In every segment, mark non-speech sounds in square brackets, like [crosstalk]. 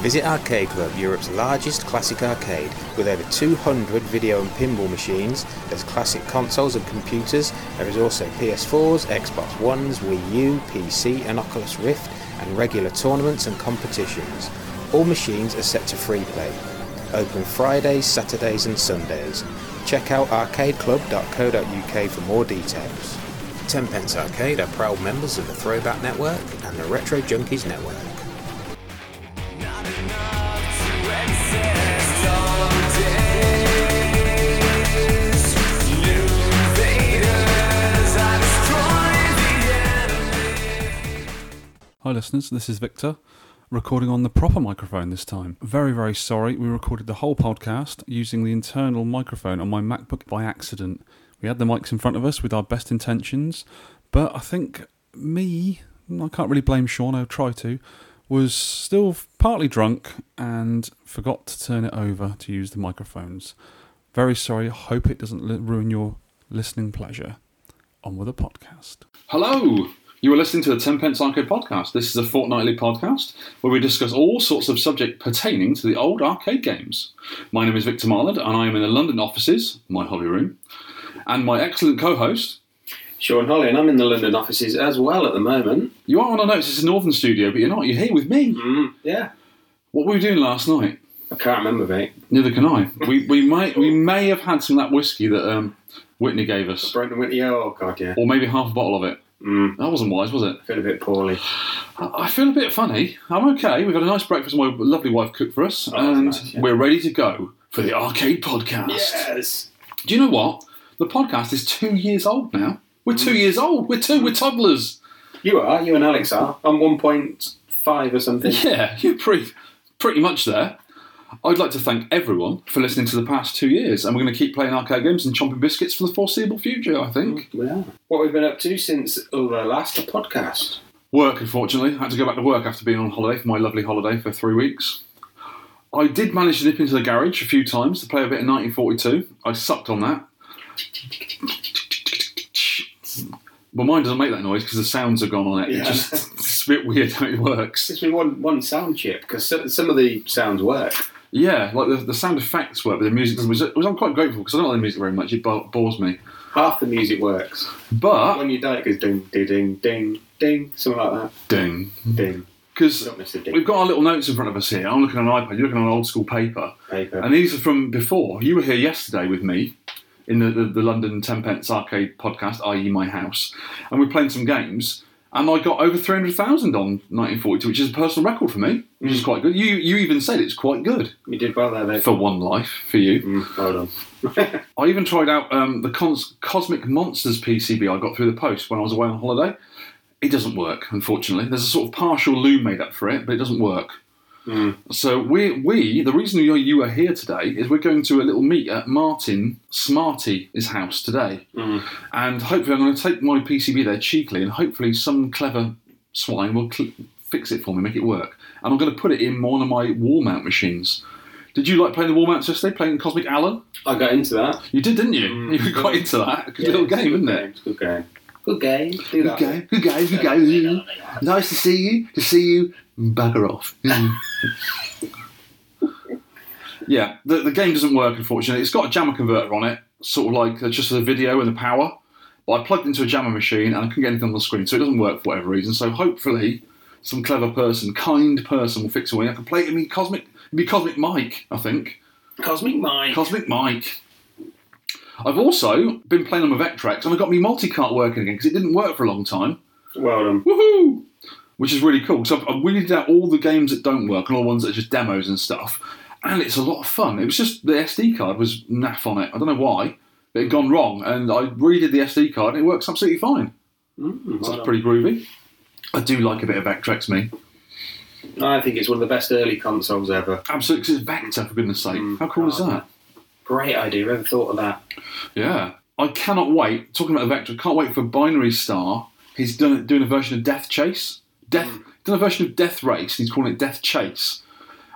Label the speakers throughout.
Speaker 1: Visit Arcade Club, Europe's largest classic arcade, with over 200 video and pinball machines. There's classic consoles and computers. There is also PS4s, Xbox Ones, Wii U, PC, and Oculus Rift, and regular tournaments and competitions. All machines are set to free play. Open Fridays, Saturdays, and Sundays. Check out arcadeclub.co.uk for more details. Tenpence Arcade are proud members of the Throwback Network and the Retro Junkies Network.
Speaker 2: Hi, listeners. This is Victor, recording on the proper microphone this time. Very, very sorry. We recorded the whole podcast using the internal microphone on my MacBook by accident. We had the mics in front of us with our best intentions, but I think me, I can't really blame Sean, I'll try to, was still partly drunk and forgot to turn it over to use the microphones. Very sorry. Hope it doesn't li- ruin your listening pleasure. On with the podcast.
Speaker 3: Hello! You are listening to the Tenpence Arcade Podcast. This is a fortnightly podcast where we discuss all sorts of subject pertaining to the old arcade games. My name is Victor Marland and I am in the London offices, my hobby room, and my excellent co-host.
Speaker 4: Sean Holly, and I'm in the London offices as well at the moment.
Speaker 3: You are on a notice, it's a Northern studio, but you're not. You're here with me.
Speaker 4: Mm-hmm. Yeah.
Speaker 3: What were we doing last night?
Speaker 4: I can't remember, mate.
Speaker 3: Neither can I. We
Speaker 4: [laughs]
Speaker 3: we might we may have had some of that whiskey that um, Whitney gave us,
Speaker 4: Brendan Whitney, oh god, yeah.
Speaker 3: or maybe half a bottle of it.
Speaker 4: Mm,
Speaker 3: That wasn't wise, was it?
Speaker 4: feel a bit poorly.
Speaker 3: I I feel a bit funny. I'm okay. We've had a nice breakfast. My lovely wife cooked for us,
Speaker 4: Oh, that's
Speaker 3: and
Speaker 4: nice, yeah.
Speaker 3: we're ready to go for the arcade podcast.
Speaker 4: Yes.
Speaker 3: Do you know what? The podcast is two years old now. We're two years old. We're two. We're toddlers.
Speaker 4: You are, you and Alex are. I'm 1.5 or
Speaker 3: [laughs]
Speaker 4: something.
Speaker 3: Yeah, you're pretty, pretty much there. I'd like to thank everyone for listening to the past two years, and we're going to keep playing arcade games and chomping biscuits for the foreseeable future. I think
Speaker 4: We are. What we've been up to since the last podcast.
Speaker 3: work. Unfortunately, I had to go back to work after being on holiday for my lovely holiday for three weeks. I did manage to nip into the garage a few times to play a bit of 1942. I sucked on that. Well, mine doesn't make that noise because the sounds are gone on it.
Speaker 4: Yeah.
Speaker 3: It just it's a bit weird how it works.
Speaker 4: It's been one, one sound chip, because some of the sounds work.
Speaker 3: Yeah, like the, the sound effects work, but the music was, was I'm quite grateful because I don't like the music very much. It bo- bores me.
Speaker 4: Half the music works.
Speaker 3: But
Speaker 4: When you die, it goes ding, ding, ding, ding, ding, something like
Speaker 3: ding,
Speaker 4: that. Ding.
Speaker 3: because
Speaker 4: Don't miss a ding.
Speaker 3: we've got our little notes in front of us here. I'm looking on an iPad. You're looking on old school paper,
Speaker 4: Paper.
Speaker 3: and these are from before. You were here yesterday with me in the, the, the London Tenpence Arcade podcast, i.e., my house, and we're playing some games. And I got over three hundred thousand on 1942, which is a personal record for me, which is quite good. You you even said it's quite good
Speaker 4: you did well there, mate.
Speaker 3: for one life for you.
Speaker 4: Mm, hold on.
Speaker 3: I even tried out um, the Cons- Cosmic Monsters PCB I got through the post when I was away on holiday. It doesn't work, unfortunately. There's a sort of partial loom made up for it, but it doesn't work. So we, we, the reason you you are here today is we're going to a little meet at Martin Smarty's house today, and hopefully I'm going to take my PCB there cheekily, and hopefully some clever swine will cl- fix it for me, make it work, and I'm going to put it in one of my wall mount machines. Did you like playing the wall mounts yesterday? Playing Cosmic Allen?
Speaker 4: I got into that.
Speaker 3: You did, didn't you? You were quite into that. Good little game, isn't it?
Speaker 4: Good game. Good game. Do that.
Speaker 3: good game, good game. Nice to see you. To see you. Bugger off. Mm. yeah, the, the game doesn't work, unfortunately. It's got a jammer converter on it, sort of like uh, just the video and the power. But I plugged into a jammer machine and I couldn't get anything on the screen, so it doesn't work for whatever reason. So hopefully, some clever person, kind person, will fix it. and I can play it in me cosmic, it'd be cosmic Mike, I think.
Speaker 4: Cosmic Mike.
Speaker 3: Cosmic Mike. I've also been playing on my Vectrex and I got my multi-cart working again because it didn't work for a long time.
Speaker 4: well done.
Speaker 3: Woohoo! Which is really cool. So I've, I've weeded out all the games that don't work and all the ones that are just demos and stuff. And it's a lot of fun. It was just the SD card was naff on it. I don't know why. It had gone wrong and I redid the SD card and it works absolutely fine.
Speaker 4: Mm,
Speaker 3: so that's pretty groovy. I do like a bit of Vectrex, me.
Speaker 4: I think it's one of the best early consoles ever.
Speaker 3: Absolutely, 'cause it's Vector, for goodness sake. How cool is
Speaker 4: God.
Speaker 3: that?
Speaker 4: Great idea. Ever thought of that?
Speaker 3: Yeah. I cannot wait. Talking about the Vector, can't wait for Binary Star. He's done, doing a version of Death Chase.
Speaker 4: Mm.
Speaker 3: Death done a version of Death Race. and He's calling it Death Chase.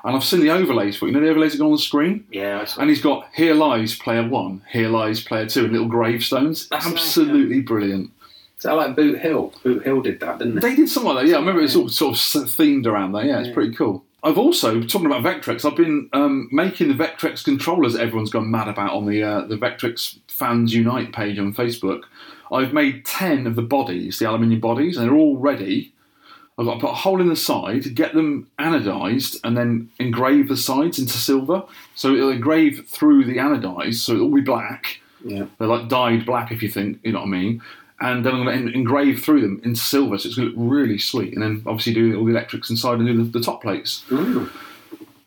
Speaker 3: And I've seen the overlays for it. You know the overlays that go on the screen.
Speaker 4: Yeah, I saw.
Speaker 3: And he's got Here Lies Player One, Here Lies Player Two, and little gravestones.
Speaker 4: That's nice,
Speaker 3: Absolutely brilliant.
Speaker 4: Is that like Boot Hill? Boot Hill did that, didn't they?
Speaker 3: They did something like that. Yeah, I remember it's all sort of s- themed around that. Yeah, it's pretty cool. I've also talking about Vectrex. I've been um, making the Vectrex controllers that everyone's gone mad about on the uh, the Vectrex Fans Unite page on Facebook. I've made ten of the bodies, the aluminium bodies, and they're all ready. I've got to put a hole in the side, get them anodized, and then engrave the sides into silver. So it'll engrave through the anodize, so it'll be black.
Speaker 4: Yeah.
Speaker 3: They're like dyed black, if you think you know what I mean. And then I'm going to en- engrave through them into silver, so it's going to look really sweet. And then obviously do all the electrics inside and do the, the top plates.
Speaker 4: Ooh,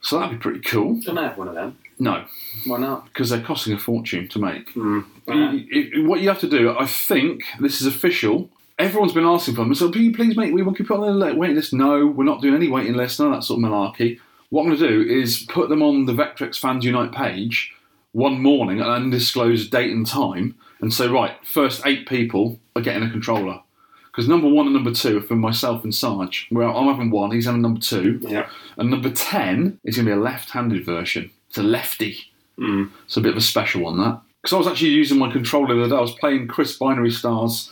Speaker 3: So that'd be pretty cool.
Speaker 4: can I have one of them?
Speaker 3: No,
Speaker 4: Why not?
Speaker 3: because they're costing a fortune to make.
Speaker 4: Yeah.
Speaker 3: You- you- what you have to do, I think, this is official. Everyone's been asking for them. So, please, please, mate, we want to put on the waiting list. No, we're not doing any waiting list, none of that sort of malarkey. What I'm going to do is put them on the Vectrex Fans Unite page one morning at an undisclosed date and time and say, right, first eight people are getting a controller. Because number one and number two are for myself and Sarge. Well, I'm having one, he's having number two.
Speaker 4: Yeah.
Speaker 3: And number 10 is going to be a left handed version. It's a lefty. It's a bit of a special one, that. Because I was actually using my controller the other day. I was playing Chris Binary Star's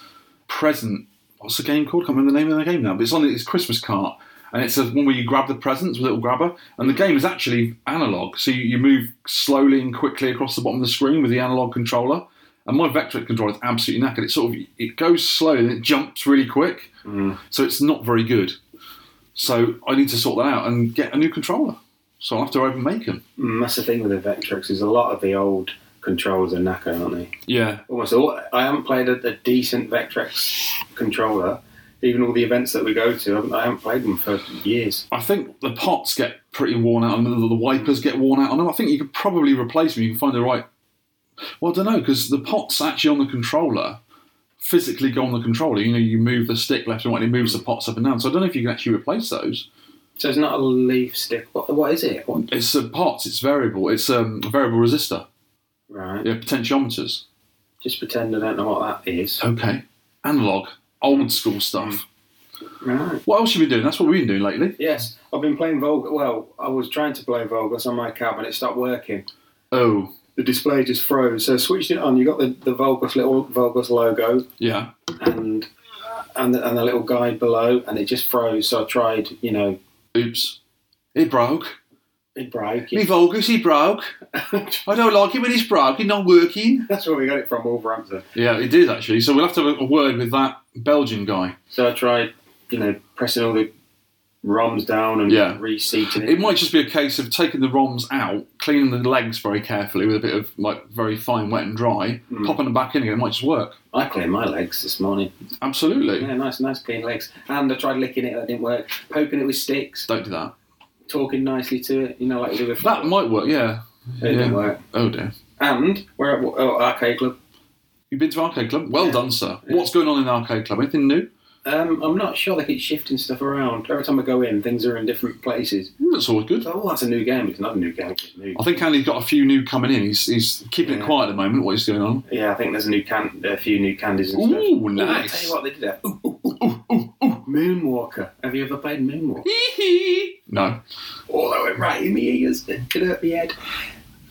Speaker 3: present. What's the game called? I can't remember the name of the game now, but it's on its Christmas cart. And it's a one where you grab the presents with a little grabber. And the game is actually analog. So you, you move slowly and quickly across the bottom of the screen with the analog controller. And my Vectrex controller is absolutely knackered. It sort of it goes slow and it jumps really quick. So it's not very good. So I need to sort that out and get a new controller. So I'll have to open make them.
Speaker 4: Mm, that's the thing with the Vectrex is a lot of the old controllers are knackered, aren't they?
Speaker 3: Yeah.
Speaker 4: Almost all. I haven't played a, a decent Vectrex controller. Even all the events that we go to, I haven't, I haven't played them for years.
Speaker 3: I think the pots get pretty worn out on them, the, the wipers get worn out on them. I think you could probably replace them. You can find the right. Well, I don't know, because the pots actually on the controller physically go on the controller. You know, you move the stick left and right and it moves the pots up and down. So I don't know if you can actually replace those.
Speaker 4: So it's not a leaf stick. What, what is it? What?
Speaker 3: It's the pots, it's variable, it's um, a variable resistor,
Speaker 4: Right.
Speaker 3: yeah, potentiometers.
Speaker 4: Just pretend I don't know what that is.
Speaker 3: Okay. Analog, old school stuff.
Speaker 4: Right.
Speaker 3: What else have you been doing? That's what we've been doing lately.
Speaker 4: Yes, I've been playing Volga. Well, I was trying to play Volgus on my cab and it stopped working.
Speaker 3: Oh,
Speaker 4: The display just froze. So I switched it on. You got the, the Volgus little Volgus logo
Speaker 3: yeah.
Speaker 4: and and the, and the little guide below, and it just froze. So I tried, you know,
Speaker 3: Oops. He broke.
Speaker 4: it broke. [laughs]
Speaker 3: Me vulgus, he broke. [laughs] I don't like it when he's broke, he's not working.
Speaker 4: That's where we got it from, Wolverhampton.
Speaker 3: Yeah, it did actually. So we'll have to have a word with that Belgian guy.
Speaker 4: So I tried, you know, pressing all the ROMs down and
Speaker 3: Yeah.
Speaker 4: reseating it.
Speaker 3: It might just be a case of taking the ROMs out, cleaning the legs very carefully with a bit of like very fine, wet and dry,
Speaker 4: Mm.
Speaker 3: popping them back in again. It might just work.
Speaker 4: I cleaned my legs this morning.
Speaker 3: Absolutely.
Speaker 4: Yeah, nice, nice clean legs. And I tried licking it, that didn't work. Poking it with sticks,
Speaker 3: Don't do that. talking
Speaker 4: talking nicely to it, you know, like you do with
Speaker 3: That might work, yeah.
Speaker 4: It didn't
Speaker 3: yeah.
Speaker 4: work.
Speaker 3: Oh dear.
Speaker 4: And we're at oh, Arcade Club.
Speaker 3: You've been to Arcade Club? Well
Speaker 4: Yeah.
Speaker 3: done, sir.
Speaker 4: Yeah.
Speaker 3: What's going on in Arcade Club? Anything new?
Speaker 4: Um, I'm not sure they keep shifting stuff around. Every time I go in, things are in different places.
Speaker 3: Mm, That's all good.
Speaker 4: So, oh, that's a new game. It's not a new game. It's new.
Speaker 3: I think Andy's got a few new coming in. He's, he's keeping it
Speaker 4: Yeah.
Speaker 3: quiet at the moment, what is going on.
Speaker 4: Yeah, I think there's a new can, a few new candies and stuff.
Speaker 3: Ooh,
Speaker 4: Ooh, I
Speaker 3: nice.
Speaker 4: tell you what, they did that. Ooh, ooh, ooh, ooh, ooh. Moonwalker. Have you ever played Moonwalker?
Speaker 3: No.
Speaker 4: Oh, that went right in my ears. It hurt my head.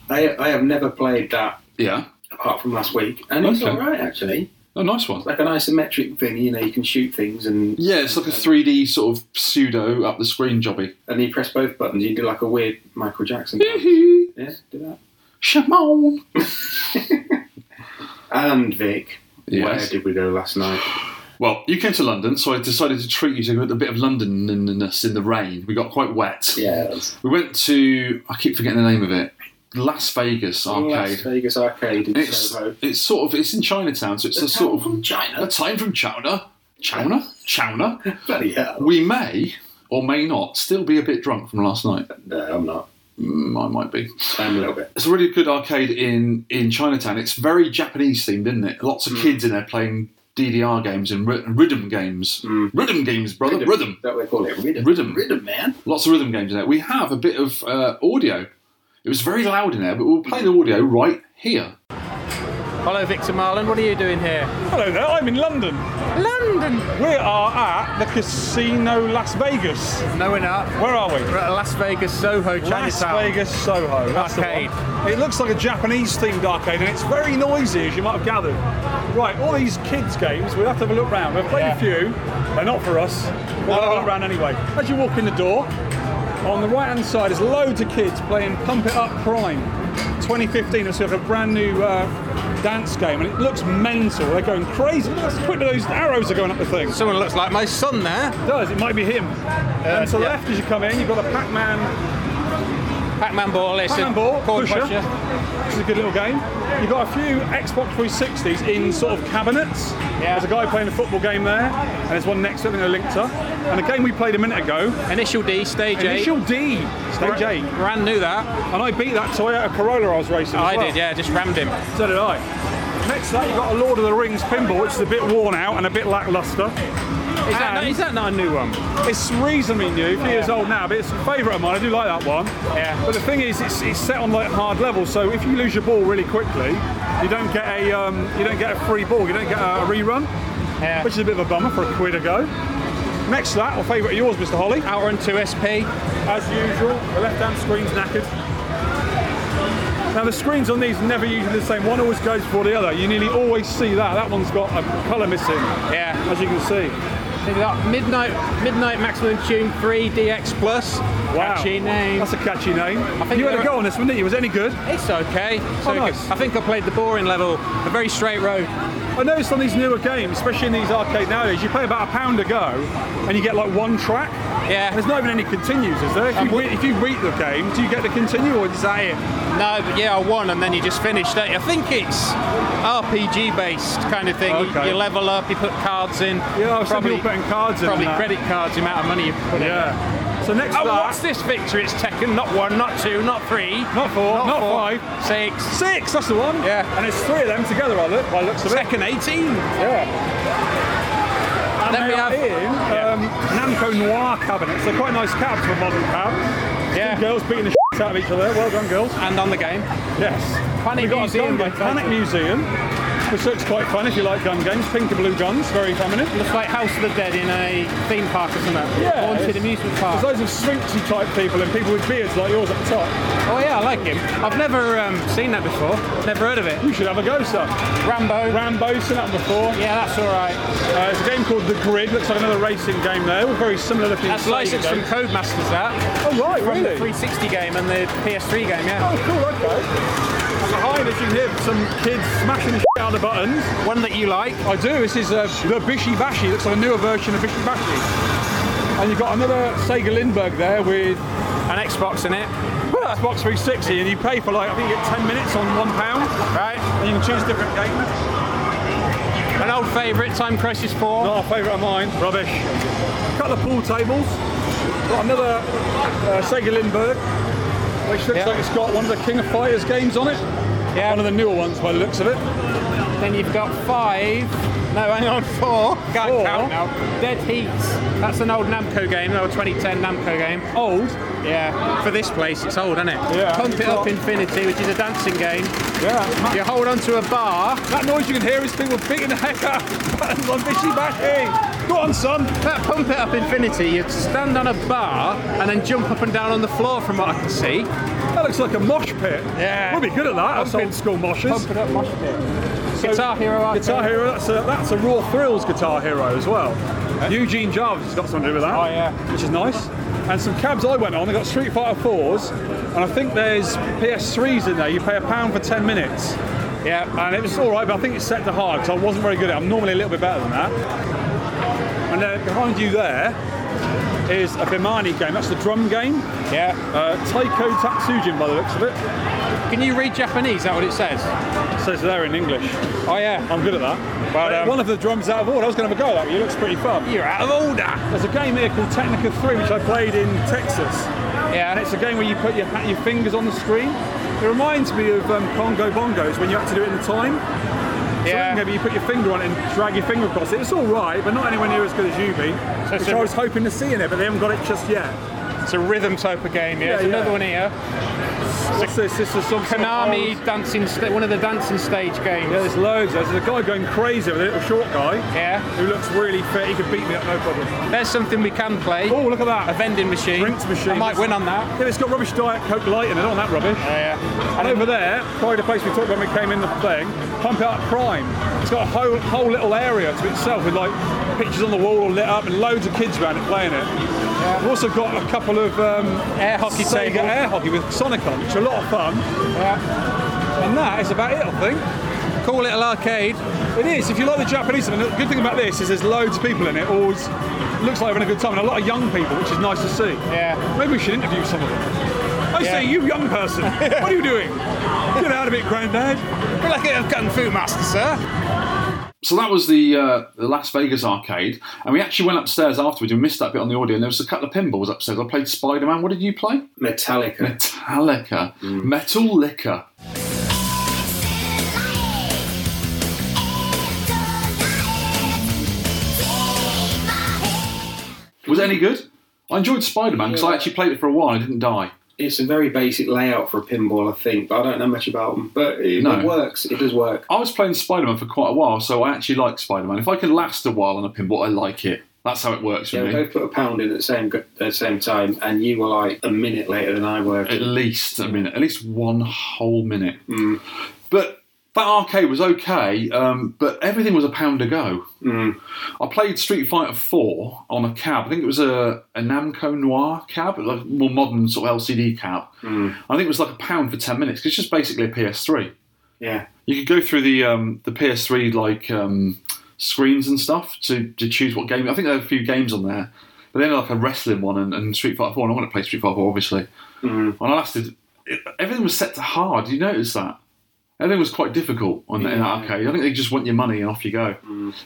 Speaker 4: I, I have never played that
Speaker 3: Yeah.
Speaker 4: apart from last week, and it's
Speaker 3: Okay.
Speaker 4: all right actually.
Speaker 3: A nice one.
Speaker 4: Like an isometric thing, you know, you can shoot things, and
Speaker 3: Yeah, it's like a 3D sort of pseudo up the screen jobby.
Speaker 4: and you press both buttons, you do like a weird Michael Jackson.
Speaker 3: Mm-hmm.
Speaker 4: dance. yeah, do that.
Speaker 3: Shamon.
Speaker 4: And Vic, where
Speaker 3: Yes.
Speaker 4: did we go last night?
Speaker 3: Well, you came to London, so I decided to treat you to a bit of Londonness in the rain. We got quite wet.
Speaker 4: Yes,
Speaker 3: We went to, I keep forgetting the name of it, Las Vegas
Speaker 4: Las
Speaker 3: Arcade.
Speaker 4: Vegas Arcade in
Speaker 3: It's,
Speaker 4: Soho.
Speaker 3: it's sort of, it's in Chinatown, so it's a sort of,
Speaker 4: from
Speaker 3: a
Speaker 4: China.
Speaker 3: time from Chowder. Chowder? Chowder?
Speaker 4: Bloody hell!
Speaker 3: We may or may not still be a bit drunk from last night.
Speaker 4: No, I'm not.
Speaker 3: Mm, I might be.
Speaker 4: I'm a little bit.
Speaker 3: It's a really good arcade in, in Chinatown. It's very Japanese themed, isn't it? Lots of kids in there playing DDR games and ry- rhythm games. Rhythm games, brother. Rhythm.
Speaker 4: That we call it rhythm.
Speaker 3: Rhythm.
Speaker 4: Rhythm, man.
Speaker 3: Lots of rhythm games in there. We have a bit of uh, audio. It was very loud in there, but we'll play the audio right here.
Speaker 5: Hello, Victor Marlon. What are you doing here?
Speaker 6: Hello there, I'm in London.
Speaker 5: London.
Speaker 6: We are at the Casino Las Vegas.
Speaker 5: No, we're not.
Speaker 6: Where are we?
Speaker 5: We're at Las Vegas, Soho, Chinatown.
Speaker 6: Las Vegas Soho. That's the
Speaker 5: Arcade.
Speaker 6: one. It looks like a Japanese themed arcade and it's very noisy as you might have gathered. Right, all these kids' games, we'll have to have a look round.
Speaker 5: Oh.
Speaker 6: We've played a few, they're not for us. We'll have a look round anyway. As you walk in the door, On the right hand side is loads of kids playing Pump It Up Prime 2015. It's like a brand new uh, dance game and it looks mental. They're going crazy. Look how quick those arrows are going up the thing.
Speaker 5: Someone looks like my son there.
Speaker 6: It does, it might be him. and to the
Speaker 5: Uh, yeah.
Speaker 6: left as you come in, you've got a Pac Man
Speaker 5: Pac-Man ball, listen.
Speaker 6: Pac-Man ball,
Speaker 5: Coin
Speaker 6: pusher. It's a good little game. You've got a few Xbox 360s in sort of cabinets. There's a guy playing a football game there, and there's one next to it, I think they're linked up. And a game we played a minute ago,
Speaker 5: Initial Oh, D, stage eight.
Speaker 6: Initial D, Stage 8.
Speaker 5: Ran knew that.
Speaker 6: And I beat that Toyota Corolla I was racing. as
Speaker 5: I
Speaker 6: well.
Speaker 5: did, yeah, just rammed him.
Speaker 6: So did I. Next to that, you've got a Lord of the Rings pinball, which is a bit worn out and a bit lackluster.
Speaker 5: Is that, not, is that not a new one?
Speaker 6: It's reasonably new, a few years old now, but it's a favourite of mine. I do like that one.
Speaker 5: Yeah.
Speaker 6: But the thing is, it's, it's set on like hard levels, so if you lose your ball really quickly, you don't get a um, you don't get a free ball. You don't get a rerun,
Speaker 5: Yeah.
Speaker 6: which is a bit of a bummer for a quid a go. Next to that, or favourite of yours, Mr. Holly,
Speaker 5: Outrun 2SP.
Speaker 6: as usual, the left-hand screen's knackered. Now the screens on these never usually the same. One always goes before the other. You nearly always see that. That one's got a colour missing,
Speaker 5: Yeah.
Speaker 6: as you can see.
Speaker 5: They've got Midnight Midnight Maximum Tune 3 DX Plus.
Speaker 6: Wow.
Speaker 5: Catchy name.
Speaker 6: That's a catchy name.
Speaker 5: think
Speaker 6: you had
Speaker 5: they're-
Speaker 6: a go on this one, didn't you? Was it any good?
Speaker 5: It's okay. It's
Speaker 6: Oh,
Speaker 5: okay.
Speaker 6: nice.
Speaker 5: I think I played the boring level, a very straight road.
Speaker 6: I noticed on these newer games, especially in these arcades nowadays, you pay about a pound a go and you get like one track.
Speaker 5: Yeah.
Speaker 6: There's not even any continues, is there? If you, win- if you beat the game, do you get the continue or is that it?
Speaker 5: No, but yeah, I won, and then you just finish. don't you? I think it's RPG based kind of thing. You-
Speaker 6: Okay.
Speaker 5: You, level up, you put cards in.
Speaker 6: Yeah, I was some people putting cards in
Speaker 5: Probably
Speaker 6: and that.
Speaker 5: credit cards, the amount of money you put in.
Speaker 6: Yeah. So next
Speaker 5: Oh,
Speaker 6: to that,
Speaker 5: what's this victory? It's Tekken, not one, not two, not three,
Speaker 6: not four, not,
Speaker 5: four,
Speaker 6: five.
Speaker 5: six,
Speaker 6: Six, that's the one.
Speaker 5: Yeah.
Speaker 6: And it's three of them together, I look, by the looks of it.
Speaker 5: Tekken 18.
Speaker 6: Yeah. And
Speaker 5: Then
Speaker 6: they
Speaker 5: we
Speaker 6: are
Speaker 5: have-
Speaker 6: in um, Namco Noir cabinets. They're quite nice cabs for a modern cab.
Speaker 5: Yeah.
Speaker 6: Two girls beating the [laughs] shit out of each other. Well done, girls.
Speaker 5: And on the game.
Speaker 6: Yes.
Speaker 5: Panic
Speaker 6: We've got
Speaker 5: Museum
Speaker 6: A gun,
Speaker 5: by
Speaker 6: Panic
Speaker 5: Titan.
Speaker 6: Museum, which looks quite fun if you like gun games. Pink and blue guns, very feminine.
Speaker 5: Looks like House of the Dead in a theme park or something.
Speaker 6: Yeah,
Speaker 5: Haunted
Speaker 6: it's-
Speaker 5: amusement
Speaker 6: There's
Speaker 5: park.
Speaker 6: loads of sphinxy type people and people with beards like yours at the top.
Speaker 5: oh yeah, I like him. I've never um, seen that before. Never heard of it.
Speaker 6: You should have a go, sir.
Speaker 5: Rambo.
Speaker 6: Rambo, seen that one before.
Speaker 5: yeah, that's all right.
Speaker 6: Uh, it's a game called The Grid. Looks like another racing game there. All very similar looking.
Speaker 5: That's
Speaker 6: Sega
Speaker 5: licensed from
Speaker 6: games.
Speaker 5: Codemasters. That
Speaker 6: Oh right,
Speaker 5: from the
Speaker 6: really?
Speaker 5: 360 game and the PS3 game. Yeah.
Speaker 6: Oh cool, okay. And behind us you can hear some kids smashing the shit out of the buttons.
Speaker 5: One that you like.
Speaker 6: I do. This is uh, the Bishy Bashy. Looks like a newer version of Bishy Bashy. And you've got another Sega Lindbergh there with
Speaker 5: An Xbox in it.
Speaker 6: Xbox 360, and you pay for like I think you get 10 minutes on one pound,
Speaker 5: Right.
Speaker 6: and you can choose different games.
Speaker 5: An old favourite. Time Crisis 4.
Speaker 6: Not a favourite of mine. Rubbish. couple of pool tables. Got another uh, Sega Lindbergh, which looks
Speaker 5: Yeah.
Speaker 6: like it's got one of the King of Fighters games on it.
Speaker 5: Yeah.
Speaker 6: One of the newer ones by the looks of it.
Speaker 5: Then you've got five. No, hang on, four. Can't
Speaker 6: Four?
Speaker 5: count now. Dead Heat. That's an old Namco game, an old 2010 Namco game.
Speaker 6: Old.
Speaker 5: Yeah. For this place, it's old, isn't it?
Speaker 6: Yeah.
Speaker 5: Pump It Up Infinity, which is a dancing game.
Speaker 6: Yeah.
Speaker 5: You hold onto a bar. [laughs]
Speaker 6: That noise you can hear is people beating the heck out of [laughs] buttons on Bishy Bashy. Go on, son.
Speaker 5: That Pump It Up Infinity, you stand on a bar and then jump up and down on the floor, from what I can see.
Speaker 6: That looks like a mosh pit.
Speaker 5: Yeah.
Speaker 6: We'll be good at that. That's
Speaker 5: Pump it-
Speaker 6: old school moshes.
Speaker 5: Pump It Up Mosh Pit. Guitar Hero Arcade.
Speaker 6: Guitar Hero, that's a, that's a Raw Thrills Guitar Hero as well. Eugene Jarvis has got something to do with that.
Speaker 5: Oh, yeah.
Speaker 6: Which is nice. And some cabs I went on, they got Street Fighter 4s, and I think there's PS3s in there. You pay a pound for 10 minutes.
Speaker 5: Yeah.
Speaker 6: And it was all right, but I think it's set to hard because I wasn't very good at it. I'm normally a little bit better than that. And then behind you there is a Bimani game. That's the drum game.
Speaker 5: Yeah.
Speaker 6: Uh, Taiko Tatsujin by the looks of it.
Speaker 5: Can you read Japanese? Is that what it says?
Speaker 6: Says there in English.
Speaker 5: Oh, yeah.
Speaker 6: I'm good at that.
Speaker 5: But, um,
Speaker 6: One of the drums out of order. I was going to have a go at that. It looks pretty fun.
Speaker 5: You're out of order.
Speaker 6: There's a game here called Technica 3, which I played in Texas. And
Speaker 5: Yeah.
Speaker 6: it's a game where you put your, ha- your fingers on the screen. It reminds me of um, Congo Bongos when you had to do it in time. So
Speaker 5: Yeah.
Speaker 6: maybe you put your finger on it and drag your finger across it. It's all right, but not anywhere near as good as you be.
Speaker 5: So it's
Speaker 6: which I
Speaker 5: a-
Speaker 6: was hoping to see in it, but they haven't got it just yet.
Speaker 5: It's a rhythm type of game, yeah.
Speaker 6: Yeah,
Speaker 5: There's
Speaker 6: yeah.
Speaker 5: another one here.
Speaker 6: What's this? This is some sort of
Speaker 5: Konami
Speaker 6: old-
Speaker 5: dancing, sta- one of the dancing stage games.
Speaker 6: Yeah, there's loads. There's a guy going crazy with a little short guy
Speaker 5: Yeah.
Speaker 6: who looks really fit. He could beat me up, no problem.
Speaker 5: There's something we can play.
Speaker 6: Oh, look at
Speaker 5: A
Speaker 6: that.
Speaker 5: vending machine.
Speaker 6: Drinks machine.
Speaker 5: I might win on that. Oh,
Speaker 6: Yeah, it's got rubbish Diet Coke Light in it. I don't want that rubbish.
Speaker 5: yeah.
Speaker 6: And over there, probably the place we talked when we came in the thing, Pump It Up Prime. It's got a whole whole little area to itself with like pictures on the wall all lit up and loads of kids around it playing it. We've also got a couple of um,
Speaker 5: Air hockey
Speaker 6: Sega
Speaker 5: table.
Speaker 6: air hockey with Sonic on, which are a lot of fun. And that is about it, I think.
Speaker 5: Cool little arcade.
Speaker 6: It is. If you like the Japanese, and the good thing about this is there's loads of people in it. Always looks like having a good time, and a lot of young people, which is nice to see.
Speaker 5: Yeah.
Speaker 6: Maybe we should interview some of them. I
Speaker 5: Yeah.
Speaker 6: say, you
Speaker 5: [laughs]
Speaker 6: young person, what are you doing? Get out of it, granddad.
Speaker 5: We're like a kung fu master, sir.
Speaker 3: So that was the uh, the Las Vegas arcade, and we actually went upstairs afterwards. We missed that bit on the audio, and there was a couple of pinballs upstairs. I played Spider Man. What did you play?
Speaker 4: Metallica.
Speaker 3: Metallica, Metal Liquor. Was it any good? I enjoyed Spider Man because I actually played it for a while. and I didn't die.
Speaker 4: It's a very basic layout for a pinball, I think, but I don't know much about them. But it,
Speaker 3: No.
Speaker 4: it works. It does work.
Speaker 3: I was playing Spider Man for quite a while, so I actually like Spider Man. If I can last a while on a pinball, I like it. That's how it works for
Speaker 4: Yeah, we
Speaker 3: me.
Speaker 4: both put a pound in at the same at the same time, and you were like a minute later than I were.
Speaker 3: At least a minute, at least one whole minute. But that arcade was okay, um, but everything was a pound a go. I played Street Fighter Four on a cab. I think it was a, a Namco Noir cab, like a more modern sort of LCD cab. I think it was like a pound for ten minutes. 'cause it's just basically a PS3.
Speaker 4: Yeah,
Speaker 3: You could go through the um, the PS3 like um, screens and stuff to, to choose what game. I think there are a few games on there, but then like a wrestling one and, and Street Fighter Four. And I want to play Street Fighter Four, obviously. And I lasted. It, everything was set to hard. You notice that everything was quite difficult on the, in that arcade. I think they just want your money and off you go,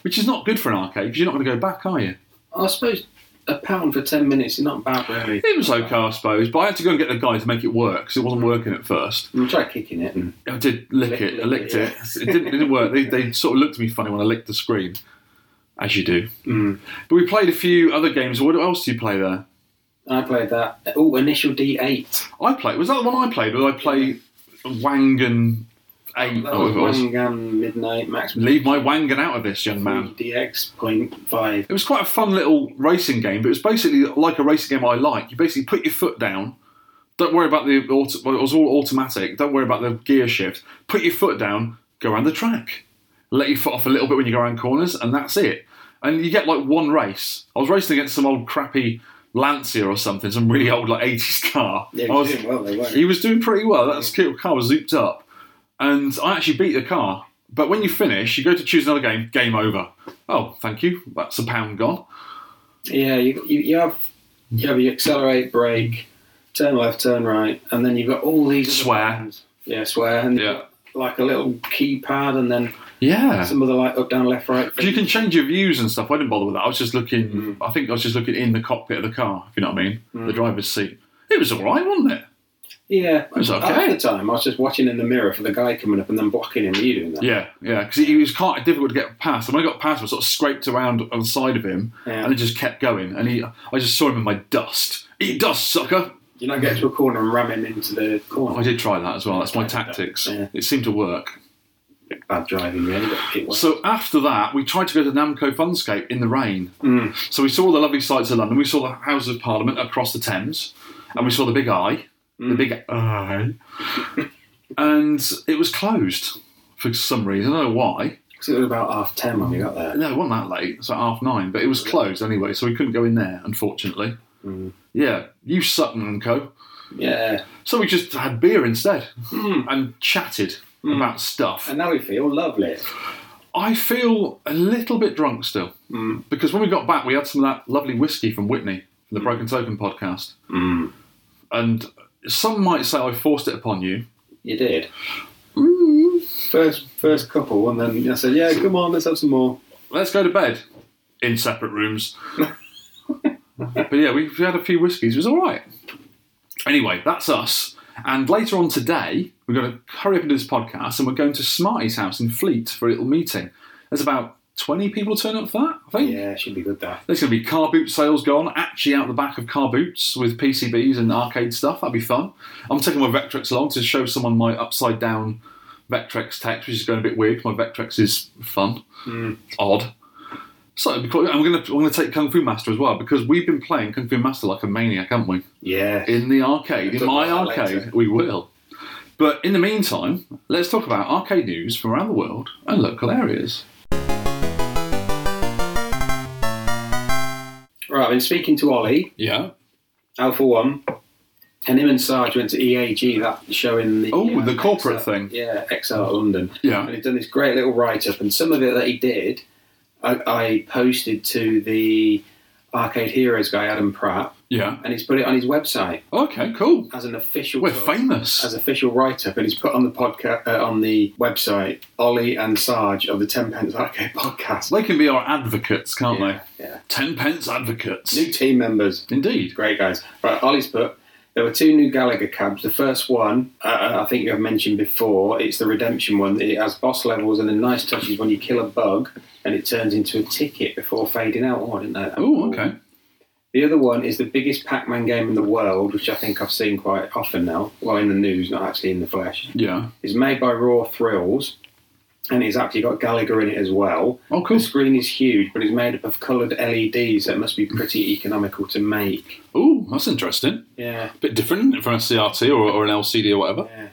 Speaker 3: which is not good for an arcade because you're not going to go back, are you?
Speaker 4: I suppose a pound for ten minutes is not bad, really.
Speaker 3: It was okay, I suppose, but I had to go and get the guy to make it work because it wasn't working at first.
Speaker 4: You try kicking it, and
Speaker 3: I did lick it. I licked it. It didn't, it didn't work. They, they sort of looked at me funny when I licked the screen, as you do. But we played a few other games. What else do you play there?
Speaker 4: I played that. Oh, initial D eight.
Speaker 3: I played. Was that the one I played? Or did I play Wangan Eight?
Speaker 4: That
Speaker 3: or
Speaker 4: was
Speaker 3: whatever it was?
Speaker 4: Wangan Midnight Max
Speaker 3: Leave my Wangan out of this, young man.
Speaker 4: DX point five.
Speaker 3: It was quite a fun little racing game, but it was basically like a racing game I like. You basically put your foot down. Don't worry about the auto, well, it was all automatic. Don't worry about the gear shift. Put your foot down, go around the track. Let your foot off a little bit when you go around corners, and that's it. And you get like one race. I was racing against some old crappy Lancia or something, some really old like 80s car.
Speaker 4: Yeah,
Speaker 3: I was-
Speaker 4: you did well, they weren't.
Speaker 3: he was doing pretty well. That skill car was zooped up, and I actually beat the car. But when you finish, you go to choose another game. Game over. Oh, thank you. That's a pound gone.
Speaker 4: Yeah, you, you, you have you have your accelerate, brake, turn left, turn right, and then you've got all these other
Speaker 3: Swear.
Speaker 4: buttons. Yeah, swear. And
Speaker 3: Yeah.
Speaker 4: Like a little keypad, and then
Speaker 3: Yeah.
Speaker 4: some other like up, down, left, right.
Speaker 3: You can change your views and stuff. I didn't bother with that. I was just looking.
Speaker 4: Mm.
Speaker 3: I think I was just looking in the cockpit of the car. If you know what I mean, the driver's seat. It was all right, wasn't it?
Speaker 4: Yeah,
Speaker 3: was okay.
Speaker 4: Half the time, I was just watching in the mirror for the guy coming up and then blocking him. Were you doing that?
Speaker 3: Yeah, yeah. Because it was quite difficult to get past. And when I got past, I sort of scraped around on the side of him,
Speaker 4: Yeah.
Speaker 3: and it just kept going. And he, I just saw him in my dust. Eat dust, sucker.
Speaker 4: You know, get to a corner and ram him into the
Speaker 3: I
Speaker 4: corner.
Speaker 3: did try that as well. That's my tactics.
Speaker 4: Yeah.
Speaker 3: It seemed to work.
Speaker 4: Bad driving, really. But it was.
Speaker 3: So after that, we tried to go to Namco Funscape in the rain. So we saw all the lovely sights of London. We saw the Houses of Parliament across the Thames, and we saw the Big Eye, the Big Eye, and it was closed for some reason. I don't know why.
Speaker 4: it was about half ten when we got there.
Speaker 3: No, it wasn't that late. It was like half nine, but it was closed anyway, so we couldn't go in there, unfortunately. Yeah, you suck, Namco.
Speaker 4: Yeah,
Speaker 3: So we just had beer instead and chatted about stuff.
Speaker 4: and now we feel lovely.
Speaker 3: I feel a little bit drunk still because when we got back, we had some of that lovely whiskey from Whitney from the Broken Token podcast, and some might say I forced it upon you.
Speaker 4: You did. Mm. First, first couple, and then I said, "Yeah, come on, let's have some more."
Speaker 3: Let's go to bed in separate rooms. but yeah, we we had a few whiskies. It was all right. Anyway, that's us. And later on today, we're going to hurry up and do this podcast, and we're going to Smarty's house in Fleet for a little meeting. There's about twenty people turn up for that, I think.
Speaker 4: Yeah, should be good that.
Speaker 3: There's going to be car boot sales gone, actually out the back of car boots with PCBs and arcade stuff. That'd be fun. I'm taking my Vectrex along to show someone my upside down Vectrex text, which is going a bit weird. My Vectrex is fun,
Speaker 4: Hmm.
Speaker 3: odd. So it'd be cool. I'm going to I'm going to take Kung Fu Master as well because we've been playing Kung Fu Master like a maniac, haven't we?
Speaker 4: Yeah,
Speaker 3: In the arcade, in
Speaker 4: Talk
Speaker 3: my
Speaker 4: about that
Speaker 3: arcade,
Speaker 4: later.
Speaker 3: we will. But in the meantime, let's talk about arcade news from around the world and local areas.
Speaker 4: Right, I've been speaking to Ollie,
Speaker 3: Yeah.
Speaker 4: Alpha One, and him and Sarge went to EAG, that show in the.
Speaker 3: Oh, the corporate
Speaker 4: XR
Speaker 3: thing.
Speaker 4: Yeah, XR London.
Speaker 3: Yeah.
Speaker 4: And he'd done this great little write up, and some of it that he did, I, I posted to the Arcade Heroes guy, Adam Pratt,
Speaker 3: Yeah.
Speaker 4: and he's put it on his website
Speaker 3: Okay, cool.
Speaker 4: as an official.
Speaker 3: We're
Speaker 4: sort of-
Speaker 3: famous.
Speaker 4: As official write-up, and he's put on the podcast uh, on the website. Ollie and Sarge of the Ten Pence Arcade [laughs] Podcast.
Speaker 3: They can be our advocates, can't
Speaker 4: yeah,
Speaker 3: they?
Speaker 4: yeah.
Speaker 3: Ten pence advocates.
Speaker 4: New team members.
Speaker 3: Indeed.
Speaker 4: Great guys. Right, Ollie's put. There were two new Gallagher cabs. The first one, uh, I think I've mentioned before, it's the redemption one. It has boss levels and a nice touch is when you kill a bug and it turns into a ticket before fading out. Oh, I didn't know that.
Speaker 3: Oh, okay.
Speaker 4: The other one is the biggest Pac Man game in the world, which I think I've seen quite often now. Well, in the news, not actually in the flesh.
Speaker 3: Yeah.
Speaker 4: It's made by Raw Thrills and it's actually got Gallagher in it as well.
Speaker 3: Oh, cool.
Speaker 4: The screen is huge, but it's made up of coloured LEDs that must be pretty economical to make.
Speaker 3: Oh, that's interesting.
Speaker 4: Yeah.
Speaker 3: Bit different isn't it, from a CRT or, or an LCD or whatever.
Speaker 4: Yeah.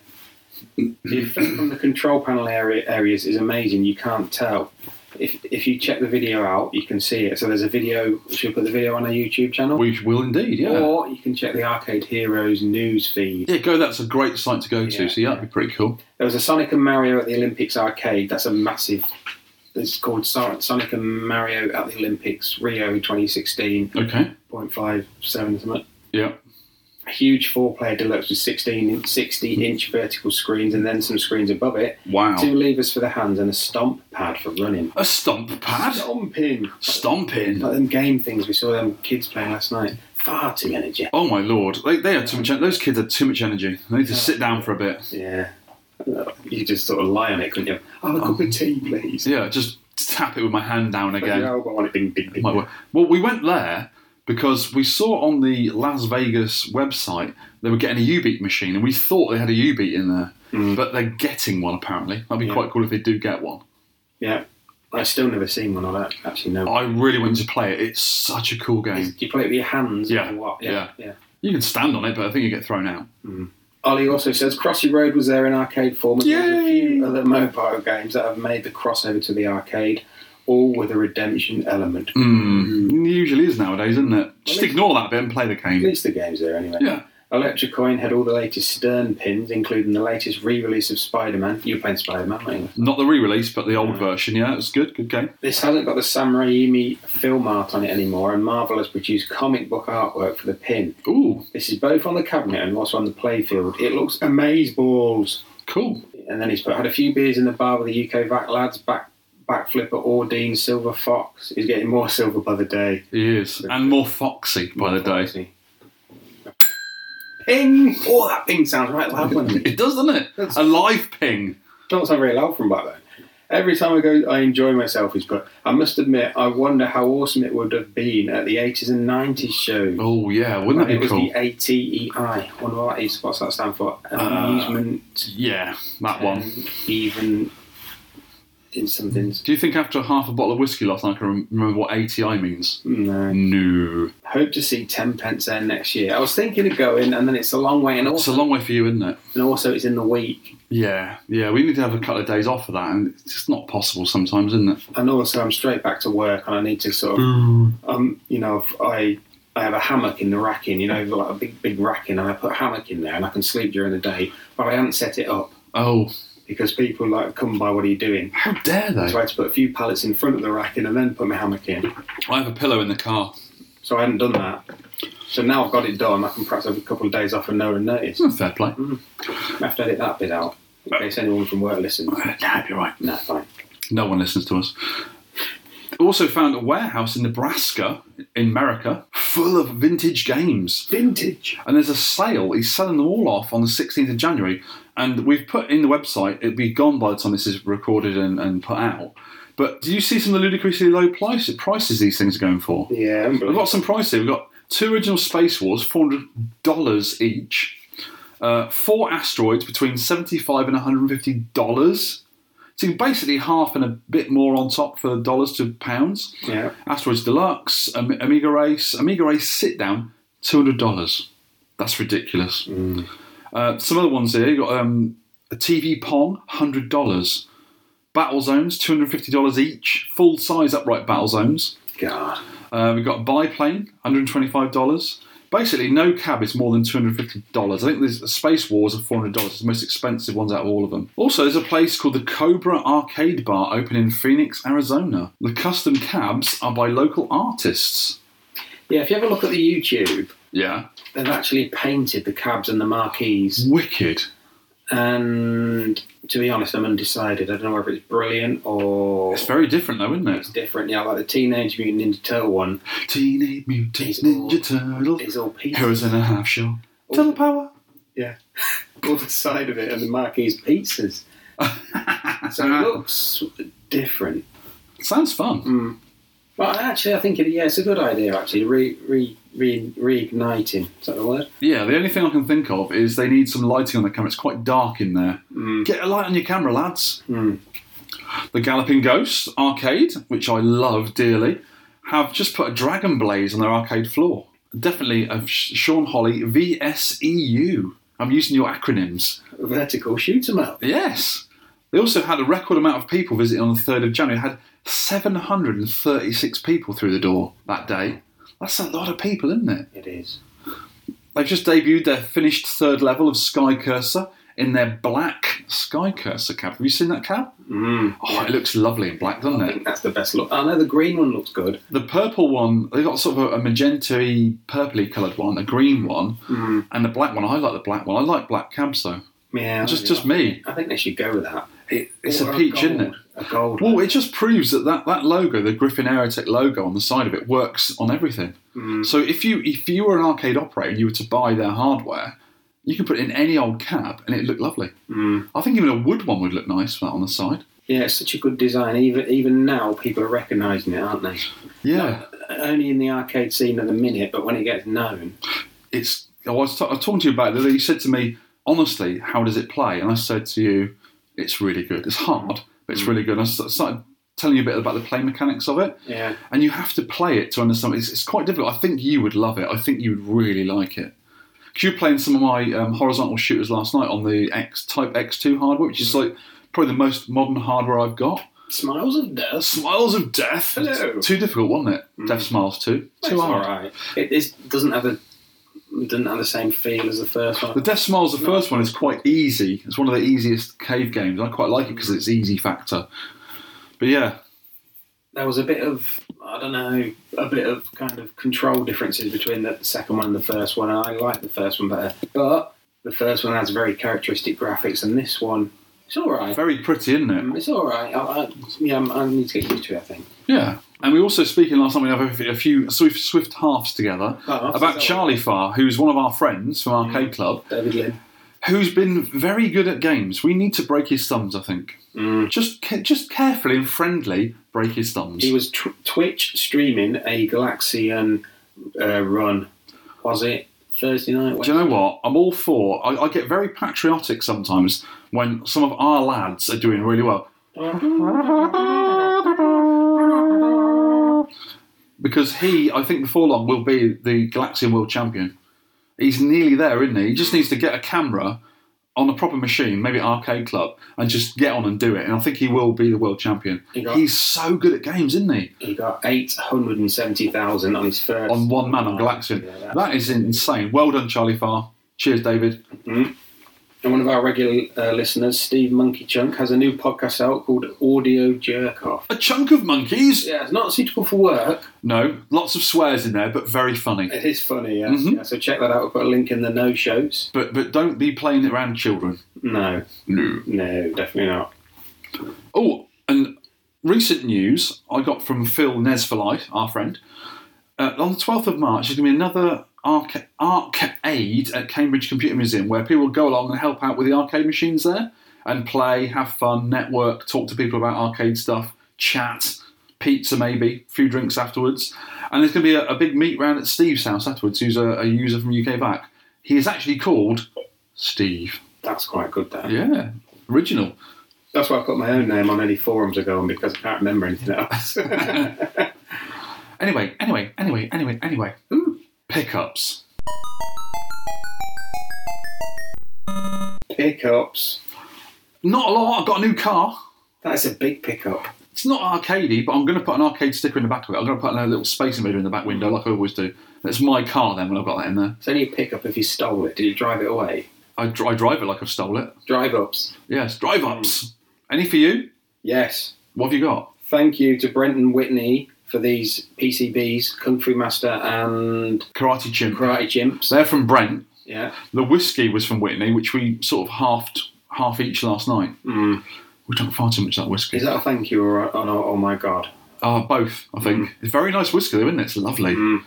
Speaker 4: the effect from the control panel area areas is amazing. You can't tell. If, if you check the video out, you can see it. So there's a video. Should we put the video on our YouTube channel?
Speaker 3: We will indeed, yeah.
Speaker 4: Or you can check the Arcade Heroes news feed.
Speaker 3: yeah, go. That's a great site to go
Speaker 4: Yeah,
Speaker 3: to. So yeah, that'd be pretty cool.
Speaker 4: There was a Sonic and Mario at the Olympics arcade. That's a massive. It's called Son- Sonic and Mario at the Olympics Rio 2016.
Speaker 3: Okay.
Speaker 4: 0.57 something.
Speaker 3: Yeah.
Speaker 4: A huge four-player deluxe with 16, 60-inch vertical screens and then some screens above it.
Speaker 3: Hmm. Wow.
Speaker 4: Two levers for the hands and a stomp pad for running.
Speaker 3: A stomp pad.
Speaker 4: Stomping.
Speaker 3: Stomping.
Speaker 4: Like them game things we saw them kids playing last night. Far too energetic.
Speaker 3: Oh my lord, they, they had too much. Those kids had too much energy. They need to sit down for a bit.
Speaker 4: Yeah. You just sort of lie on it, couldn't you? Oh, a cup of tea, please.
Speaker 3: Yeah, just tap it with my hand down again.
Speaker 4: Yeah, but I want it ding, ding, ding.
Speaker 3: Might work. Well, we went there because we saw on the Las Vegas website they were getting a U-beat machine, and we thought they had a U-beat in there,
Speaker 4: Mm.
Speaker 3: but they're getting one apparently. That'd be quite cool if they do get one.
Speaker 4: Yeah. I've still never seen one. I don't actually know.
Speaker 3: I really want to play it. It's such a cool game.
Speaker 4: Do you play it with your hands?
Speaker 3: Yeah,
Speaker 4: Or what?
Speaker 3: yeah.
Speaker 4: yeah.
Speaker 3: You can stand on it, but I think you get thrown out.
Speaker 4: Ollie also says Crossy Road was there in arcade form, as well as a
Speaker 3: Yay!
Speaker 4: few other mobile games that have made the crossover to the arcade, all with a redemption element. Mm.
Speaker 3: Usually is nowadays, isn't it? Just ignore that bit and play the
Speaker 4: At
Speaker 3: game.
Speaker 4: least the game's there anyway.
Speaker 3: Yeah.
Speaker 4: Electrocoin had all the latest Stern pins, including the latest re release of Spider Man. You were playing Spider Man, weren't you?
Speaker 3: Not the re-release, but the old version. Yeah, it was good. Good game.
Speaker 4: This hasn't got the Sam Raimi film art on it anymore, and Marvel has produced comic book artwork for the pin.
Speaker 3: Ooh,
Speaker 4: This is both on the cabinet and also on the playfield. It looks amazeballs.
Speaker 3: cool.
Speaker 4: and then he's put, had a few beers in the bar with the UK back lads, back backflipper Ordine, Silver Fox. He's getting more silver by the day.
Speaker 3: He is, and more foxy by the day.
Speaker 4: Ping! Oh, that ping sounds right loud, doesn't it? [laughs]
Speaker 3: It does, doesn't it? A live ping.
Speaker 4: Don't sound very loud from back then. Every time I go, I enjoy myself. He's put. I must admit, I wonder how awesome it would have been at the 80s and 90s show.
Speaker 3: Oh yeah, wouldn't that
Speaker 4: it
Speaker 3: be
Speaker 4: was
Speaker 3: cool?
Speaker 4: the E ATEI. Wonder what that is. What's that stand for? Amusement.
Speaker 3: Yeah, that one.
Speaker 4: um, Even in something.
Speaker 3: Do you think after half a bottle of whiskey last night, I can rem- remember what ATI means?
Speaker 4: No.
Speaker 3: No,
Speaker 4: hope to see ten pence there next year. I was thinking of going, and then it's a long way, and
Speaker 3: it's
Speaker 4: also,
Speaker 3: a long way for you, isn't it?
Speaker 4: and also it's in the week,
Speaker 3: Yeah, yeah. We need to have a couple of days off for that, and it's just not possible sometimes, isn't it?
Speaker 4: and also I'm straight back to work, and I need to sort of, um, you know, if I I have a hammock in the racking, you know, like a big big racking, and I put a hammock in there, and I can sleep during the day, but I haven't set it up
Speaker 3: Oh,
Speaker 4: because people like come by, what are you doing?
Speaker 3: how dare
Speaker 4: So
Speaker 3: they?
Speaker 4: I had to put a few pallets in front of the racking and then put my hammock in.
Speaker 3: I have a pillow in the car.
Speaker 4: So I hadn't done that. So now I've got it done. I can perhaps have a couple of days off and no one noticed.
Speaker 3: Oh, fair play.
Speaker 4: I have to edit that bit out in case anyone from work listens.
Speaker 3: Nah, you're right.
Speaker 4: Nah, fine.
Speaker 3: No one listens to us. Also found a warehouse in Nebraska, in America, full of vintage games.
Speaker 4: Vintage.
Speaker 3: and there's a sale. He's selling them all off on the 16th of January, and we've put in the website. It'll be gone by the time this is recorded and, and put out. But do you see some of the ludicrously low price, prices these things are going for?
Speaker 4: Yeah,
Speaker 3: We've
Speaker 4: unbelievable.
Speaker 3: got some prices. We've got two original Space Wars, four hundred dollars each. Uh, four asteroids between seventy-five and one hundred and fifty dollars. So basically half and a bit more on top for dollars to pounds.
Speaker 4: Yeah.
Speaker 3: Asteroids Deluxe, Am- Amiga Race, Amiga Race sit down, two hundred dollars. That's ridiculous. Uh, some other ones here. You got um, a TV Pong, hundred dollars. Battle zones, two hundred fifty dollars each. Full size upright battle zones.
Speaker 4: God.
Speaker 3: Uh, we've got biplane, $125. Basically, no cab is more than $250. I think there's Space Wars are $400. It's the most expensive ones out of all of them. Also, there's a place called the Cobra Arcade Bar open in Phoenix, Arizona. The custom cabs are by local artists.
Speaker 4: Yeah, if you have a look at the YouTube,
Speaker 3: Yeah.
Speaker 4: they've actually painted the cabs and the marquees.
Speaker 3: Wicked.
Speaker 4: And to be honest, I'm undecided. I don't know whether it's brilliant or
Speaker 3: It's very different, though, isn't it?
Speaker 4: different. Yeah, like the Teenage Mutant Ninja Turtle one
Speaker 3: Teenage Mutant
Speaker 4: It's all-
Speaker 3: Ninja Turtle.
Speaker 4: is all pizza.
Speaker 3: Heroes in a half shell. Turtle power.
Speaker 4: Yeah. [laughs] All the side of it and the marquee's pizzas. so it looks different.
Speaker 3: Sounds fun.
Speaker 4: But actually, I think, it, yeah, it's a good idea, actually. Re, re, re, reigniting. Is that the word?
Speaker 3: Yeah, the only thing I can think of is they need some lighting on the camera. It's quite dark in there. Get a light on your camera, lads. The Galloping Ghost arcade, which I love dearly, have just put a dragon blaze on their arcade floor. Definitely a Sh- Sean Holly VSEU. I'm using your acronyms.
Speaker 4: Vertical shoot 'em up.
Speaker 3: Yes. They also had a record amount of people visiting on the 3rd of January. Had 736 people through the door that day. That's a lot of people, isn't it?
Speaker 4: It is.
Speaker 3: They've just debuted their finished third level of Sky Cursor in their black Sky Cursor cab. Have you seen that cab? Mm, oh, it looks lovely in black, doesn't it?
Speaker 4: That's the best look. I know the green one looks good.
Speaker 3: The purple one, they've got sort of a, a magenta purpley coloured one, a green one, and a black one. I like the black one. I like black cabs though.
Speaker 4: Oh, Yeah.
Speaker 3: Just, just me.
Speaker 4: I think they should go with that.
Speaker 3: It, it's
Speaker 4: Or
Speaker 3: a peach,
Speaker 4: gold,
Speaker 3: isn't it?
Speaker 4: A gold.
Speaker 3: Well, it just proves that, that that logo, the Griffin Aerotech logo on the side of it, works on everything. So if you if you were an arcade operator and you were to buy their hardware, you can put it in any old cab and it'd look lovely. I think even a wood one would look nice for that on the side.
Speaker 4: yeah, it's such a good design. Even even now, people are recognising it, aren't they?
Speaker 3: Yeah,
Speaker 4: Only in the arcade scene at the minute, but when it gets known,
Speaker 3: it's. I was, ta- I was talking to you about it. You said to me, honestly, how does it play? And I said to you, it's really good. It's hard, but
Speaker 4: Mm.
Speaker 3: it's really good. And I s- started telling you a bit about the play mechanics of it.
Speaker 4: Yeah.
Speaker 3: And you have to play it to understand. It's, it's quite difficult. I think you would love it. I think you would really like it. 'Cause you were playing some of my um, horizontal shooters last night on the X Type X2 hardware, which
Speaker 4: Mm.
Speaker 3: is like probably the most modern hardware I've got.
Speaker 4: smiles of death.
Speaker 3: Smiles of Death.
Speaker 4: Hello. Mm.
Speaker 3: Too difficult, wasn't it? Death Smiles 2.
Speaker 4: It's
Speaker 3: Too hard.
Speaker 4: all right. It is, doesn't have a doesn't have the same feel as the first
Speaker 3: The
Speaker 4: one.
Speaker 3: Death Smiles, the first one, is quite easy. It's one of the easiest cave games. I quite like it because it's easy factor. But yeah,
Speaker 4: There was a bit of I don't know, a bit of kind of control differences between the second one and the first one. And I like the first one better, but the first one has very characteristic graphics, and this one it's all right.
Speaker 3: very pretty, isn't it?
Speaker 4: It's all right. I, I, yeah, I'm- I need to get used to it. I think.
Speaker 3: Yeah. And we also speaking last time we have a few, a few swift, swift halves together
Speaker 4: Oh,
Speaker 3: about
Speaker 4: that's-
Speaker 3: Charlie Farr, who's one of our friends from
Speaker 4: Mm.
Speaker 3: Arcade Club,
Speaker 4: David Lynn.
Speaker 3: who's been very good at games. We need to break his thumbs, I think. Just, ca- just carefully and friendly break his thumbs.
Speaker 4: Mm. He was tw- Twitch streaming a Galaxian uh, run. Was it Thursday night?
Speaker 3: Do you know what? I'm all for. I, I get very patriotic sometimes when some of our lads are doing really well. Because he, I think, before long will be the Galaxian World Champion. He's nearly there, isn't he? He just needs to get a camera on a proper machine, maybe arcade club, and just get on and do it. And I think he will be the world champion.
Speaker 4: He got-
Speaker 3: He's so good at games, isn't he?
Speaker 4: He got 870,000 on his first.
Speaker 3: on one man on Galaxian.
Speaker 4: Yeah, that's-
Speaker 3: that is insane. Well done, Charlie Farr. Cheers, David.
Speaker 4: And one of our regular uh, listeners, Steve Monkey Chunk, has a new podcast out called Audio Jerk Off.
Speaker 3: A chunk of monkeys.
Speaker 4: Yeah, it's not suitable for work.
Speaker 3: No, lots of swears in there, but very funny.
Speaker 4: It is funny, yes.
Speaker 3: Mm-hmm.
Speaker 4: Yeah, so check that out. We'll put a link in the no shows.
Speaker 3: But but don't be playing it around children.
Speaker 4: No,
Speaker 3: No.
Speaker 4: no, definitely not.
Speaker 3: Oh, and recent news I got from Phil Nesverlite, our friend. Uh, on the 12th of March, there's going to be another arca- arcade at Cambridge Computer Museum where people will go along and help out with the arcade machines there and play, have fun, network, talk to people about arcade stuff, chat, pizza maybe, a few drinks afterwards. And there's going to be a, a big meet round at Steve's house afterwards, who's a, a user from UK Back. He is actually called Steve.
Speaker 4: That's quite good, that.
Speaker 3: Yeah, original.
Speaker 4: That's why I put my own name on any forums I go on because I can't remember anything else. [laughs]
Speaker 3: Anyway, anyway, anyway, anyway, anyway. Pickups.
Speaker 4: Pickups.
Speaker 3: Not a lot. I've got a new car.
Speaker 4: That's a big pickup.
Speaker 3: It's not arcadey, but I'm going to put an arcade sticker in the back of it. I'm going to put a little Space Invader in the back window, like I always do. That's my car then when I've got that in there.
Speaker 4: It's only a pickup if you stole it. Did you drive it away?
Speaker 3: I, dr- I drive it like I've stole it.
Speaker 4: Drive ups.
Speaker 3: Yes, drive ups. Any for you?
Speaker 4: Yes.
Speaker 3: What have you got?
Speaker 4: Thank you to Brenton Whitney for these PCBs, Country Master and
Speaker 3: Karate Chimp.
Speaker 4: Karate Chimps.
Speaker 3: They're from Brent.
Speaker 4: Yeah.
Speaker 3: The whiskey was from Whitney, which we sort of halved half each last night. We drank far too much of that whiskey.
Speaker 4: Mm. Is that a thank you or, a, or no, oh my god?
Speaker 3: Uh, both, I think. It's very nice whiskey, though, isn't it? It's lovely.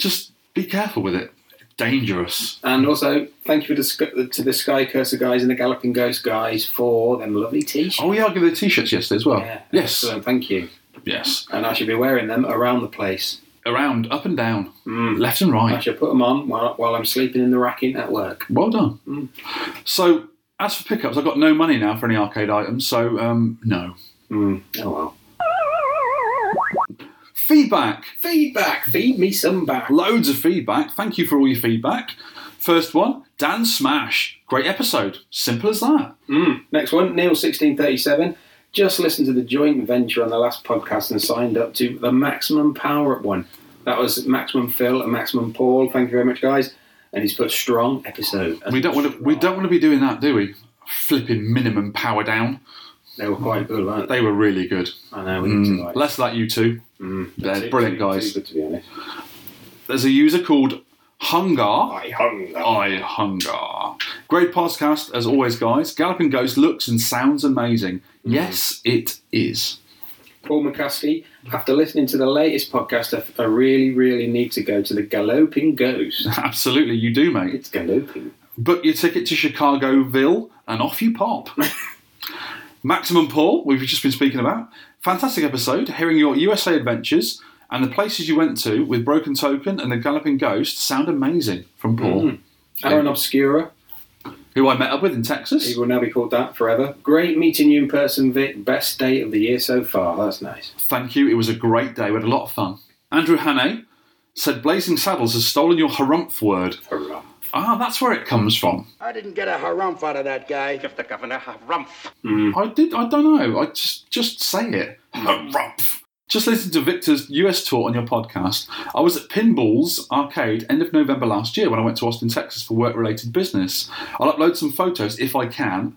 Speaker 3: Just be careful with it. Dangerous.
Speaker 4: And also, thank you to the, Sk- to the Sky Cursor guys and the Galloping Ghost guys for them lovely t shirts.
Speaker 3: Oh, yeah, I gave the t shirts yesterday as well. yes,
Speaker 4: Excellent, thank you.
Speaker 3: yes.
Speaker 4: And I should be wearing them around the place.
Speaker 3: Around, up and down, left and
Speaker 4: I
Speaker 3: right.
Speaker 4: should put them on while, while I'm sleeping in the racking at work.
Speaker 3: Well done. So, as for pickups, I've got no money now for any arcade items, so um, no.
Speaker 4: Oh well.
Speaker 3: Feedback.
Speaker 4: Feedback! Feed me some back.
Speaker 3: Loads of feedback. Thank you for all your feedback. First one Dan Smash. Great episode. Simple as that.
Speaker 4: Next one, Neil1637. Just listened to the joint venture on the last podcast and signed up to the Maximum Power Up one. That was Maximum Phil and Maximum Paul. Thank you very much, guys. And he's put strong episode.
Speaker 3: We don't want to. We don't want to be doing that, do we? Flipping minimum power down.
Speaker 4: They were quite good, weren't they?
Speaker 3: They were really good.
Speaker 4: I know. We didn't like
Speaker 3: Less like you two. Mm. They're
Speaker 4: Too-
Speaker 3: brilliant
Speaker 4: too- too
Speaker 3: guys.
Speaker 4: good, to be honest.
Speaker 3: There's a user called Hungar.
Speaker 4: I hung that.
Speaker 3: I Hungar. Great podcast as always, guys. Galloping Ghost looks and sounds amazing. Yes, it is. [laughs]
Speaker 4: Paul McCaskey, after listening to the latest podcast, I, I really, really need to go to the Galloping Ghost.
Speaker 3: Absolutely, you do, mate.
Speaker 4: It's galloping.
Speaker 3: Book your ticket to Chicagoville and off you pop. Maximum Paul, we've just been speaking about. Fantastic episode. Hearing your USA adventures and the places you went to with Broken Token and the Galloping Ghost sound amazing from Paul,
Speaker 4: Aaron Obscura,
Speaker 3: who I met up with in Texas.
Speaker 4: He will now be called that forever. Great meeting you in person, Vic. Best day of the year so far. That's nice.
Speaker 3: Thank you. It was a great day. We had a lot of fun. Andrew Hannay said, Blazing Saddles has stolen your harumph word.
Speaker 4: Hurrah.
Speaker 3: Ah, that's where it comes from.
Speaker 7: I didn't get a harumph out of that guy. Give the governor a harumph.
Speaker 3: I did. I don't know. I just just say it. Harumph. Just listened to Victor's US tour on your podcast. I was at Pinball's Arcade end of November last year when I went to Austin, Texas for work related business. I'll upload some photos if I can.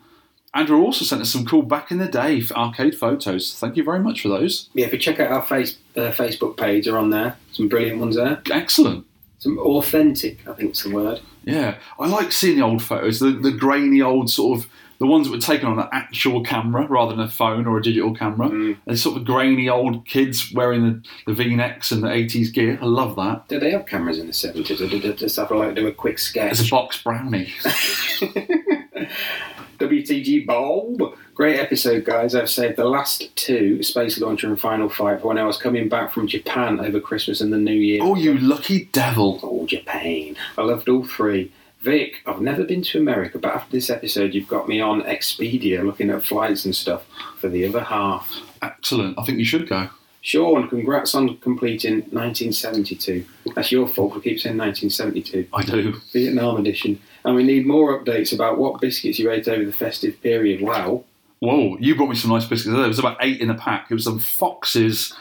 Speaker 3: Andrew also sent us some cool back in the day arcade photos. Thank you very much for those.
Speaker 4: Yeah, if you check out our face, uh, Facebook page, are on there. Some brilliant ones there.
Speaker 3: Excellent.
Speaker 4: Some authentic, I think's the word.
Speaker 3: Yeah, I like seeing the old photos, the, the grainy old sort of the ones that were taken on an actual camera rather than a phone or a digital camera. And sort of grainy old kids wearing the, the V-necks and the 80s gear. I love that.
Speaker 4: Did they have cameras in the 70s? Or did they just have like do a quick
Speaker 3: It's a [laughs]
Speaker 4: sketch?
Speaker 3: box brownie.
Speaker 4: WTG Bulb. Great episode, guys. I've saved the last two, Space Launcher and Final Fight, for when I was coming back from Japan over Christmas and the New Year.
Speaker 3: oh, you lucky devil.
Speaker 4: Oh, Japan. I loved all three. Vic, I've never been to America, but after this episode, you've got me on Expedia looking at flights and stuff for the other half.
Speaker 3: Excellent. I think you should go.
Speaker 4: Sean, congrats on completing 1972. That's your fault, we keep saying 1972.
Speaker 3: I do.
Speaker 4: Vietnam edition. And we need more updates about what biscuits you ate over the festive period. Wow.
Speaker 3: Whoa, you brought me some nice biscuits. There was about eight in a pack. It was some Fox's.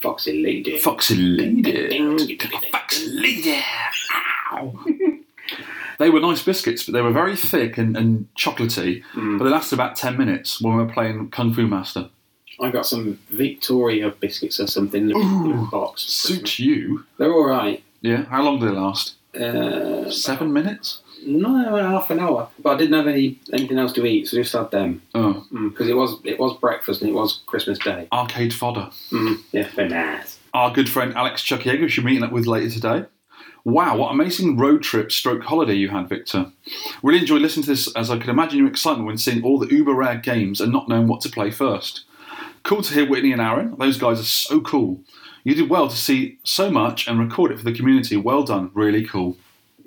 Speaker 4: Foxy lady.
Speaker 3: Foxy Lady. Foxy Lady. Ow. [laughs] they were nice biscuits, but they were very thick and, and chocolatey. But they lasted about 10 minutes when we were playing Kung Fu Master.
Speaker 4: I got some Victoria biscuits or something in the blue box.
Speaker 3: Suit you.
Speaker 4: They're all right.
Speaker 3: Yeah. How long did they last?
Speaker 4: Uh,
Speaker 3: Seven minutes?
Speaker 4: No, half an hour. But I didn't have any anything else to eat, so just had them
Speaker 3: Oh,
Speaker 4: because it was it was breakfast and it was Christmas Day.
Speaker 3: arcade fodder.
Speaker 4: Yeah, bananas.
Speaker 3: Our good friend Alex Chuckiego, who you're meeting up with later today. Wow, what amazing road trip stroke holiday you had, Victor. Really enjoyed listening to this as I could imagine your excitement when seeing all the uber rare games and not knowing what to play first. Cool to hear Whitney and Aaron. Those guys are so cool. You did well to see so much and record it for the community. Well done. Really cool.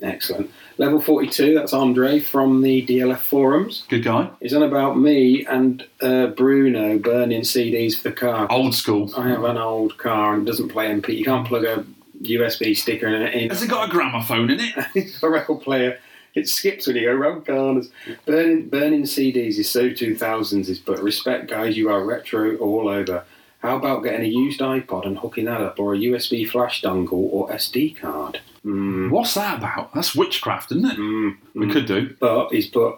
Speaker 4: Excellent. Level forty-two. That's Andre from the DLF forums.
Speaker 3: Good guy.
Speaker 4: He's on about me and uh, Bruno burning CDs for the car.
Speaker 3: Old school.
Speaker 4: I have an old car and it doesn't play MP. You can't plug a USB sticker in it.
Speaker 3: Has it got a gramophone in it?
Speaker 4: a record player. It skips when you go round corners. Burning, burning CDs is so 2000s, is but respect, guys, you are retro all over. How about getting a used iPod and hooking that up, or a USB flash dongle or SD card?
Speaker 3: What's that about? That's witchcraft, isn't it? we could do.
Speaker 4: But he's put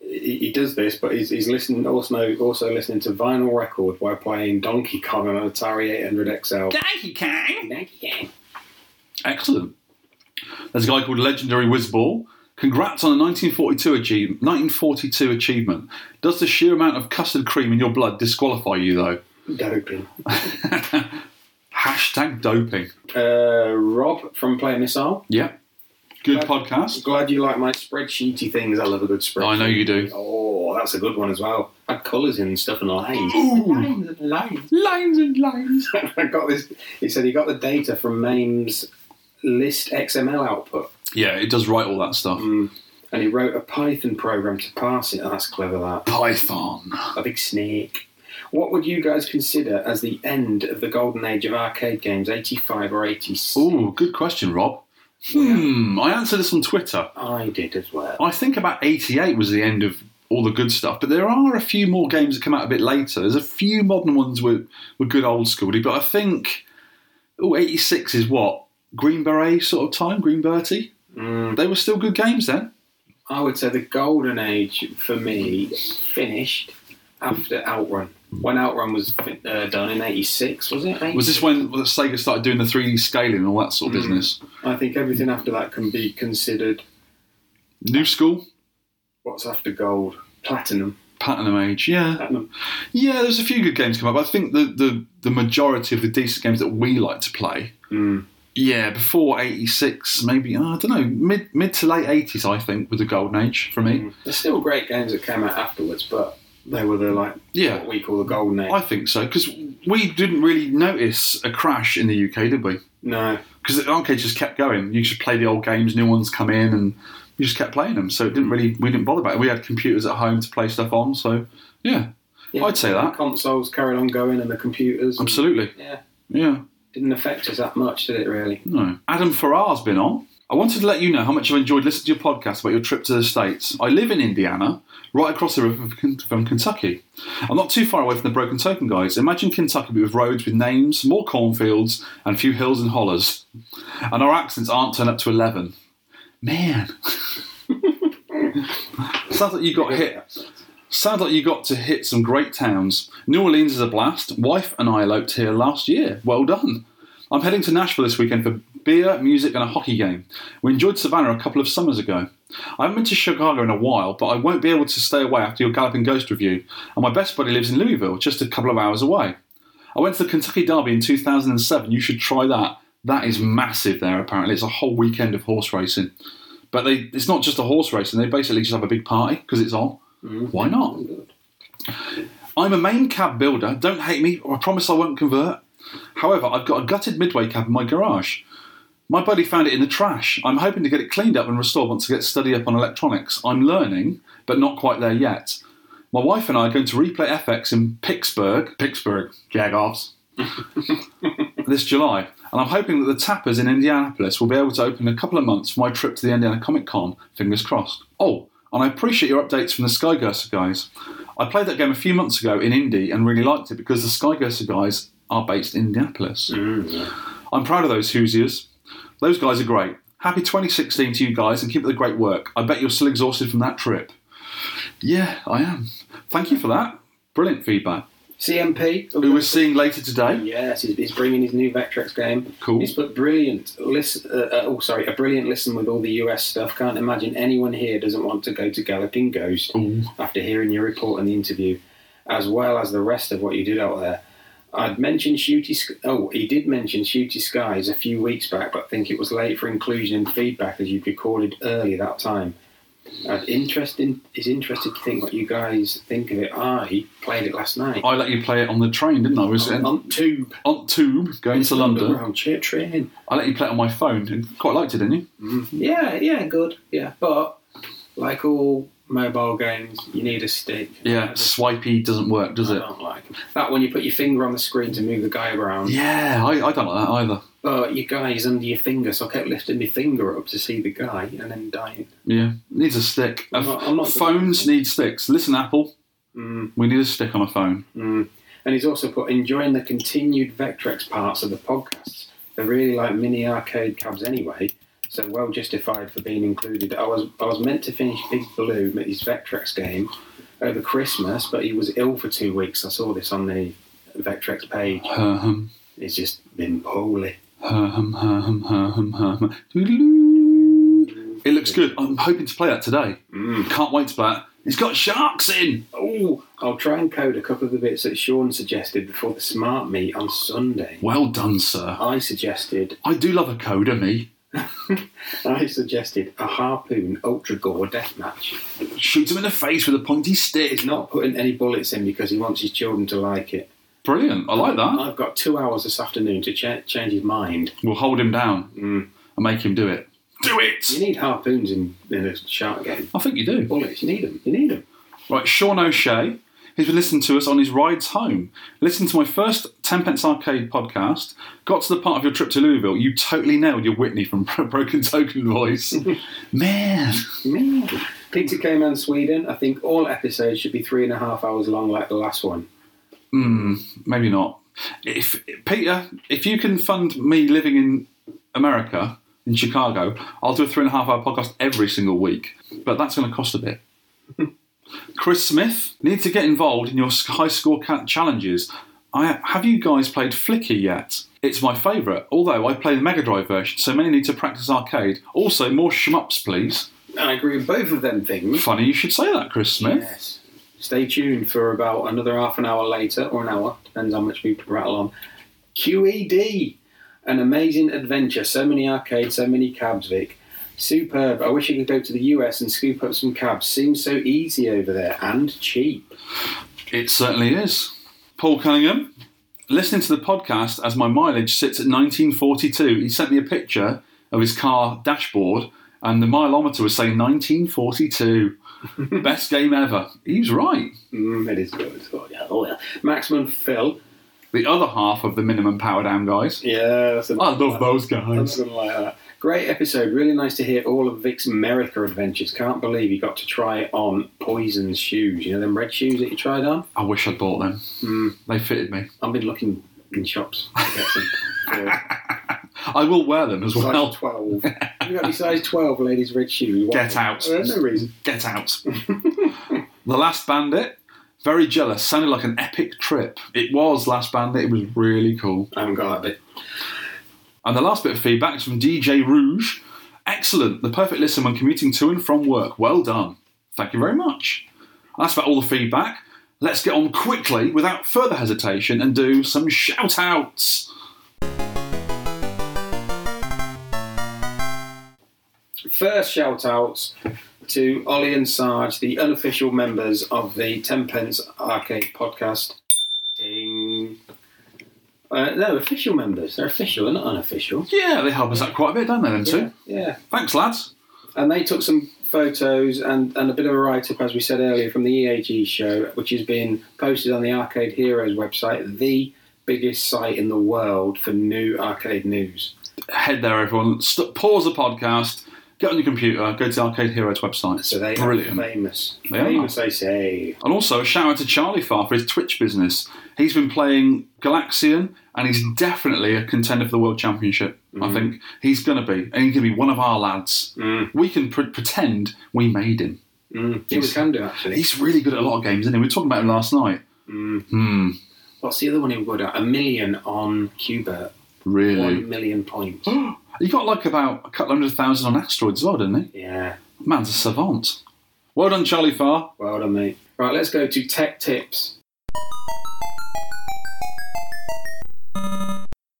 Speaker 4: he, he does this, but he's, he's listening also also listening to vinyl record while playing Donkey Kong on an Atari 800 XL.
Speaker 3: Donkey Kong.
Speaker 4: Donkey Kong.
Speaker 3: Excellent. There's a guy called Legendary Whizball. Congrats on a 1942 achievement. 1942 achievement. Does the sheer amount of custard cream in your blood disqualify you though?
Speaker 4: Doping.
Speaker 3: Hashtag doping.
Speaker 4: Uh, Rob from Play Missile.
Speaker 3: Yeah. Good
Speaker 4: Glad-
Speaker 3: podcast.
Speaker 4: Glad you like my spreadsheety things. I love a good spreadsheet.
Speaker 3: I know you do.
Speaker 4: Oh, that's a good one as well. Had colours in and stuff and lines. Lines and lines.
Speaker 3: Lines and lines.
Speaker 4: [laughs] I got this. He said he got the data from MAME's list XML output,
Speaker 3: Yeah, it does write all that stuff.
Speaker 4: and he wrote a Python program to parse it. Oh, that's clever. That
Speaker 3: Python.
Speaker 4: a big snake. What would you guys consider as the end of the golden age of arcade games, eighty-five or eighty-six?
Speaker 3: Ooh, good question, Rob. Hmm, I answered this on Twitter.
Speaker 4: I did as well.
Speaker 3: I think about 88 was the end of all the good stuff, but there are a few more games that come out a bit later. There's a few modern ones were, were good old schooly, but I think oh, 86 is what? Green Beret sort of time, Green Bertie? They were still good games then.
Speaker 4: I would say the golden age for me finished after Outrun. When Outrun was uh, done in '86, was it?
Speaker 3: Was this when Sega started doing the 3D scaling and all that sort of business?
Speaker 4: I think everything after that can be considered
Speaker 3: New school,
Speaker 4: what's after gold, platinum.
Speaker 3: Platinum Age, yeah.
Speaker 4: Platinum.
Speaker 3: Yeah, there's a few good games come up. I think the, the, the majority of the decent games that we like to play.
Speaker 4: Mm.
Speaker 3: Yeah, before '86, maybe uh, I don't know, mid mid to late '80s, I think, was the golden age for me.
Speaker 4: There's still great games that came out afterwards, but they were the like
Speaker 3: Yeah.
Speaker 4: what we call the golden age.
Speaker 3: I think so because we didn't really notice a crash in the UK, did we?
Speaker 4: no,
Speaker 3: Because the arcade just kept going. You just play the old games, new ones come in, and you just kept playing them. So it didn't really we didn't bother about it. We had computers at home to play stuff on, so yeah,
Speaker 4: Yeah,
Speaker 3: I'd say that.
Speaker 4: the consoles carried on going and the computers. and-
Speaker 3: absolutely.
Speaker 4: Yeah,
Speaker 3: Yeah,
Speaker 4: didn't affect us that much, did it? Really?
Speaker 3: No. Adam Farrar's been on. I wanted to let you know how much I've enjoyed listening to your podcast about your trip to the States. I live in Indiana, right across the river from- from Kentucky. I'm not too far away from the Broken Token guys. Imagine Kentucky but with roads with names, more cornfields, and a few hills and hollers. And our accents aren't turned up to 11. Man. [laughs] Sounds like you got hit. Sounds like you got to hit some great towns. New Orleans is a blast. Wife and I eloped here last year. Well done. I'm heading to Nashville this weekend for beer, music, and a hockey game. We enjoyed Savannah a couple of summers ago. I haven't been to Chicago in a while, but I won't be able to stay away after your Galloping Ghost review. And my best buddy lives in Louisville, just a couple of hours away. I went to the Kentucky Derby in 2007. You should try that. That is massive there, apparently. It's a whole weekend of horse racing. But they, it's not just a horse racing, they basically just have a big party because it's on. Why not? I'm a main cab builder. Don't hate me. I promise I won't convert. However, I've got a gutted midway cab in my garage. My buddy found it in the trash. I'm hoping to get it cleaned up and restored once I get study up on electronics. I'm learning, but not quite there yet. My wife and I are going to replay FX in Pittsburgh, Pittsburgh, Jagoffs, this July. And I'm hoping that the tappers in Indianapolis will be able to open in a couple of months for my trip to the Indiana Comic Con, fingers crossed. Oh, and I appreciate your updates from the Skygurser guys. I played that game a few months ago in Indy and really liked it because the Skygurser guys are based in Indianapolis. I'm proud of those Hoosiers. Those guys are great. Happy 2016 to you guys and keep up the great work. I bet you're still exhausted from that trip. Yeah, I am. Thank you for that. Brilliant feedback.
Speaker 4: CMP.
Speaker 3: Who we're seeing later today.
Speaker 4: Yes, he's, he's bringing his new Vectrex game.
Speaker 3: Cool.
Speaker 4: He's put brilliant listen. Uh, uh, oh, sorry, a brilliant listen with all the US stuff. Can't imagine anyone here doesn't want to go to Galloping Ghost after hearing your report and the interview, as well as the rest of what you did out there. I'd mentioned Shooty. Sk- Oh, he did mention Shooty Skies a few weeks back, but think it was late for inclusion and feedback as you recorded early that time. i interested is interested to think what you guys think of it. I played it last night
Speaker 3: I let you play it on the train, didn't I? I was on,
Speaker 4: on Tube.
Speaker 3: on tube going to London.
Speaker 4: Underground chip train.
Speaker 3: I let you play it on my phone. and Quite liked it, didn't
Speaker 4: Mm-hmm.
Speaker 3: you?
Speaker 4: Yeah, yeah, good. Yeah, but like all mobile games, you need a stick.
Speaker 3: Yeah, swipey doesn't work, does
Speaker 4: I
Speaker 3: it?
Speaker 4: don't like 'em. that one. You put your finger on the screen to move the guy around,
Speaker 3: Yeah, I, I don't like that either.
Speaker 4: but your guy is under your finger, so I kept lifting my finger up to see the guy and then dying.
Speaker 3: Yeah, needs a stick.
Speaker 4: I'm not- Mm. I'm not- Mm.
Speaker 3: Phones need sticks. Listen, Apple, we need a stick on a phone.
Speaker 4: And he's also put enjoying the continued Vectrex parts of the podcasts. They're really like mini arcade cabs anyway, so well justified for being included. I was I was meant to finish Big Blue, his Vectrex game, over Christmas, but he was ill for two weeks. I saw this on the Vectrex page.
Speaker 3: Um,
Speaker 4: He's just been poorly.
Speaker 3: um, um, um, um. Doodaloo. It looks good. I'm hoping to play that today.
Speaker 4: Mm.
Speaker 3: Can't wait to play it. It's got sharks in.
Speaker 4: Oh, I'll try and code a couple of the bits that Sean suggested before the smart meet on Sunday.
Speaker 3: Well done, sir.
Speaker 4: I suggested
Speaker 3: I do love a coda, me.
Speaker 4: I suggested a harpoon ultra gore deathmatch.
Speaker 3: Shoot him in the face with a pointy stick.
Speaker 4: He's not putting any bullets in because he wants his children to like it.
Speaker 3: Brilliant. I like that.
Speaker 4: I've got two hours this afternoon to cha- change his mind.
Speaker 3: We'll hold him down and make him do it. Mm. Do
Speaker 4: You
Speaker 3: it.
Speaker 4: need harpoons in, in a shark game.
Speaker 3: I think you do.
Speaker 4: Bullets, you need them. You need them.
Speaker 3: Right, Sean O'Shea, who's been listening to us on his rides home. Listen to my first Tenpence Arcade podcast. Got to the part of your trip to Louisville. You totally nailed your Whitney from [laughs] Broken Token [laughs] voice. Man.
Speaker 4: Me. Peter Cayman, Sweden. I think all episodes should be three and a half hours long, like the last one.
Speaker 3: Maybe not. If Peter, if you can fund me living in America, in Chicago, I'll do a three and a half hour podcast every single week. But that's going to cost a bit. [laughs] Chris Smith need to get involved in your high score ca- challenges. I have you guys played Flicky yet? It's my favourite. Although I play the Mega Drive version, so many need to practice arcade. Also, more shmups, please.
Speaker 4: I agree with both of them things.
Speaker 3: Funny you should say that, Chris Smith.
Speaker 4: Yes. Stay tuned for about another half an hour later, or an hour, depends how much we rattle on. QED, an amazing adventure. So many arcades, so many cabs, Vic. Superb. I wish I could go to the US and scoop up some cabs. Seems so easy over there and cheap.
Speaker 3: It certainly is. Paul Cunningham, listening to the podcast as my mileage sits at 1942, he sent me a picture of his car dashboard and the mileometer was saying 1942. [laughs] Best game ever. He was right.
Speaker 4: Mm, it is good. Oh, yeah. Oh, yeah. Maximum Phil.
Speaker 3: The other half of the minimum power down guys.
Speaker 4: Yeah, that's a-
Speaker 3: I love those guys.
Speaker 4: Something like that. Great episode. Really nice to hear all of Vic's America adventures. Can't believe you got to try on Poison's shoes. You know them red shoes that you tried on?
Speaker 3: I wish I'd bought them. They fitted me.
Speaker 4: I've been looking in shops to get some.
Speaker 3: [laughs]
Speaker 4: for
Speaker 3: I will wear them as
Speaker 4: Size
Speaker 3: well.
Speaker 4: 12.
Speaker 3: [laughs]
Speaker 4: You got me size 12 ladies' red shoes. Why?
Speaker 3: Get out.
Speaker 4: There's no reason.
Speaker 3: Get
Speaker 4: [laughs]
Speaker 3: out. the Last Bandit, very jealous. Sounded like an epic trip. It was Last Bandit. It was really cool.
Speaker 4: I haven't got that bit.
Speaker 3: And the last bit of feedback is from DJ Rouge. Excellent. The perfect listen when commuting to and from work. Well done. Thank you very much. That's about all the feedback. Let's get on quickly without further hesitation and do some shout outs.
Speaker 4: First shout outs to Ollie and Sarge, the unofficial members of the Tenpence Arcade podcast. Ding. Uh, they're official members. They're official, they're not unofficial.
Speaker 3: Yeah, they help us out quite a bit, don't they, them two?
Speaker 4: Yeah.
Speaker 3: Thanks, lads.
Speaker 4: and they took some photos and, and a bit of a write up, as we said earlier, from the EAG show, which has been posted on the Arcade Heroes website, the biggest site in the world for new arcade news.
Speaker 3: Head there, everyone. St- pause the podcast. Get on your computer. Go to the Arcade Heroes website.
Speaker 4: So they
Speaker 3: Brilliant.
Speaker 4: are famous.
Speaker 3: They are.
Speaker 4: famous, they say.
Speaker 3: And also a shout out to Charlie Farr for his Twitch business. He's been playing Galaxian and he's definitely a contender for the World Championship.
Speaker 4: Mm-hmm.
Speaker 3: I think he's going to be. And he's going to be one of our lads.
Speaker 4: Mm.
Speaker 3: We can pre- pretend we made him.
Speaker 4: Yeah, we can do, actually.
Speaker 3: He's really good at a lot of games, isn't he? We were talking about him last night.
Speaker 4: What's the other one he would at? A million on Cuba. One
Speaker 3: Really.
Speaker 4: million points.
Speaker 3: He got like about a couple hundred thousand on asteroids as well, didn't he?
Speaker 4: yeah.
Speaker 3: Man's a savant. Well done, Charlie Farr.
Speaker 4: Well done, mate. Right, let's go to tech tips.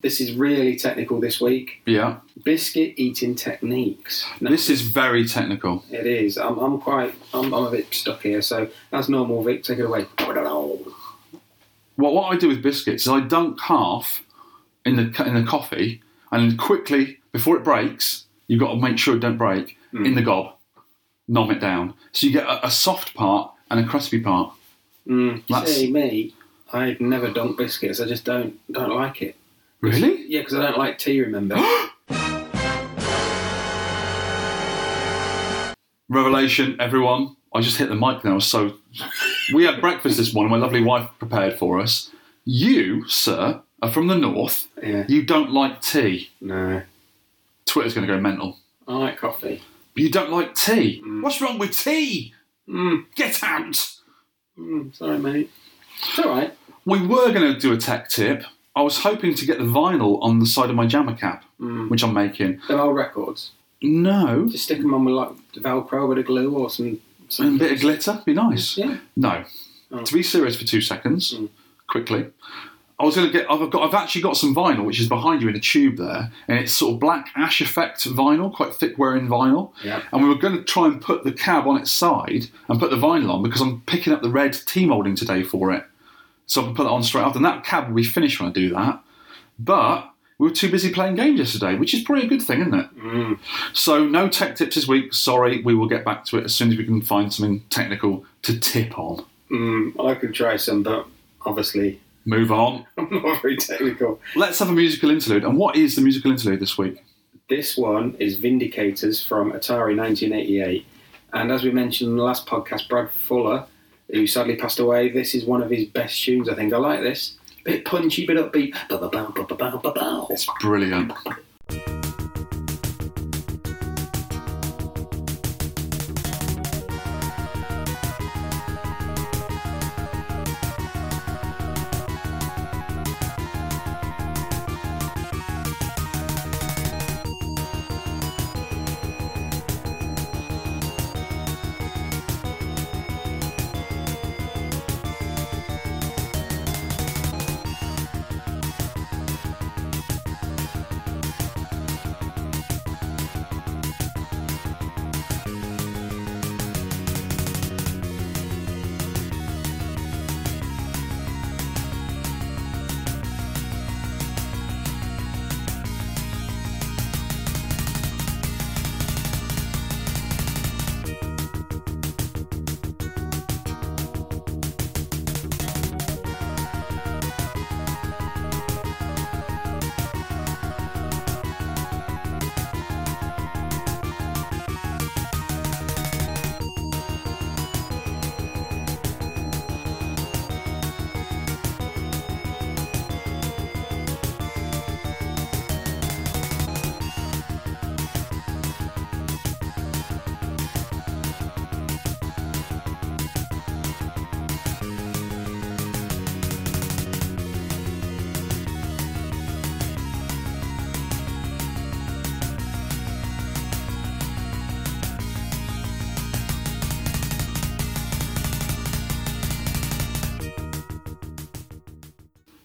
Speaker 4: This is really technical this week.
Speaker 3: Yeah.
Speaker 4: biscuit eating techniques. No,
Speaker 3: This is very technical.
Speaker 4: it is. I'm, I'm quite. I'm, I'm a bit stuck here. So as normal, Vic, take it away.
Speaker 3: Well, what I do with biscuits is I dunk half in the in the coffee, and then quickly before it breaks, you've got to make sure it don't break in the gob, nom it down, so you get a, a soft part and a crispy part. That's-
Speaker 4: See me. I've never dunked biscuits. I just don't don't like it.
Speaker 3: Really?
Speaker 4: Yeah, because I don't like tea. Remember?
Speaker 3: Revelation, everyone! I just hit the mic now. So we had breakfast this morning. My lovely wife prepared for us, You, sir, are from the north.
Speaker 4: Yeah.
Speaker 3: You don't like tea.
Speaker 4: No.
Speaker 3: Twitter's going to go mental.
Speaker 4: I like coffee.
Speaker 3: But you don't like tea. What's wrong with tea? Get out.
Speaker 4: Mm, sorry, mate. It's all right.
Speaker 3: We were going to do a tech tip. I was hoping to get the vinyl on the side of my jammer cap, which I'm making.
Speaker 4: They're old records.
Speaker 3: No.
Speaker 4: Just stick them on with like Velcro with a glue or some.
Speaker 3: And
Speaker 4: some
Speaker 3: a bit of glitter, be nice.
Speaker 4: Yeah. Oh. Mm.
Speaker 3: No. To be serious for two seconds, quickly. I was going to get. I've got. I've actually got some vinyl, which is behind you in a tube there, and it's sort of black ash effect vinyl, quite thick wearing vinyl.
Speaker 4: Yeah.
Speaker 3: And we were going to try and put the cab on its side and put the vinyl on because I'm picking up the red T molding today for it, so I can put that on straight after. And that cab will be finished when I do that. But we were too busy playing games yesterday, which is probably a good thing, isn't it? So no tech tips this week. Sorry, we will get back to it as soon as we can find something technical to tip on.
Speaker 4: Mm, I could try some, but obviously [laughs]
Speaker 3: Move on.
Speaker 4: I'm not very technical.
Speaker 3: Let's have a musical interlude. And what is the musical interlude this week?
Speaker 4: This one is Vindicators from Atari 1988. And as we mentioned in the last podcast, Brad Fuller, who sadly passed away, this is one of his best tunes, I think. I like this. Bit punchy, bit upbeat. Ba-ba-bow, ba-ba-bow, ba-bow.
Speaker 3: It's brilliant.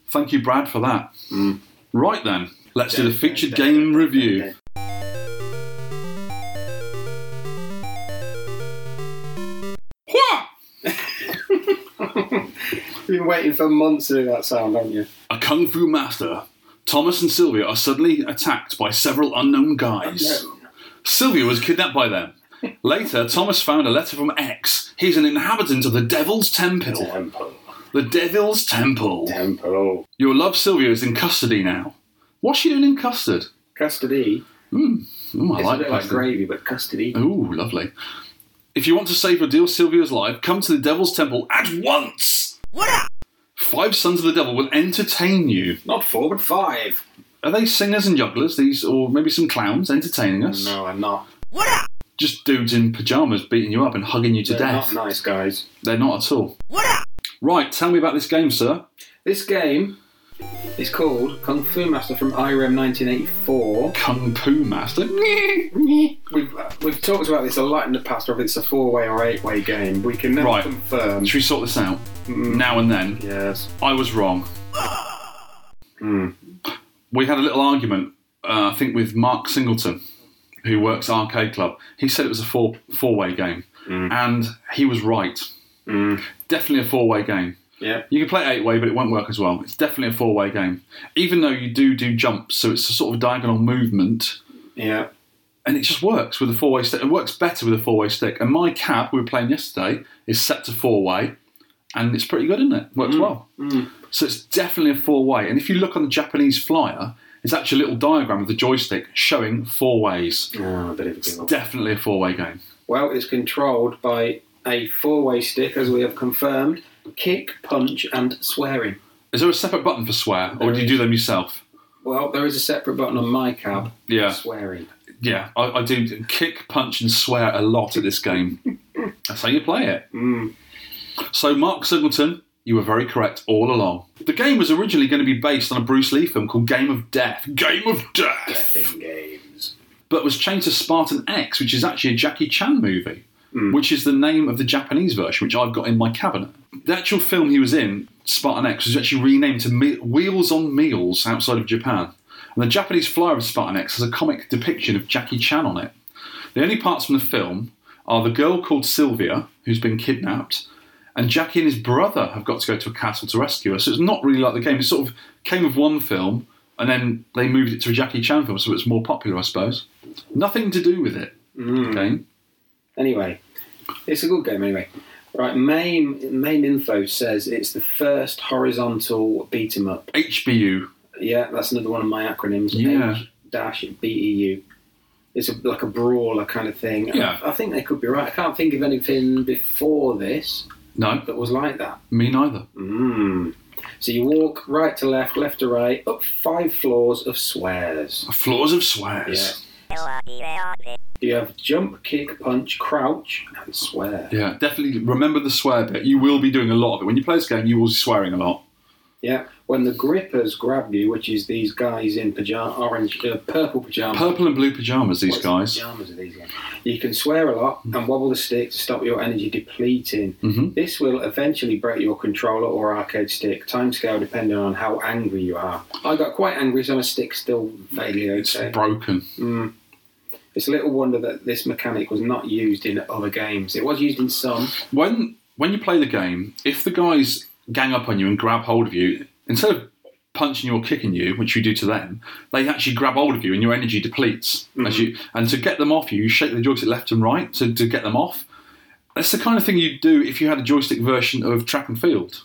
Speaker 3: Thank you, Brad, for that. Right then, let's do the featured game review.
Speaker 4: You've been waiting for months to do that sound, haven't you?
Speaker 3: A kung fu master. Thomas and Sylvia are suddenly attacked by several unknown guys. Sylvia was kidnapped by them. Later, Thomas found a letter from X. He's an inhabitant of the Devil's Temple.
Speaker 4: Temple.
Speaker 3: The Devil's Temple.
Speaker 4: Temple.
Speaker 3: Your love, Sylvia, is in custody now. What's she doing in custard?
Speaker 4: Custody.
Speaker 3: Ooh, I
Speaker 4: It's
Speaker 3: like
Speaker 4: a bit like
Speaker 3: custard.
Speaker 4: gravy, but custody.
Speaker 3: Ooh, lovely. If you want to save or deal Sylvia's life, come to the Devil's Temple at once! What Five Sons of the Devil will entertain you.
Speaker 4: Not forward five.
Speaker 3: Are they singers and jugglers, these, or maybe some clowns entertaining us?
Speaker 4: No, I'm not.
Speaker 3: Just dudes in pyjamas beating you up and hugging you to
Speaker 4: They're
Speaker 3: death.
Speaker 4: not nice guys.
Speaker 3: They're not at all. What Right, tell me about this game, sir.
Speaker 4: This game is called Kung Fu Master from E IREM 1984.
Speaker 3: Kung Poo Master.
Speaker 4: We've, we've talked about this a lot in the past, whether it's a four way or eight way game. We can never
Speaker 3: Right.
Speaker 4: confirm.
Speaker 3: Should we sort this out? Now and then.
Speaker 4: Yes.
Speaker 3: I was wrong. We had a little argument, uh, I think, with Mark Singleton, who works at Arcade Club. He said it was a four four way game, and he was right. Definitely a four way game.
Speaker 4: Yeah.
Speaker 3: You can play eight way, but it won't work as well. It's definitely a four way game, even though you do do jumps, so it's a sort of diagonal movement
Speaker 4: Yeah.
Speaker 3: and it just works with a four way stick. It works better with a four way stick. And my cab we were playing yesterday is set to four way, and it's pretty good, isn't it? Works well. So it's definitely a four way. And if you look on the Japanese flyer, it's actually a little diagram of the joystick showing four ways.
Speaker 4: Oh, a bit of a giggle.
Speaker 3: Definitely a four way game.
Speaker 4: Well, it's controlled by a four way stick, as we have confirmed, kick, punch, and swearing.
Speaker 3: Is there a separate button for swear, or do you do them yourself?
Speaker 4: Well, there is a separate button on my cab.
Speaker 3: Yeah.
Speaker 4: Swearing.
Speaker 3: Yeah, I, I do kick, punch, and swear a lot at this [laughs] game. That's how you play it. So, Mark Singleton, you were very correct all along. The game was originally going to be based on a Bruce Lee film called Game of Death. Game of Death!
Speaker 4: Effing games.
Speaker 3: But was changed to Spartan X, which is actually a Jackie Chan movie, which is the name of the Japanese version, which I've got in my cabinet. The actual film he was in, Spartan X, was actually renamed to Me- Wheels on Meals outside of Japan. And the Japanese flyer of Spartan X has a comic depiction of Jackie Chan on it. The only parts from the film are the girl called Sylvia, who's been kidnapped, and Jackie and his brother have got to go to a castle to rescue her. So it's not really like the game. It sort of came with one film, and then they moved it to a Jackie Chan film, so it's more popular, I suppose. Nothing to do with it. the Game.
Speaker 4: Anyway, it's a good game anyway. Right, main main info says it's the first horizontal beat 'em up.
Speaker 3: HBU.
Speaker 4: Yeah, that's another one of my acronyms.
Speaker 3: Yeah.
Speaker 4: H dash BEU. It's a, like a brawler kind of thing. And
Speaker 3: Yeah.
Speaker 4: I, I think they could be right. I can't think of anything before this
Speaker 3: No,
Speaker 4: that was like that.
Speaker 3: me neither.
Speaker 4: Mm. So you walk right to left, left to right, up five floors of swears.
Speaker 3: Floors of swears.
Speaker 4: You have jump, kick, punch, crouch, and swear.
Speaker 3: Yeah. definitely remember the swear bit. You will be doing a lot of it. When you play this game, you will be swearing a lot.
Speaker 4: Yeah. When the grippers grab you, which is these guys in pajama, orange, uh, purple pajamas.
Speaker 3: Purple and blue pajamas, these
Speaker 4: What's the
Speaker 3: guys.
Speaker 4: Pajamas are these guys. You can swear a lot and wobble the stick to stop your energy depleting.
Speaker 3: Mhm.
Speaker 4: This will eventually break your controller or arcade stick. Timescale depending on how angry you are. I got quite angry, so my stick's still vaguely
Speaker 3: It's
Speaker 4: okay.
Speaker 3: broken.
Speaker 4: It's a little wonder that this mechanic was not used in other games. It was used in some.
Speaker 3: when when you play the game, if the guys gang up on you and grab hold of you, instead of punching you or kicking you, which you do to them, they actually grab hold of you and your energy depletes. As you and to get them off you, you shake the joystick left and right to, to get them off. That's the kind of thing you'd do if you had a joystick version of track and field.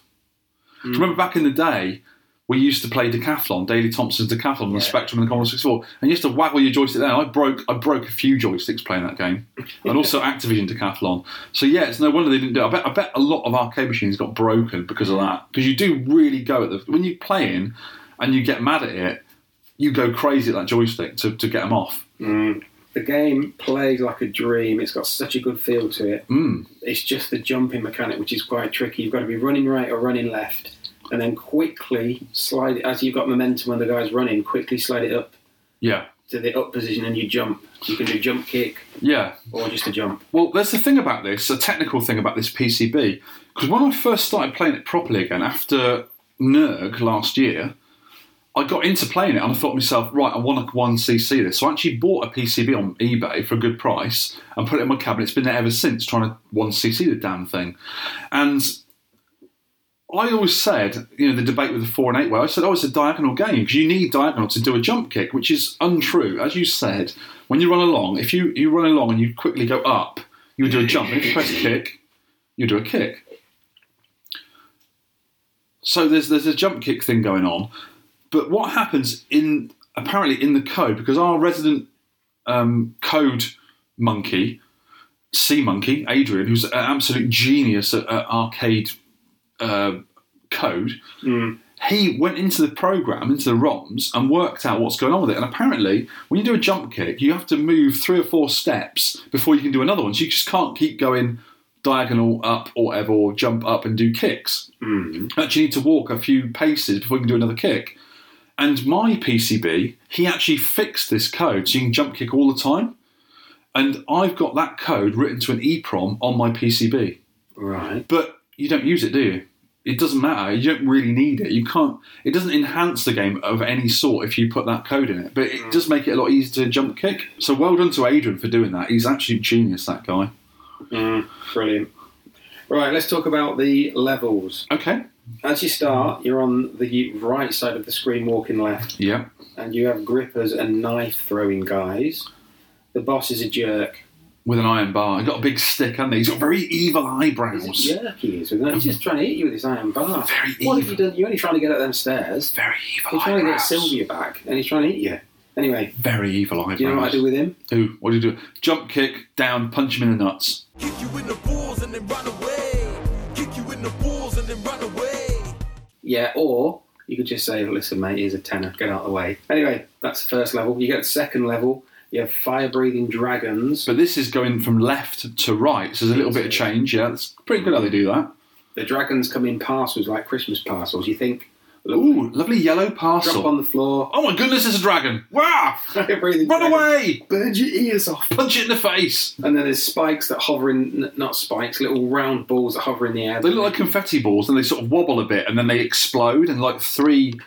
Speaker 3: Do you Remember back in the day, we used to play decathlon, Daley Thompson's decathlon on the Spectrum and the Commodore 64, and you used to waggle your joystick there. I broke, I broke a few joysticks playing that game, and also Activision decathlon. So yeah, it's no wonder they didn't do. It. I bet, I bet a lot of arcade machines got broken because of that. Because you do really go at the when you're playing, and you get mad at it, you go crazy at that joystick to, to get them off.
Speaker 4: The game plays like a dream. It's got such a good feel to it.
Speaker 3: Mm.
Speaker 4: It's just the jumping mechanic, which is quite tricky. You've got to be running right or running left, and then quickly slide as you've got momentum when the guy's running. Quickly slide it up
Speaker 3: Yeah,
Speaker 4: to the up position, and you jump. You can do jump kick
Speaker 3: yeah.
Speaker 4: or just a jump.
Speaker 3: Well, there's the thing about this, a technical thing about this PCB, because when I first started playing it properly again after NERG last year, I got into playing it and I thought to myself, right, I want to 1cc this. So I actually bought a PCB on eBay for a good price and put it in my cabinet. It's been there ever since, trying to 1cc the damn thing. And I always said, you know, the debate with the four and eight way, I said, oh, it's a diagonal game because you need diagonal to do a jump kick, which is untrue. As you said, when you run along, if you, you run along and you quickly go up, you do a jump. And if you press kick, you do a kick. So there's there's a jump kick thing going on. But what happens in apparently in the code, because our resident um, code monkey, Sea Monkey, Adrian, who's an absolute genius at, at arcade uh, code, he went into the program, into the ROMs, and worked out what's going on with it. And apparently, when you do a jump kick, you have to move three or four steps before you can do another one. So you just can't keep going diagonal up or whatever, or jump up and do kicks. You Actually, need to walk a few paces before you can do another kick. And my PCB, he actually fixed this code, so you can jump kick all the time. And I've got that code written to an E EEPROM on my PCB
Speaker 4: Right.
Speaker 3: but you don't use it, do you? It doesn't matter. You don't really need it. You can't. It doesn't enhance the game of any sort if you put that code in it. But
Speaker 4: Hmm.
Speaker 3: it does make it a lot easier to jump kick. So well done to Adrian for doing that. He's actually genius, that guy.
Speaker 4: Brilliant. Right, let's talk about the levels.
Speaker 3: Okay.
Speaker 4: As you start, you're on the right side of the screen, walking left.
Speaker 3: Yeah.
Speaker 4: and you have grippers and knife throwing guys. The boss is a jerk.
Speaker 3: With an iron bar. He's got a big stick, hasn't he? He's got very evil eyebrows.
Speaker 4: He's a jerk he is with that. He's just trying to hit you with his iron bar.
Speaker 3: Very
Speaker 4: what
Speaker 3: evil.
Speaker 4: have you done? You're only trying to get up them stairs.
Speaker 3: Very evil
Speaker 4: You're trying to get
Speaker 3: eyebrows.
Speaker 4: Sylvia back, and he's trying to hit you. Anyway,
Speaker 3: Very evil eyebrows.
Speaker 4: do you know what I do with him?
Speaker 3: Who? What do you do? Jump kick, down, punch him in the nuts.
Speaker 8: Kick you in the balls and then run away. Kick you in the balls and then run away.
Speaker 4: Yeah, or you could just say, listen, mate, here's a tenner, get out of the way. Anyway, that's the first level. You get the second level, you have fire breathing dragons.
Speaker 3: But this is going from left to right, so there's a little bit of change. Yeah, it's pretty good how they do that.
Speaker 4: The dragons come in parcels like Christmas parcels. You think,
Speaker 3: Ooh, lovely yellow
Speaker 4: drop
Speaker 3: parcel.
Speaker 4: on the floor, [laughs]
Speaker 3: oh my goodness, it's a dragon! Wow!
Speaker 4: fire breathing
Speaker 3: Run
Speaker 4: dragon,
Speaker 3: away!
Speaker 4: burn your ears off.
Speaker 3: Punch it in the face!
Speaker 4: And then there's spikes that hover in, n- not spikes, little round balls that hover in the air.
Speaker 3: They look like confetti balls, and they sort of wobble a bit, and then they explode, and like three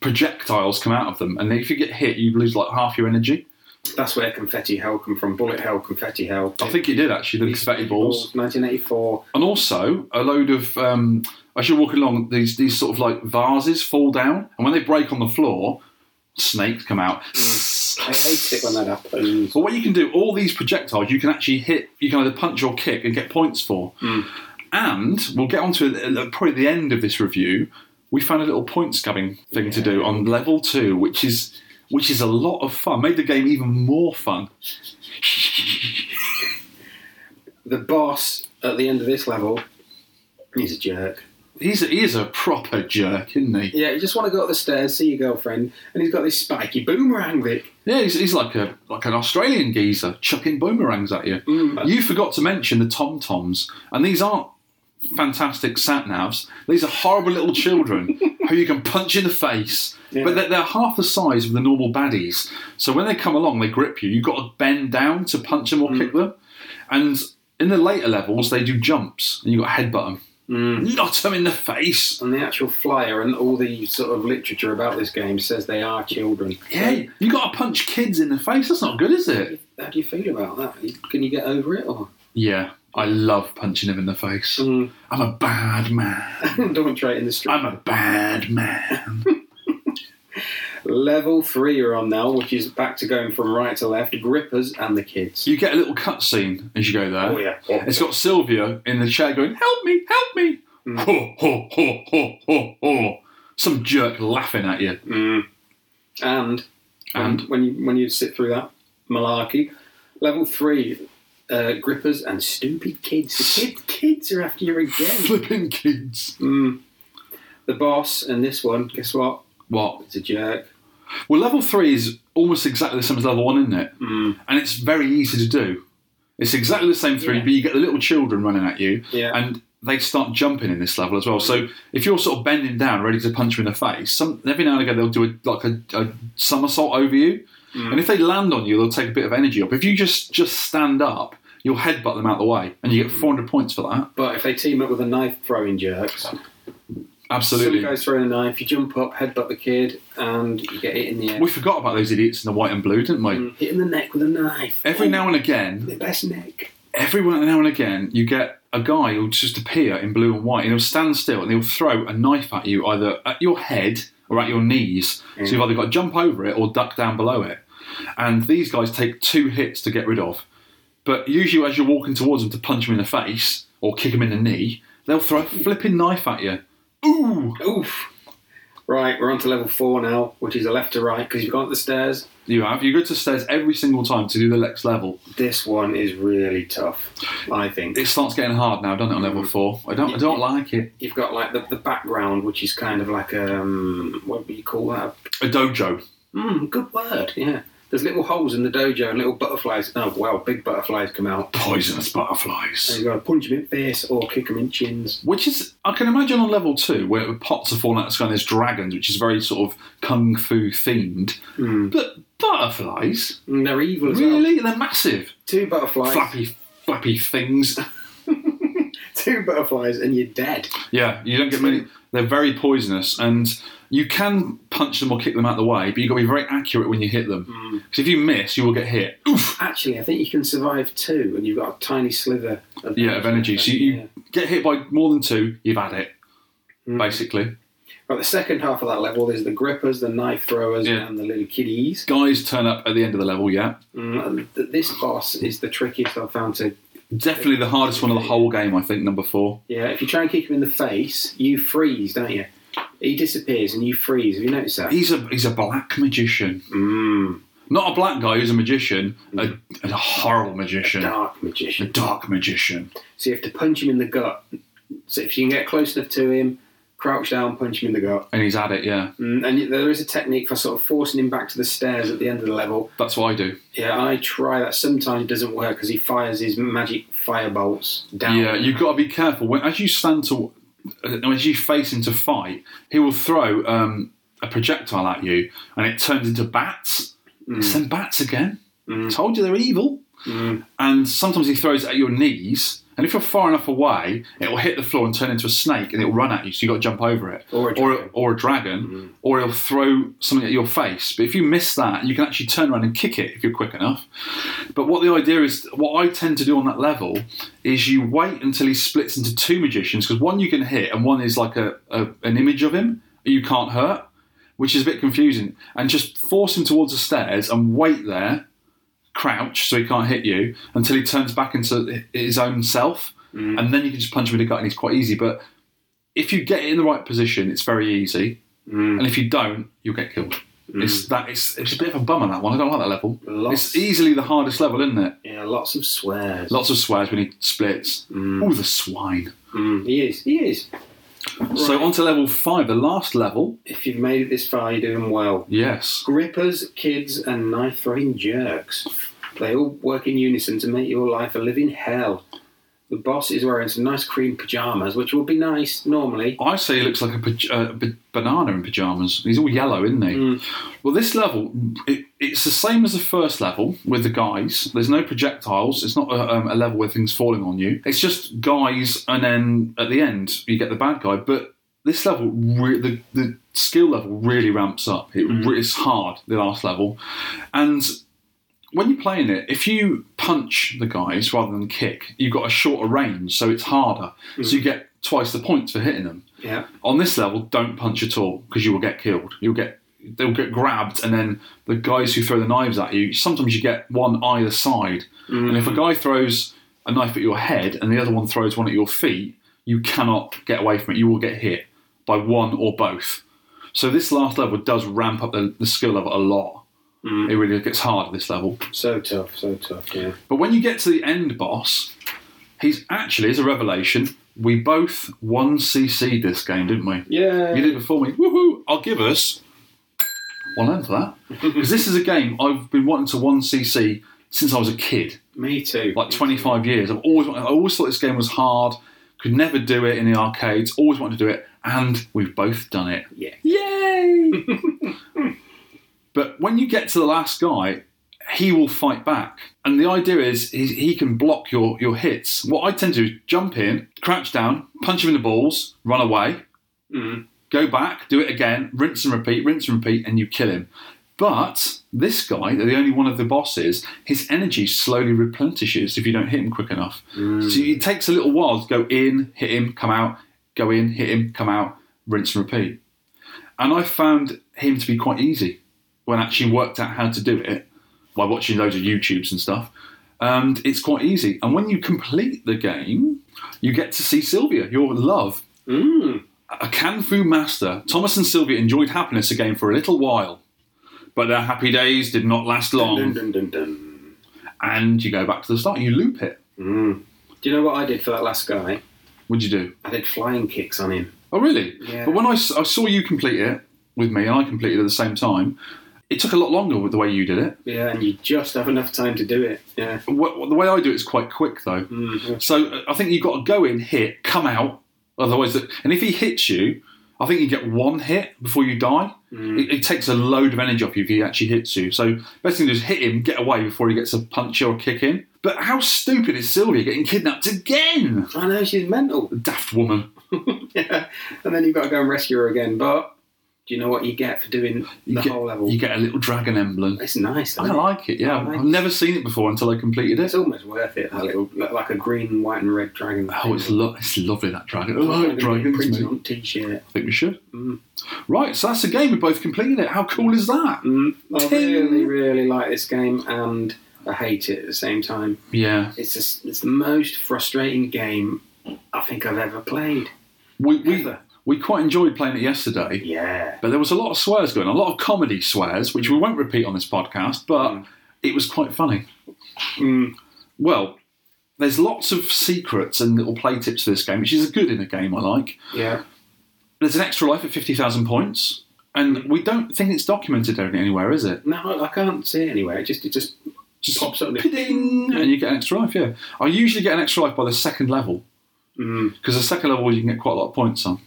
Speaker 3: projectiles come out of them. And if you get hit, you lose like half your energy.
Speaker 4: That's where confetti hell come from. Bullet hell, confetti hell.
Speaker 3: I think you did actually, the confetti balls.
Speaker 4: 1984.
Speaker 3: and also a load of um, as you're walking along, these these sort of like vases fall down, and when they break on the floor, snakes come out. Mm.
Speaker 4: I hate it when that happens.
Speaker 3: But what you can do, all these projectiles, you can actually hit. You can either punch or kick and get points for. And we'll get onto it at probably the end of this review. We found a little point scabbing thing to do on level two, which is which is a lot of fun. Made the game even more fun.
Speaker 4: The boss at the end of this level is a jerk.
Speaker 3: He's a, he is a proper jerk, isn't he?
Speaker 4: Yeah, you just want to go up the stairs, see your girlfriend, and he's got this spiky boomerang that
Speaker 3: Yeah, he's, he's like a like an Australian geezer chucking boomerangs at you. You forgot to mention the tom toms, and these aren't fantastic sat navs. These are horrible little children who you can punch in the face. But they're, they're half the size of the normal baddies, so when they come along, they grip you. You've got to bend down to punch them or kick them. And in the later levels, they do jumps, and you got to headbutt them, knot them in the face.
Speaker 4: and the actual flyer and all the sort of literature about this game says they are children.
Speaker 3: Yeah, you got to punch kids in the face. That's not good, is it?
Speaker 4: How do you feel about that? Can you get over it or [laughs]
Speaker 3: Yeah, I love punching him in the face.
Speaker 4: Mm.
Speaker 3: I'm a bad man.
Speaker 4: don't try it in the street?
Speaker 3: I'm a bad man.
Speaker 4: Level three you're on now, which is back to going from right to left, grippers and the kids.
Speaker 3: you get a little cutscene as you go there.
Speaker 4: Oh, yeah. Yeah.
Speaker 3: It's got Sylvia in the chair going, "Help me! Help me!"
Speaker 4: Mm.
Speaker 3: Ho ho ho ho ho ho. Some jerk laughing at you.
Speaker 4: Mm. And
Speaker 3: And
Speaker 4: when you when you sit through that malarkey, level three, uh, grippers and stupid kids. The kid, kids are after you again.
Speaker 3: flipping kids.
Speaker 4: Mm. the boss and this one, guess what?
Speaker 3: What?
Speaker 4: It's a jerk.
Speaker 3: Well, level three is almost exactly the same as level one, isn't it? Mm. And it's very easy to do. It's exactly the same three, but you get the little children running at you,
Speaker 4: Yeah. Mm.
Speaker 3: and they start jumping in this level as well. So if you're sort of bending down, ready to punch them in the face, some, every now and again they'll do a, like a, a somersault over you,
Speaker 4: Mm.
Speaker 3: and if they land on you, they'll take a bit of energy up. If you just just stand up, you'll headbutt them out of the way, and
Speaker 4: Mm.
Speaker 3: you get 400 points for that.
Speaker 4: But if they team up with the knife throwing jerks,
Speaker 3: Absolutely.
Speaker 4: some guy's throwing a knife, you jump up, headbutt the kid, and you get hit in the
Speaker 3: we
Speaker 4: head.
Speaker 3: forgot about those idiots in the white and blue, didn't we?
Speaker 4: Hit in the neck with a knife.
Speaker 3: Every
Speaker 4: Oh,
Speaker 3: now and again,
Speaker 4: the best neck.
Speaker 3: every now and again you get a guy who'll just appear in blue and white and he'll stand still and he'll throw a knife at you either at your head or at your knees so you've either got to jump over it or duck down below it and these guys take two hits to get rid of but usually as you're walking towards them to punch them in the face or kick them in the knee they'll throw a flipping knife at you ooh
Speaker 4: Oof. Right, we're on to level four now, which is a left to right because you've gone up the stairs.
Speaker 3: you have you go to stairs every single time to do the next level
Speaker 4: This one is really tough, I think.
Speaker 3: it starts getting hard now doesn't it on level four i don't i don't like it
Speaker 4: You've got like the, the background, which is kind of like um, what do you call that?
Speaker 3: a dojo
Speaker 4: Mm, good word, yeah. There's little holes in the dojo and little butterflies. Oh wow, big butterflies come out.
Speaker 3: poisonous butterflies
Speaker 4: And you've got to punch them in face or kick them in chins.
Speaker 3: Which is, I can imagine on level two, where pots are falling out of the sky and there's dragons, which is very sort of kung fu themed. But butterflies?
Speaker 4: Mm, they're evil as well.
Speaker 3: Really? They're massive.
Speaker 4: Two butterflies,
Speaker 3: Flappy, flappy things.
Speaker 4: [laughs]
Speaker 3: [laughs]
Speaker 4: two butterflies, and you're dead.
Speaker 3: yeah, you don't get many. They're very poisonous, and you can punch them or kick them out of the way, but you've got to be very accurate when you hit them. Because if you miss, you will get hit. Oof!
Speaker 4: Actually, I think you can survive two, and you've got a tiny sliver of
Speaker 3: Yeah, of energy. So you,
Speaker 4: Yeah.
Speaker 3: you get hit by more than two, you've had it, basically.
Speaker 4: Right, the second half of that level is the grippers, the knife throwers,
Speaker 3: Yeah.
Speaker 4: and the little kiddies.
Speaker 3: Guys turn up at the end of the level, yeah.
Speaker 4: And th- this boss is the trickiest I've found to.
Speaker 3: Definitely the hardest one of the whole game, I think, number four.
Speaker 4: Yeah, if you try and kick him in the face, you freeze, don't you? He disappears and you freeze. Have you noticed that?
Speaker 3: He's a he's a black magician.
Speaker 4: Mm.
Speaker 3: Not a black guy who's a magician, a, a horrible magician, a
Speaker 4: Dark magician.
Speaker 3: dark magician.
Speaker 4: So you have to punch him in the gut. So if you can get close enough to him, crouch down, punch him in the gut.
Speaker 3: and he's at it. Yeah,
Speaker 4: Mm, And yet there is a technique for sort of forcing him back to the stairs at the end of the level.
Speaker 3: that's what I do.
Speaker 4: Yeah, I try that. Sometimes it doesn't work because he fires his magic firebolts down.
Speaker 3: Yeah, you've got to be careful. When, as you stand to, uh, as you face him to fight, he will throw um, a projectile at you, and it turns into bats.
Speaker 4: Mm.
Speaker 3: It's them bats again. Told you they're evil.
Speaker 4: Mm.
Speaker 3: And sometimes he throws it at your knees. And if you're far enough away, it will hit the floor and turn into a snake, and it will run at you. So you have got to jump over it,
Speaker 4: Or a dragon. Mm.
Speaker 3: or, a dragon, or it'll throw something at your face. But if you miss that, you can actually turn around and kick it if you're quick enough. But what the idea is, what I tend to do on that level is you wait until he splits into two magicians because one you can hit and one is like a, a an image of him you can't hurt, which is a bit confusing. And just force him towards the stairs and wait there, crouch so he can't hit you until he turns back into his own self, and then you can just punch him in the gut and it's quite easy. But if you get it in the right position, it's very easy, and if you don't, you'll get killed. It's that it's, it's a bit of a bummer that one. I don't like that level.
Speaker 4: Lots.
Speaker 3: It's easily the hardest level, isn't it?
Speaker 4: Yeah, lots of swears.
Speaker 3: Lots of swears when he splits. All the swine.
Speaker 4: Mm, He is. He is.
Speaker 3: So on to level five, the last level.
Speaker 4: If you've made it this far, you're doing well.
Speaker 3: Yes.
Speaker 4: Grippers, kids, and knife throwing jerks. They all work in unison to make your life a living hell. The boss is wearing some nice cream pyjamas, which would be nice normally.
Speaker 3: I say he looks like a paj- uh, b- banana in pajamas. He's all yellow, isn't he? Well, this level, it, it's the same as the first level with the guys. There's no projectiles. It's not a, um, a level where things falling on you. It's just guys, and then at the end you get the bad guy. But this level, re- the the skill level really ramps up. It, re- It's hard the last level, and when you're playing it, if you punch the guys rather than kick, you've got a shorter range, so it's harder. So you get twice the points for hitting them.
Speaker 4: Yeah.
Speaker 3: On this level, don't punch at all because you will get killed. You'll get they'll get grabbed, and then the guys who throw the knives at you. Sometimes you get one either side, and if a guy throws a knife at your head and the other one throws one at your feet, you cannot get away from it. You will get hit by one or both. So this last level does ramp up the, the skill level a lot. It really gets hard at this level.
Speaker 4: So tough, so tough, yeah.
Speaker 3: But when you get to the end boss, he's actually, as a revelation, we both one CC'd this game, didn't we?
Speaker 4: Yeah.
Speaker 3: You did it before me. Woohoo! I'll give us one end for that. Because this is a game I've been wanting to one CC since I was a kid,
Speaker 4: Me too.
Speaker 3: like 25 years. I've always, wanted- I always thought this game was hard, could never do it in the arcades, always wanted to do it, and we've both done it.
Speaker 4: Yeah.
Speaker 3: Yay! but when you get to the last guy, he will fight back. And the idea is he, he can block your, your hits. What I tend to do is jump in, crouch down, punch him in the balls, run away, go back, do it again, rinse and repeat, rinse and repeat, and you kill him. But this guy, the only one of the bosses, his energy slowly replenishes if you don't hit him quick enough. So it takes a little while to go in, hit him, come out, go in, hit him, come out, rinse and repeat. And I found him to be quite easy when I actually worked out how to do it by watching loads of YouTubes and stuff. And it's quite easy. And when you complete the game, you get to see Sylvia, your love,
Speaker 4: Mm.
Speaker 3: a Kung Fu master, Thomas and Sylvia enjoyed happiness again for a little while, but their happy days did not last
Speaker 4: Dun,
Speaker 3: long.
Speaker 4: dun, dun, dun.
Speaker 3: And you go back to the start, you loop it.
Speaker 4: Do you know what I did for that last guy?
Speaker 3: What'd you do?
Speaker 4: I did flying kicks on him.
Speaker 3: Oh, really?
Speaker 4: Yeah.
Speaker 3: But when I, s- I saw you complete it with me, and I completed it at the same time, it took a lot longer with the way you did it.
Speaker 4: Yeah, and you just have enough time to do it. Yeah.
Speaker 3: Wh- The way I do it is quite quick, though.
Speaker 4: Mm.
Speaker 3: So uh, I think you've got to go in, hit, come out. Otherwise, the- and if he hits you, I think you get one hit before you die.
Speaker 4: Mm.
Speaker 3: It, it takes a load of energy off you if he actually hits you. So best thing to do is hit him, get away before he gets a punch or a kick in. But how stupid is Sylvia getting kidnapped again?
Speaker 4: I know she's mental. [laughs]
Speaker 3: Daft woman.
Speaker 4: yeah. And then you've got to go and rescue her again. But do you know what you get for doing
Speaker 3: You
Speaker 4: the
Speaker 3: get,
Speaker 4: whole level?
Speaker 3: You get a little dragon emblem.
Speaker 4: it's nice.
Speaker 3: I
Speaker 4: isn't it?
Speaker 3: like it. Yeah,
Speaker 4: I like
Speaker 3: I've never seen it before until I completed it.
Speaker 4: It's almost worth it. That little, like a green, white, and red dragon.
Speaker 3: Oh, it's lo- it's lovely that dragon. I
Speaker 4: I'm gonna
Speaker 3: like
Speaker 4: get
Speaker 3: dragons.
Speaker 4: printed
Speaker 3: mate.
Speaker 4: on a t-shirt.
Speaker 3: I think we should. Right, so that's the game. We both completed it. How cool is that?
Speaker 4: I really, really like this game, and I hate it at the same time.
Speaker 3: Yeah.
Speaker 4: It's just, it's the most frustrating game I think I've ever played.
Speaker 3: We, we,
Speaker 4: Heather.
Speaker 3: we quite enjoyed playing it yesterday,
Speaker 4: Yeah.
Speaker 3: but there was a lot of swears going on, a lot of comedy swears, which we won't repeat on this podcast, but it was quite funny. Well, there's lots of secrets and little play tips for this game, which is good in a game I like.
Speaker 4: Yeah.
Speaker 3: There's an extra life at 50,000 points, and we don't think it's documented anywhere, is it?
Speaker 4: No, I can't see it anywhere. It just it just
Speaker 3: Just
Speaker 4: pops up.
Speaker 3: Ding! And you get an extra life, yeah. I usually get an extra life by the second level. Because the second level you can get quite a lot of points on.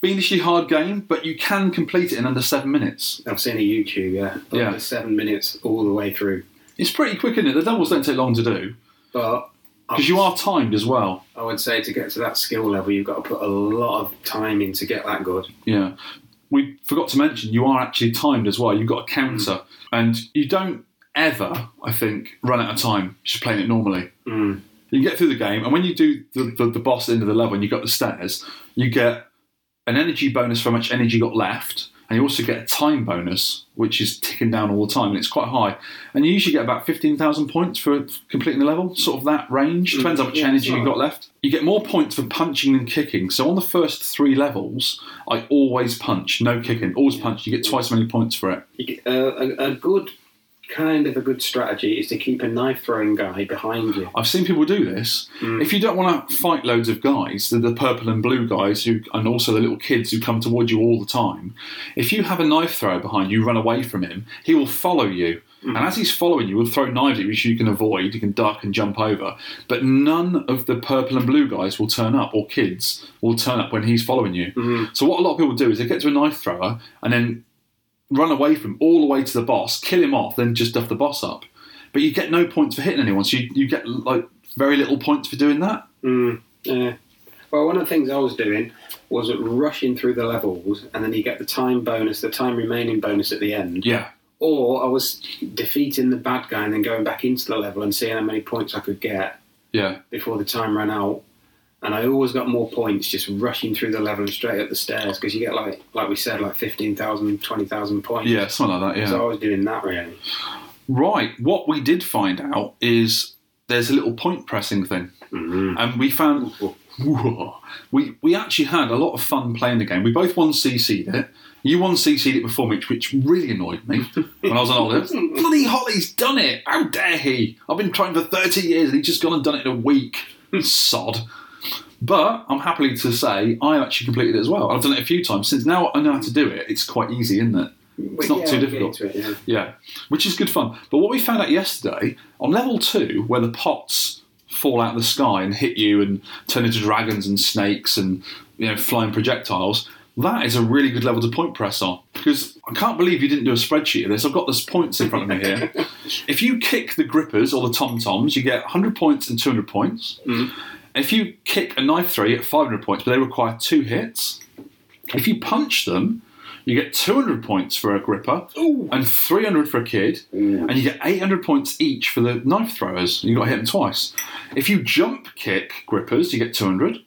Speaker 3: Fiendishly hard game, but you can complete it in under seven minutes.
Speaker 4: I've seen a YouTube, yeah, like
Speaker 3: Yeah.
Speaker 4: seven minutes all the way through.
Speaker 3: It's pretty quick, isn't it? The levels don't take long to do.
Speaker 4: But
Speaker 3: Because you are timed as well.
Speaker 4: I would say to get to that skill level, you've got to put a lot of time in to get that good.
Speaker 3: Yeah. We forgot to mention you are actually timed as well. You've got a counter. And you don't ever, I think, run out of time just playing it normally. You get through the game, and when you do the, the, the boss at the end of the level and you got the stairs, you get an energy bonus for how much energy you got left, and you also get a time bonus, which is ticking down all the time, and it's quite high. And you usually get about 15,000 points for completing the level, sort of that range. Depends how much energy you've got left. You get more points for punching than kicking. So on the first three levels, I always punch, no kicking, always punch. You get twice as many points for it.
Speaker 4: You get- Uh, a, a good kind of a good strategy is to keep a knife throwing guy behind you.
Speaker 3: I've seen people do this. If you don't want to fight loads of guys, the, the purple and blue guys, who, and also the little kids who come towards you all the time, if you have a knife thrower behind you, run away from him, he will follow you. And as he's following you, he'll throw knives at you, which you can avoid, you can duck and jump over. But none of the purple and blue guys will turn up, or kids will turn up when he's following you. So, what a lot of people do is they get to a knife thrower and then run away from him all the way to the boss, kill him off, then just duff the boss up. But you get no points for hitting anyone, so you, you get like very little points for doing that.
Speaker 4: Yeah. Well, one of the things I was doing was rushing through the levels, and then you get the time bonus, the time remaining bonus at the end.
Speaker 3: Yeah,
Speaker 4: Or I was defeating the bad guy and then going back into the level and seeing how many points I could get
Speaker 3: yeah,
Speaker 4: before the time ran out. And I always got more points just rushing through the level and straight up the stairs because you get like, like we said, like 15,000, 20,000 points.
Speaker 3: yeah, something like that. Yeah.
Speaker 4: So I was doing that really.
Speaker 3: Right. What we did find out is there's a little point pressing thing,
Speaker 4: Mm-hmm.
Speaker 3: and we found [laughs] we we actually had a lot of fun playing the game. We both one CC'd it. You one CC'd it before me, which really annoyed me when I was on
Speaker 4: [laughs]
Speaker 3: holiday. Bloody Holly's done it! How dare he? I've been trying for thirty years, and he's just gone and done it in a
Speaker 4: [laughs]
Speaker 3: week. Sod. But I'm happily to say I actually completed it as well. I've done it a few times since now I know how to do it. It's quite easy, isn't it? It's not
Speaker 4: Yeah,
Speaker 3: too
Speaker 4: I'll get
Speaker 3: difficult.
Speaker 4: into it, yeah.
Speaker 3: Yeah, which is good fun. But what we found out yesterday on level two, where the pots fall out of the sky and hit you and turn into dragons and snakes and you know flying projectiles, that is a really good level to point press on. Because I can't believe you didn't do a spreadsheet of this. I've got this points in front of me here. if you kick the grippers or the tom toms, you get 100 points and 200 points. If you kick a knife three, you get 500 points, but they require two hits. If you punch them, you get 200 points for a gripper and 300 for a kid, and you get 800 points each for the knife throwers. You got to hit them twice. If you jump kick grippers, you get 200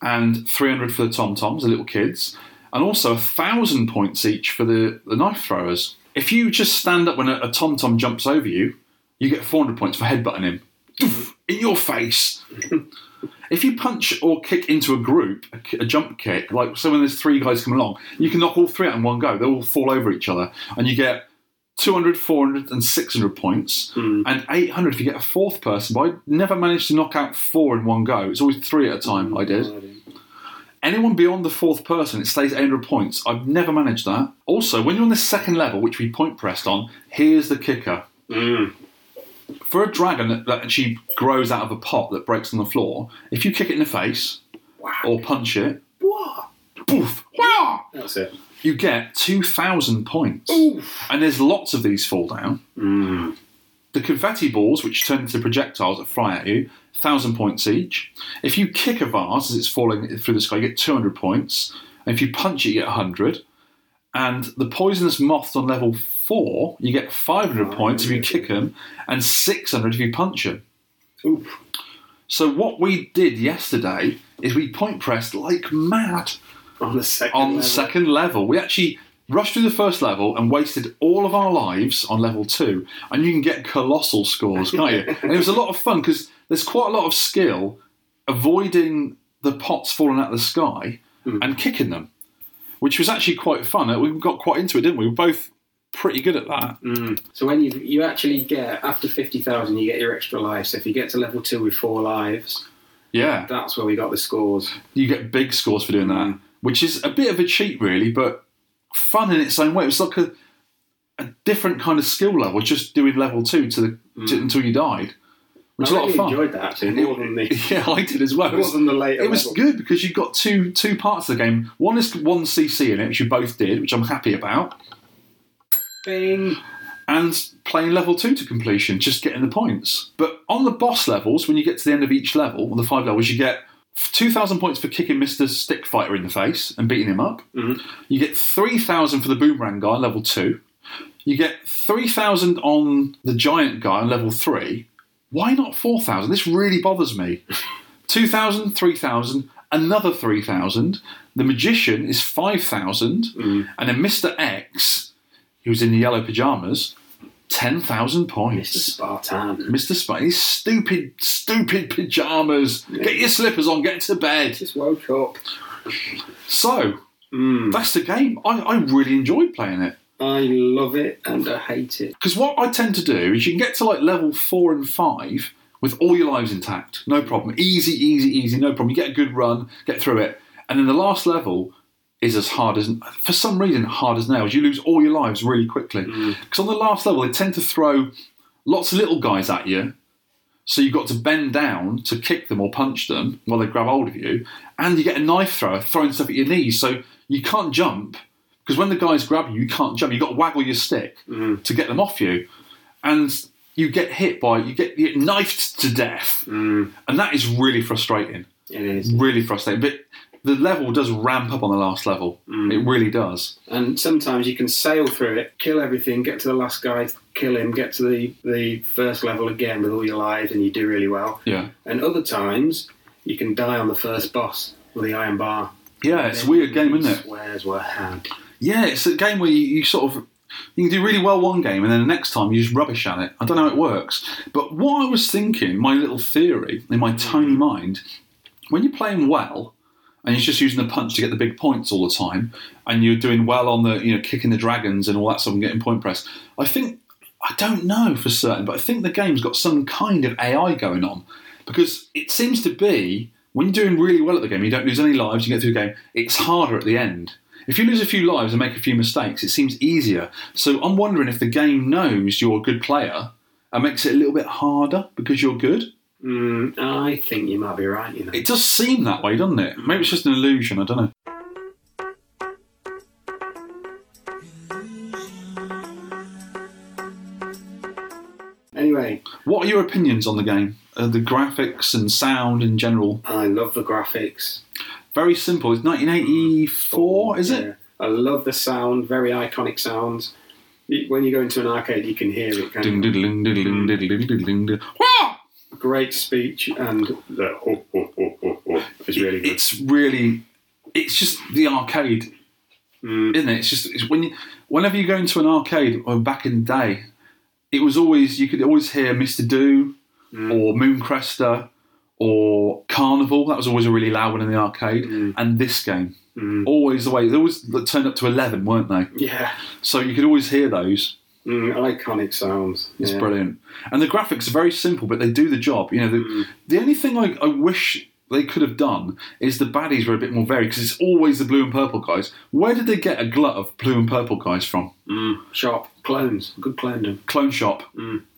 Speaker 3: and 300 for the tom toms, the little kids, and also 1,000 points each for the, the knife throwers. If you just stand up when a, a tom tom jumps over you, you get 400 points for headbutting him. Doof! In your face! if you punch or kick into a group, a, ki- a jump kick, like so when there's three guys coming along, you can knock all three out in one go. They'll all fall over each other, and you get 200, 400, and 600 points, and 800 if you get a fourth person. But I never managed to knock out four in one go. It's always three at a time. I did. Anyone beyond the fourth person, it stays 800 points. I've never managed that. Also, when you're on the second level, which we point pressed on, here's the kicker for a dragon that, that actually grows out of a pot that breaks on the floor, if you kick it in the face or punch it, poof, wah,
Speaker 4: That's it.
Speaker 3: you get 2,000 points. And there's lots of these fall down. The confetti balls, which turn into projectiles that fly at you, 1,000 points each. If you kick a vase as it's falling through the sky, you get 200 points. And if you punch it, you get 100. And the poisonous moths on level 4, you get 500 points if you kick them, and 600 if you punch them. So, what we did yesterday is we point pressed like mad
Speaker 4: On the second.
Speaker 3: on the
Speaker 4: level.
Speaker 3: second level. We actually rushed through the first level and wasted all of our lives on level two. And you can get colossal scores, can't you? and it was a lot of fun because there's quite a lot of skill avoiding the pots falling out of the sky and kicking them, which was actually quite fun. Uh, We got quite into it, didn't we? We were both pretty good at that.
Speaker 4: So when you you actually get after fifty thousand, you get your extra life. So if you get to level two with four lives,
Speaker 3: Yeah.
Speaker 4: that's where we got the scores.
Speaker 3: You get big scores for doing that. which is a bit of a cheat, really, but fun in its own way. It's like a, a different kind of skill level, just doing level two to the to, until you died, which
Speaker 4: Mm. I
Speaker 3: is a lot
Speaker 4: really
Speaker 3: of fun.
Speaker 4: enjoyed that actually more than the.
Speaker 3: [laughs] Yeah, I did as well.
Speaker 4: More than the later
Speaker 3: It was
Speaker 4: level.
Speaker 3: good because you got two two parts of the game. One is one CC in it, which you both did, which I'm happy about,
Speaker 4: Bing.
Speaker 3: and playing level two to completion, just getting the points. But on the boss levels, when you get to the end of each level, on the five levels, you get. 2,000 points for kicking Mr. Stick Fighter in the face and beating him up. You get 3,000 for the Boomerang guy, level 2. You get 3,000 on the Giant guy, on level 3. Why not 4,000? This really bothers me. 2,000, 3,000, another 3,000. The magician is 5,000. And then Mr. X, who's in the yellow pyjamas, 10,000
Speaker 4: Mr.
Speaker 3: points.
Speaker 4: Spartan.
Speaker 3: Mr. Spike, his stupid, stupid pyjamas. Get your slippers on, get to bed.
Speaker 4: Just woke up.
Speaker 3: So, that's the game. I, I really enjoyed playing it.
Speaker 4: I love it and I hate it.
Speaker 3: Because what I tend to do is you can get to like level four and five with all your lives intact, no problem. Easy, easy, easy, no problem. You get a good run, get through it, and then the last level is as hard as for some reason hard as nails. You lose all your lives really quickly because on the last level they tend to throw lots of little guys at you. So you've got to bend down to kick them or punch them while they grab hold of you, and you get a knife thrower throwing stuff at your knees. So you can't jump because when the guys grab you, you can't jump. You've got to waggle your stick to get them off you, and you get hit by you get you get knifed to death, and that is really frustrating.
Speaker 4: It is.
Speaker 3: Really frustrating. But the level does ramp up on the last level. It really does.
Speaker 4: And sometimes you can sail through it, kill everything, get to the last guy, kill him, get to the, the first level again with all your lives, and you do really well.
Speaker 3: Yeah,
Speaker 4: And other times, you can die on the first boss with the iron bar.
Speaker 3: yeah. It's a weird game, isn't it?
Speaker 4: Swears were had.
Speaker 3: Yeah, it's a game where you, you sort of you can do really well one game, and then the next time you just rubbish at it. I don't know how it works, but what I was thinking, my little theory in my tiny mind, when you're playing well and you're just using the punch to get the big points all the time, and you're doing well on the you know kicking the dragons and all that stuff and getting point press, I think I don't know for certain, but I think the game's got some kind of AI going on because it seems to be when you're doing really well at the game, you don't lose any lives, you get through the game, it's harder at the end. If you lose a few lives and make a few mistakes, it seems easier. So I'm wondering if the game knows you're a good player and makes it a little bit harder because you're good.
Speaker 4: Mm, I think you might be right, you know.
Speaker 3: It does seem that way, doesn't it? Maybe it's just an illusion, I don't know.
Speaker 4: Anyway,
Speaker 3: What are your opinions on the game? Uh, the graphics and sound in general?
Speaker 4: I love the graphics.
Speaker 3: Very simple. It's 1984, is
Speaker 4: Yeah.
Speaker 3: it?
Speaker 4: I love the sound, very iconic sounds. Y- When you go into an arcade, you can hear it. Kind
Speaker 3: Ding,
Speaker 4: of
Speaker 3: diddling,
Speaker 4: Mm.
Speaker 3: diddling, diddling, diddling, diddling. Wah!
Speaker 4: great speech and the oh, ho ho ho ho ho oh is really good.
Speaker 3: it's really it's just the arcade
Speaker 4: Mm.
Speaker 3: isn't it it's just it's when you whenever you go into an arcade or back in the day it was always you could always hear mr do
Speaker 4: Mm.
Speaker 3: or mooncrester or carnival that was always a really loud one in the arcade
Speaker 4: Mm.
Speaker 3: and this game always the way they always turned up to 11 weren't they
Speaker 4: yeah,
Speaker 3: so you could always hear those
Speaker 4: mm, iconic sounds.
Speaker 3: it's
Speaker 4: yeah.
Speaker 3: brilliant. And the graphics are very simple, but they do the job. You know, the, the only thing I, I wish they could have done is the baddies were a bit more varied because it's always the blue and purple guys. Where did they get a glut of blue and purple guys from?
Speaker 4: Sharp clones, good clonedom.
Speaker 3: Clone shop,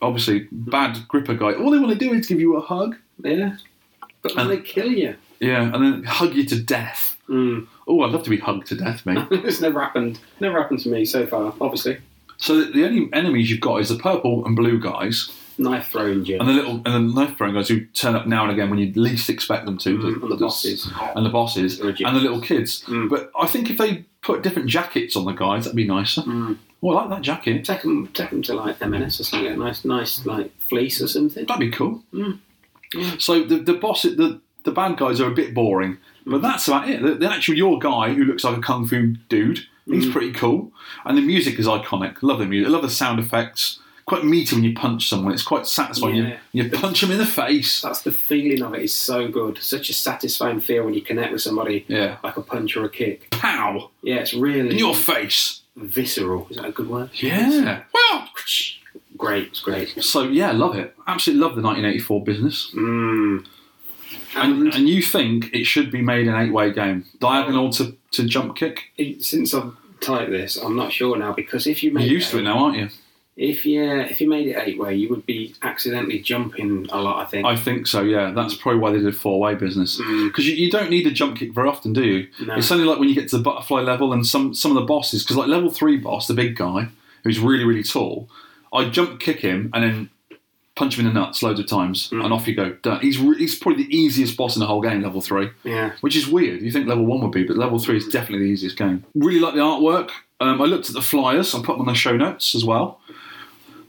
Speaker 3: obviously. Bad gripper guy. All they want to do is give you a hug.
Speaker 4: Yeah, but then
Speaker 3: And-
Speaker 4: they kill you. [laughs]
Speaker 3: Yeah, and then hug you to death. Oh, I'd love to be hugged to death, mate.
Speaker 4: [laughs] it's never happened. Never happened to me so far. Obviously,
Speaker 3: so the, the only enemies you've got is the purple and blue guys,
Speaker 4: knife throwing you.
Speaker 3: and the little and the knife throwing guys who turn up now and again when you least expect them to.
Speaker 4: and Mm, the bosses. Mm.
Speaker 3: and the bosses
Speaker 4: The rejects.
Speaker 3: and the little kids. But I think if they put different jackets on the guys, that'd be nicer.
Speaker 4: Mm.
Speaker 3: Oh, I like that jacket.
Speaker 4: Take them, to like M&S or something. A nice, nice like fleece or something.
Speaker 3: That'd be cool.
Speaker 4: Mm.
Speaker 3: So the the boss, the the bad guys are a bit boring,
Speaker 4: Mm.
Speaker 3: but that's about it. The, the actual your guy who looks like a kung fu dude,
Speaker 4: Mm.
Speaker 3: he's pretty cool, and the music is iconic. Love the music. Love the sound effects. Quite meaty when you punch someone. It's quite satisfying.
Speaker 4: Yeah.
Speaker 3: You, you punch them in the face.
Speaker 4: That's the feeling of it is so good. Such a satisfying feel when you connect with somebody,
Speaker 3: Yeah.
Speaker 4: like a punch or a kick.
Speaker 3: Pow!
Speaker 4: Yeah, it's really
Speaker 3: In your face.
Speaker 4: visceral. Is that a good word?
Speaker 3: Yeah. Wow.
Speaker 4: Great, it's great.
Speaker 3: So yeah, love it. Absolutely love the 1984 business.
Speaker 4: Mm.
Speaker 3: And, and you think it should be made an eight-way game, diagonal to, to jump kick?
Speaker 4: It- Since I've typed this, I'm not sure now because if you
Speaker 3: You're
Speaker 4: made
Speaker 3: used to
Speaker 4: eight-
Speaker 3: it now, aren't you?
Speaker 4: if yeah, if you made it eight way, you would be accidentally jumping a lot. I think.
Speaker 3: I think so, yeah. That's probably why they did four way business. Because you, you don't need a jump kick very often, do you?
Speaker 4: Mm. No.
Speaker 3: It's only like when you get to the butterfly level and some, some of the bosses, because like level three boss, the big guy, who's really, really tall, I jump kick him and then punch him in the nuts loads of times and off you go. Done. He's, re- he's probably the easiest boss in the whole game, level three.
Speaker 4: Yeah.
Speaker 3: Which is weird. You think level one would be, but level three is definitely the easiest game. Really like the artwork. Um, I looked at the flyers. I put them on the show notes as well.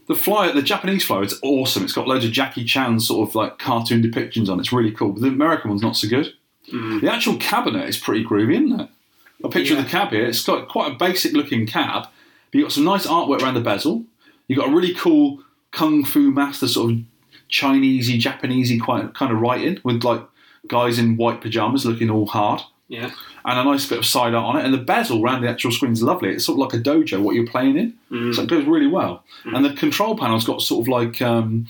Speaker 3: The flyer, the Japanese flyer, is awesome. It's got loads of Jackie Chan sort of like cartoon depictions on. it. It's really cool. But the American one's not so good. The actual cabinet is pretty groovy, isn't it? A picture of the cab here. It's got quite a basic looking cab, but you've got some nice artwork around the bezel. You've got a really cool kung fu master sort of Chinesey, Japanesey quite kind of writing with like guys in white pajamas looking all hard
Speaker 4: yeah.
Speaker 3: and a nice bit of side art on it. And the bezel around the actual screen's lovely. It's sort of like a dojo, what you're playing in. So it goes really well. And the control panel's got sort of like um,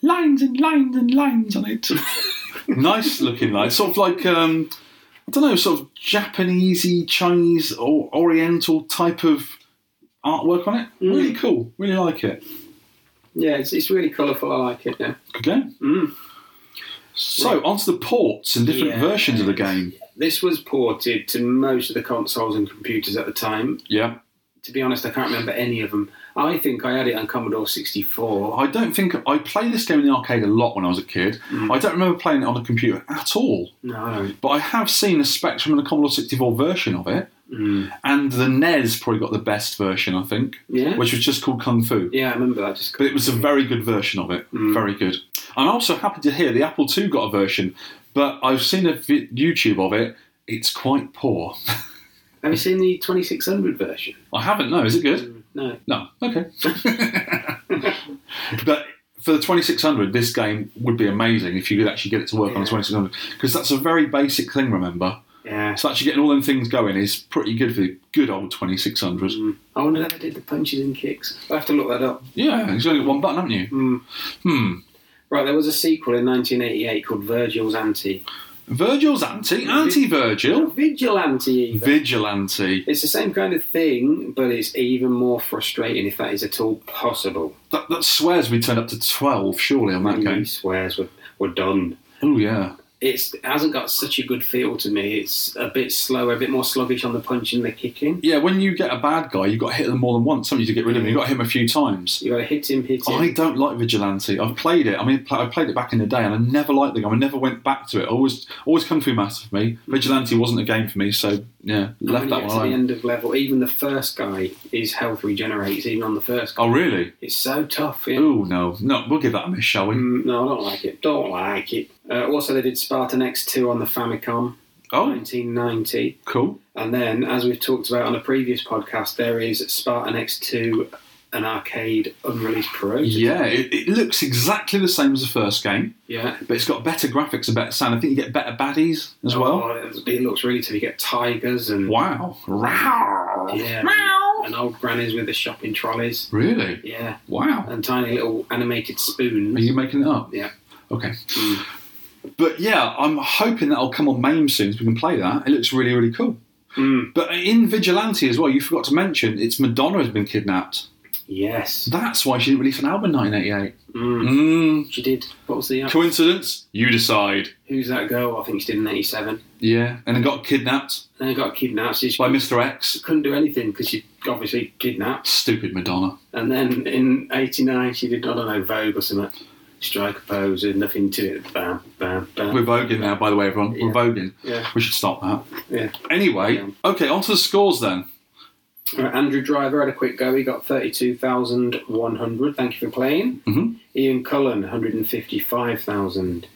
Speaker 3: lines and lines and lines on it. [laughs] nice looking lines. Sort of like, um, I don't know, sort of Japanesey, Chinese, or Oriental type of artwork on it. Really cool. Really like it.
Speaker 4: Yeah, it's, it's really colourful. I like it. Yeah.
Speaker 3: Good game. So, onto the ports and different
Speaker 4: Yeah.
Speaker 3: versions of the game.
Speaker 4: This was ported to most of the consoles and computers at the time.
Speaker 3: Yeah.
Speaker 4: To be honest, I can't remember any of them. I think I had it on Commodore 64.
Speaker 3: I don't think I played this game in the arcade a lot when I was a kid.
Speaker 4: Mm.
Speaker 3: I don't remember playing it on a computer at all,
Speaker 4: No.
Speaker 3: but I have seen a Spectrum and a Commodore 64 version of it,
Speaker 4: Mm.
Speaker 3: and the NES probably got the best version, I think,
Speaker 4: Yeah.
Speaker 3: which was just called Kung Fu.
Speaker 4: Yeah, Mm. I remember that. Just
Speaker 3: But it was a very good version of it, very good. I'm also happy to hear the Apple II got a version, but I've seen a vi- YouTube of it. It's quite poor. [laughs]
Speaker 4: Have you seen the 2600 version?
Speaker 3: I haven't. No, is it good?
Speaker 4: No.
Speaker 3: No. Okay. but for the 2600, this game would be amazing if you could actually get it to work on the
Speaker 4: Yeah.
Speaker 3: 2600 because that's a very basic thing. Remember,
Speaker 4: Yeah.
Speaker 3: so actually getting all them things going is pretty good for the good old 2600.
Speaker 4: I wonder if I did the punches and kicks. I'll have to look that up.
Speaker 3: Yeah, you've only got one button, haven't you? Hmm.
Speaker 4: Right, there was a sequel in 1988 called Virgil's Ante.
Speaker 3: Virgil's anti, anti Virgil,
Speaker 4: Vigilante, even.
Speaker 3: vigilante.
Speaker 4: it's the same kind of thing, but it's even more frustrating if that is at all possible.
Speaker 3: That, that swears we turned up to 12, surely on that
Speaker 4: And
Speaker 3: game.
Speaker 4: these swears were, were done.
Speaker 3: Oh yeah.
Speaker 4: It's, it hasn't got such a good feel to me. It's a bit slower, a bit more sluggish on the punch and the kicking.
Speaker 3: Yeah, when you get a bad guy, you've got to hit them more than once, haven't you, to get rid of him? You've got to hit him a few times.
Speaker 4: You gotta hit him, hit him.
Speaker 3: I don't like Vigilante. I've played it. I mean, pl- I played it back in the day, and I never liked the game. I never went back to it. Always, always Kung Fu Master for
Speaker 4: Mm.
Speaker 3: me. Vigilante wasn't a game for me, so yeah,
Speaker 4: when
Speaker 3: left that
Speaker 4: you get
Speaker 3: one
Speaker 4: to the
Speaker 3: alone.
Speaker 4: end of level, even the first guy, his health regenerates, even on the first guy.
Speaker 3: Oh really?
Speaker 4: It's so tough. Yeah.
Speaker 3: Oh no, no. We'll give that a miss, shall we?
Speaker 4: Mm, No, I don't like it. Don't like it. Uh, also, they did Spartan X2 on the Famicom,
Speaker 3: Oh,
Speaker 4: 1990.
Speaker 3: cool.
Speaker 4: And then, as we've talked about on a previous podcast, there is Spartan X2, an arcade unreleased prototype.
Speaker 3: Yeah, it, it looks exactly the same as the first game,
Speaker 4: Yeah.
Speaker 3: but it's got better graphics and better sound. I think you get better baddies as well.
Speaker 4: Oh, it it looks really tough. You get tigers and
Speaker 3: Wow. Wow.
Speaker 4: yeah, and old grannies with the shopping trolleys.
Speaker 3: Really?
Speaker 4: Yeah,
Speaker 3: Wow.
Speaker 4: and tiny little animated spoons.
Speaker 3: Are you making it up?
Speaker 4: Yeah.
Speaker 3: Okay.
Speaker 4: Mm.
Speaker 3: But yeah, I'm hoping that'll come on MAME soon so we can play that. It looks really, really cool.
Speaker 4: Mm.
Speaker 3: But in Vigilante as well, you forgot to mention it's Madonna has been kidnapped.
Speaker 4: Yes,
Speaker 3: That's why she didn't release an album in 1988. Mm.
Speaker 4: she did. What was the
Speaker 3: Coincidence? You decide.
Speaker 4: Who's that girl? I think she did in '87.
Speaker 3: Yeah, and then got kidnapped
Speaker 4: And then got kidnapped. She
Speaker 3: by Mr. X.
Speaker 4: couldn't do anything because she obviously kidnapped.
Speaker 3: Stupid Madonna.
Speaker 4: And then in '89, she did I don't know Vogue or something. Striker pose, and nothing to it. Bam, bam, bam.
Speaker 3: We're voguing now, by the way, everyone. We're
Speaker 4: Yeah.
Speaker 3: voguing.
Speaker 4: Yeah.
Speaker 3: We should stop that.
Speaker 4: Yeah.
Speaker 3: Anyway,
Speaker 4: Yeah.
Speaker 3: okay, on to the scores then.
Speaker 4: Right, Andrew Driver had a quick go. He got 32,100. Thank you for playing.
Speaker 3: Mhm.
Speaker 4: Ian Cullen, 155,000.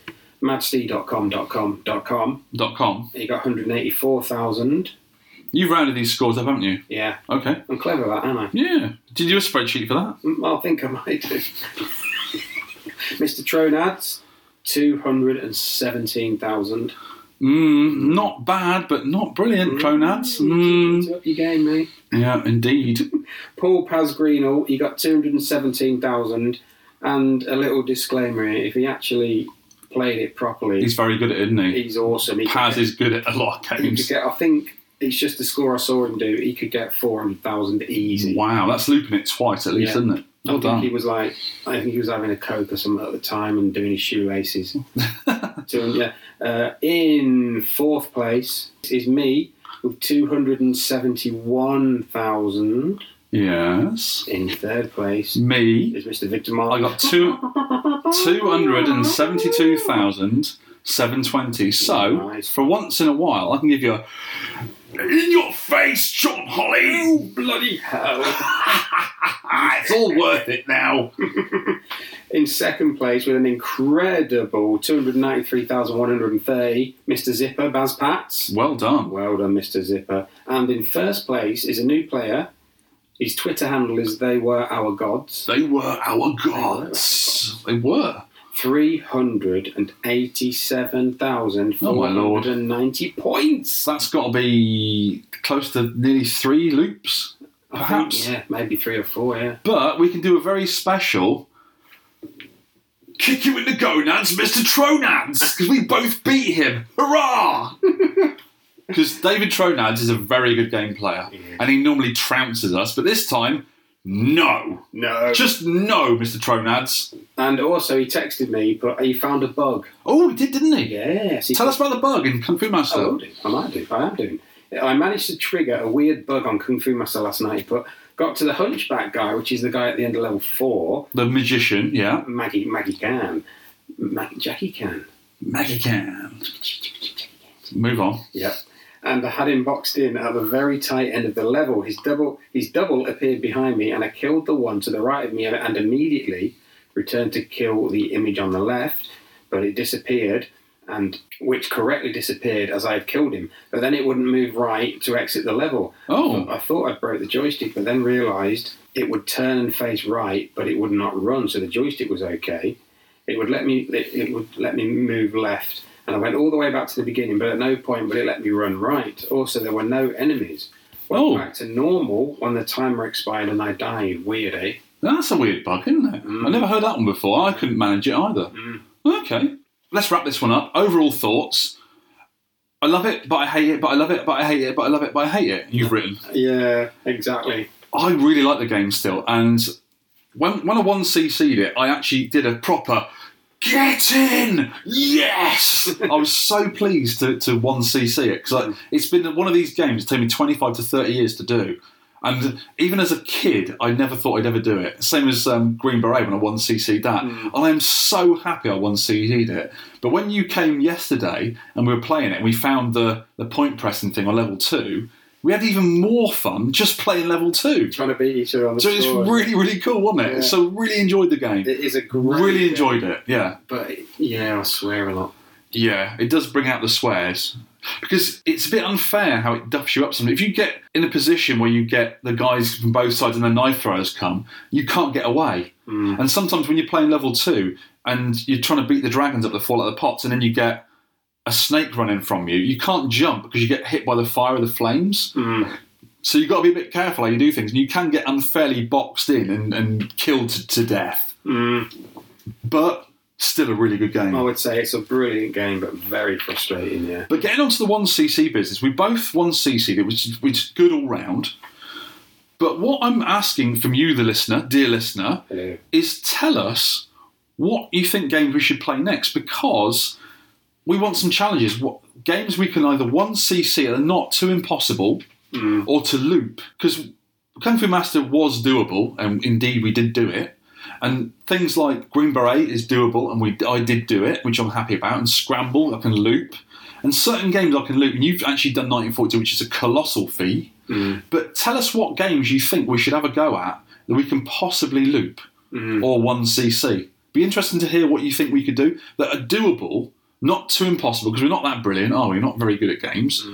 Speaker 4: Madsd.com.com.com.
Speaker 3: Dot com.
Speaker 4: He got 184,000.
Speaker 3: You've rounded these scores up, haven't you?
Speaker 4: Yeah,
Speaker 3: Okay.
Speaker 4: I'm clever at that, aren't
Speaker 3: Yeah. Did you do a spreadsheet for that?
Speaker 4: I? Mm, I think I might do. [laughs] Mr. Tronads, 217,000.
Speaker 3: Mm, not bad, but not brilliant, Cronads. Mm,
Speaker 4: It's up your game, mate.
Speaker 3: yeah, indeed.
Speaker 4: Paul Paz Greenall, he got 217,000. And a little disclaimer here, if he actually played it properly,
Speaker 3: He's very good at it, isn't he?
Speaker 4: he's awesome. He
Speaker 3: Paz
Speaker 4: could
Speaker 3: is good at a lot of
Speaker 4: get, he could
Speaker 3: games.
Speaker 4: get, I think it's just the score I saw him do. He could get four hundred thousand easy.
Speaker 3: Wow, that's looping it twice at least,
Speaker 4: Yeah.
Speaker 3: isn't it? Well
Speaker 4: I think he
Speaker 3: done.
Speaker 4: was like, I think he was having a coke or something at the time and doing
Speaker 3: [laughs]
Speaker 4: his shoelaces. to him, yeah. Uh, in fourth place is me with 271,000.
Speaker 3: Yes.
Speaker 4: In third place
Speaker 3: Me,
Speaker 4: is Mr. Victor
Speaker 3: I
Speaker 4: Mark.
Speaker 3: got two, 272,720. So,
Speaker 4: Nice.
Speaker 3: for once in a while, I can give you a. In your face, John Holly! Bloody
Speaker 4: Uh,
Speaker 3: Ah, it's all worth it now.
Speaker 4: in second place with an incredible 293,130, Mr. Zipper, Baz Pats.
Speaker 3: Well done.
Speaker 4: Well done, Mr. Zipper. And in first place is a new player. His Twitter handle is They Were Our Gods.
Speaker 3: They were our gods. They were.
Speaker 4: 387,490
Speaker 3: Oh,
Speaker 4: points.
Speaker 3: That's got to be close to nearly three loops, perhaps.
Speaker 4: Yeah, maybe three or four, yeah.
Speaker 3: But we can do a very special kick you in the gonads, Mr. Tronads, because we both beat him. Hurrah! [laughs] Because David Tronads is a very good game player, and he normally trounces us, but this time, no.
Speaker 4: No.
Speaker 3: Just no, Mr. Tronads.
Speaker 4: And also, he texted me, but he found a bug.
Speaker 3: Oh, he did, didn't he?
Speaker 4: Yes. He
Speaker 3: Tell us about the bug in Kung Fu Master.
Speaker 4: I will do. I might do. I am doing. I managed to trigger a weird bug on Kung Fu Master last night, but got to the Hunchback guy, which is the guy at the end of level four,
Speaker 3: The magician, yeah.
Speaker 4: Maggie Maggie Can. Maggie Jackie Can.
Speaker 3: Magican. Move on.
Speaker 4: Yep. And I had him boxed in at the very tight end of the level. His double, his double appeared behind me, and I killed the one to the right of me, and- and immediately returned to kill the image on the left, but it disappeared, and which correctly disappeared as I had killed him. But then it wouldn't move right to exit the level.
Speaker 3: Oh.
Speaker 4: I thought I broke the joystick, but then realised it would turn and face right, but it would not run, so the joystick was okay. It would let me it, it would let me move left, and I went all the way back to the beginning, but at no point would it let me run right. Also, there were no enemies. Went
Speaker 3: Oh.
Speaker 4: back to normal when the timer expired and I died. Weird, eh?
Speaker 3: That's a weird bug, isn't it? I never heard that one before. I couldn't manage it either. Okay. Let's wrap this one up. Overall thoughts. I love it, but I hate it, but I love it, but I hate it, but I love it, but I hate it. You've written.
Speaker 4: Yeah, exactly.
Speaker 3: I really like the game still, and when when I one CC'd it, I actually did a proper get in. Yes, I was so pleased to, to one CC it because it's been one of these games. It's taken me twenty five to thirty years to do, and even as a kid, I never thought I'd ever do it. Same as um, Green Beret when I one CC'd that, and I am so happy I one CC'd it. But when you came yesterday and we were playing it, and we found the the point pressing thing on level two. We had even more fun just playing level two.
Speaker 4: Trying to beat each other on the
Speaker 3: So it's
Speaker 4: score.
Speaker 3: really, really cool, wasn't it?
Speaker 4: Yeah.
Speaker 3: So really enjoyed the game.
Speaker 4: It is a great
Speaker 3: really
Speaker 4: game,
Speaker 3: enjoyed it. Yeah,
Speaker 4: but yeah, I swear a lot.
Speaker 3: yeah. It does bring out the swears because it's a bit unfair how it duffs you up. Something if you get in a position where you get the guys from both sides and the knife throwers come, you can't get away. And sometimes when you're playing level two and you're trying to beat the dragons up that fall out of the pots, and then you get a snake running from you, you can't jump because you get hit by the fire of the flames. So you've got to be a bit careful how you do things, and you can get unfairly boxed in and, and killed to, to death. But still a really good game.
Speaker 4: I would say it's a brilliant game, but very frustrating. Yeah.
Speaker 3: But getting onto the one CC business, we both one CC, which is, which is good all round. But what I'm asking from you, the listener, dear listener,
Speaker 4: Hello.
Speaker 3: is tell us what you think games we should play next because we want some challenges. What games we can either one CC that are not too impossible or to loop because Kung Fu Master was doable and indeed we did do it. And things like Green Beret is doable, and we I did do it, which I'm happy about. And Scramble, I can loop, and certain games I can loop. And you've actually done 1942, which is a colossal fee. But tell us what games you think we should have a go at that we can possibly loop or one CC. Be interesting to hear what you think we could do that are doable, not too impossible because we're not that brilliant, are we? We're not very good at games.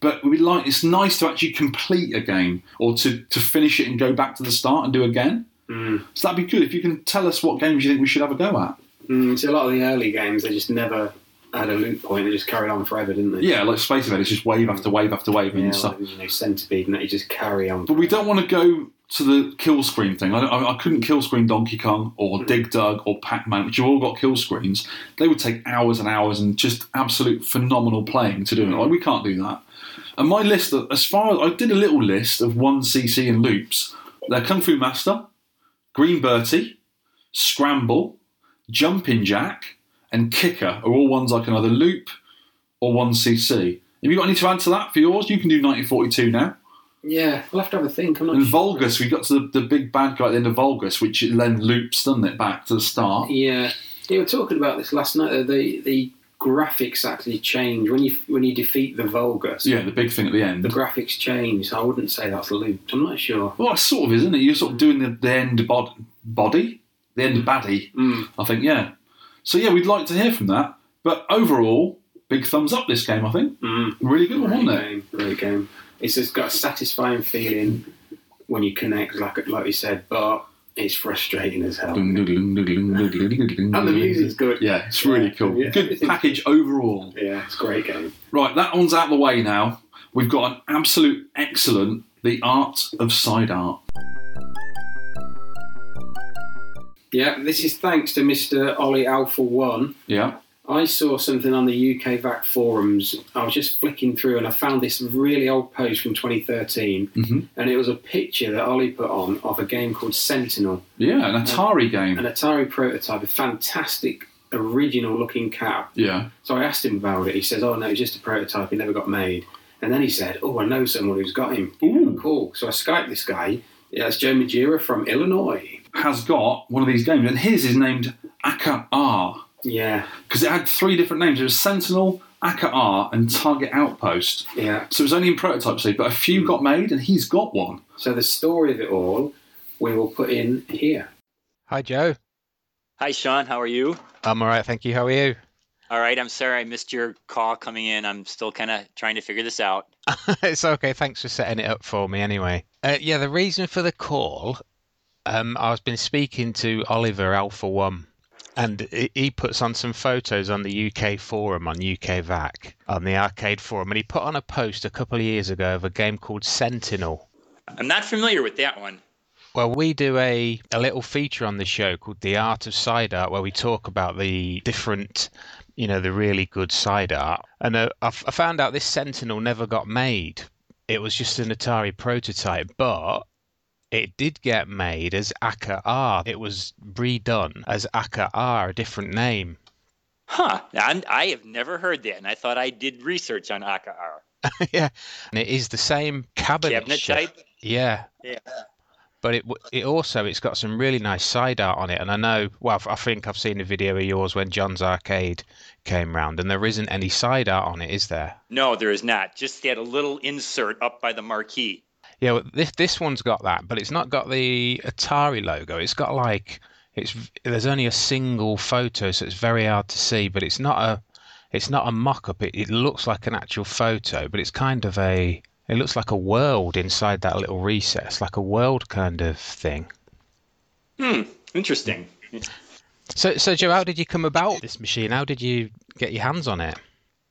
Speaker 3: But we like it's nice to actually complete a game or to, to finish it and go back to the start and do again. So that'd be good if you can tell us what games you think we should have a go at.
Speaker 4: Mm, so a lot of the early games, they just never had a loop point. They just carried on forever, didn't they?
Speaker 3: Yeah, like Space Invaders, just wave after wave after wave
Speaker 4: Yeah,
Speaker 3: and stuff.
Speaker 4: like, you know, centipede, and that you just carry on.
Speaker 3: But we don't want to go to the kill screen thing. I, don't- I, I couldn't kill screen Donkey Kong or Dig Dug or Pac Man, which you all got kill screens. They would take hours and hours and just absolute phenomenal playing to do it. Like we can't do that. And my list, as far as I did a little list of one CC and loops, they're Kung Fu Master, Green Bertie, Scramble, Jumping Jack, and Kicker are all ones I can either loop or one CC. Have you got any to add to that for yours? You can do 1942 now.
Speaker 4: Yeah, we'll have to have a think. I'm not
Speaker 3: And
Speaker 4: sure.
Speaker 3: Vulgus, we got to the, the big bad guy at the end of Vulgus, which it then loops, doesn't it, back to the start?
Speaker 4: Yeah, you were talking about this last night. that The the graphics actually change when you when you defeat the Vulgus.
Speaker 3: Yeah, the big thing at the end.
Speaker 4: The graphics change. I wouldn't say that's looped. I'm not sure.
Speaker 3: Well, it sort of is, isn't it? You're sort of doing the, the end bod- body, the end baddie,
Speaker 4: Mm.
Speaker 3: I think, yeah. So, yeah, we'd like to hear from that. But overall, big thumbs up this game, I think. Mm. Really good one, wasn't
Speaker 4: Great
Speaker 3: it?
Speaker 4: game. Great game. It's just got a satisfying feeling when you connect, like like you said, but it's frustrating as hell.
Speaker 3: And the
Speaker 4: And the music's good.
Speaker 3: Yeah, it's really
Speaker 4: Yeah,
Speaker 3: cool.
Speaker 4: yeah. [laughs]
Speaker 3: Good package overall.
Speaker 4: Yeah, it's a great game.
Speaker 3: Right, that one's out of the way now. We've got an absolute excellent The Art of Side Art.
Speaker 4: Yeah, this is thanks to Mr. Ollie Alpha One.
Speaker 3: Yeah.
Speaker 4: I saw something on the UK VAC forums. I was just flicking through and I found this really old post from 2013.
Speaker 3: Mhm.
Speaker 4: And it was a picture that Ollie put on of a game called Sentinel,
Speaker 3: Yeah, an Atari game.
Speaker 4: an Atari prototype, a fantastic original looking cab.
Speaker 3: Yeah.
Speaker 4: So I asked him about it. He says, Oh, no, it's just a prototype. It never got made. And then he said, Oh, I know someone who's got him.
Speaker 3: Ooh.
Speaker 4: Cool. So I Skyped this guy. Yeah, it's Joe Majira from Illinois.
Speaker 3: Has got one of these games, and his is named Aka R.
Speaker 4: Yeah,
Speaker 3: because it had three different names. It was Sentinel, AKR, and Target Outpost.
Speaker 4: yeah.
Speaker 3: So it was only in prototype stage, but a few got made, and he's got one.
Speaker 4: So the story of it all we will put in here.
Speaker 1: Hi, Joe.
Speaker 9: Hi, Sean. How are you?
Speaker 1: I'm all right, thank you. How are you?
Speaker 9: All right. I'm sorry I missed your call coming in. I'm still kind of trying to figure this out.
Speaker 1: [laughs] it's okay. Thanks for setting it up for me anyway. Uh, yeah, the reason for the call, um, I've been speaking to Oliver Alpha One, and he- he puts on some photos on the UK forum on UK VAC on the arcade forum, and he put on a post a couple of years ago of a game called Sentinel.
Speaker 9: I'm not familiar with that one.
Speaker 1: Well, we do a, a little feature on the show called The Art of Side Art, where we talk about the different, you know, the really good side art. And uh, I, f- I found out this Sentinel never got made. It was just an Atari prototype, but it did get made as Aka R. It was redone as Aka R, a different name.
Speaker 9: Huh. I'm, I have never heard that, and I thought I did research on AKR.
Speaker 1: [laughs] yeah. And it is the same cabinet,
Speaker 9: Cabinet
Speaker 1: shape.
Speaker 9: type?
Speaker 1: Yeah.
Speaker 9: Yeah.
Speaker 1: but it w- it also it's got some really nice side art on it and i know well i think i've seen a video of yours when john's arcade came round and there isn't any side art on it is there
Speaker 9: No, there is not. Just that a little insert up by the marquee.
Speaker 1: yeah well, this this one's got that but it's not got the atari logo it's got like it's v- there's only a single photo so it's very hard to see but it's not a it's not a mock-up it, it looks like an actual photo but it's kind of a it looks like a world inside that little recess like a world kind of thing
Speaker 9: Interesting.
Speaker 1: So, so Joe, how did you come about this machine? How did you get your hands on it?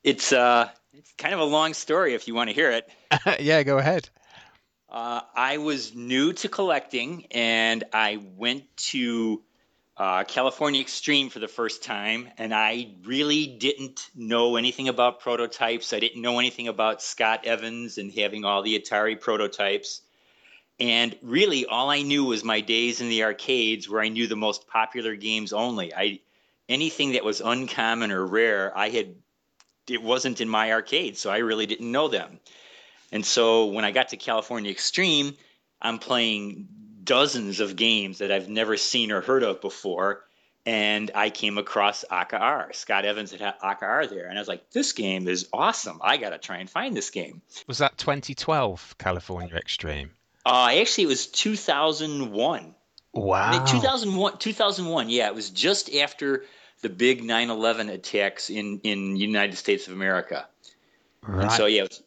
Speaker 9: It's uh, it's kind of a long story if you want to hear it.
Speaker 1: [laughs] yeah, go ahead.
Speaker 9: Uh, I was new to collecting, and I went to uh, California Extreme for the first time, and I really didn't know anything about prototypes. I didn't know anything about Scott Evans and having all the Atari prototypes. And really, all I knew was my days in the arcades, where I knew the most popular games only. I anything that was uncommon or rare, I had it wasn't in my arcade, so I really didn't know them. And so when I got to California Extreme, I'm playing dozens of games that I've never seen or heard of before. And I came across AKR. Scott Evans had AKR there. And I was like, this game is awesome. I got to try and find this game.
Speaker 1: Was that 2012 California Extreme?
Speaker 9: Uh, actually, it was 2001. I
Speaker 1: Wow.
Speaker 9: mean, 2001, 2001, yeah, it was just after the big 9 11 attacks in, in United States of America.
Speaker 1: right.
Speaker 9: And so yeah, it was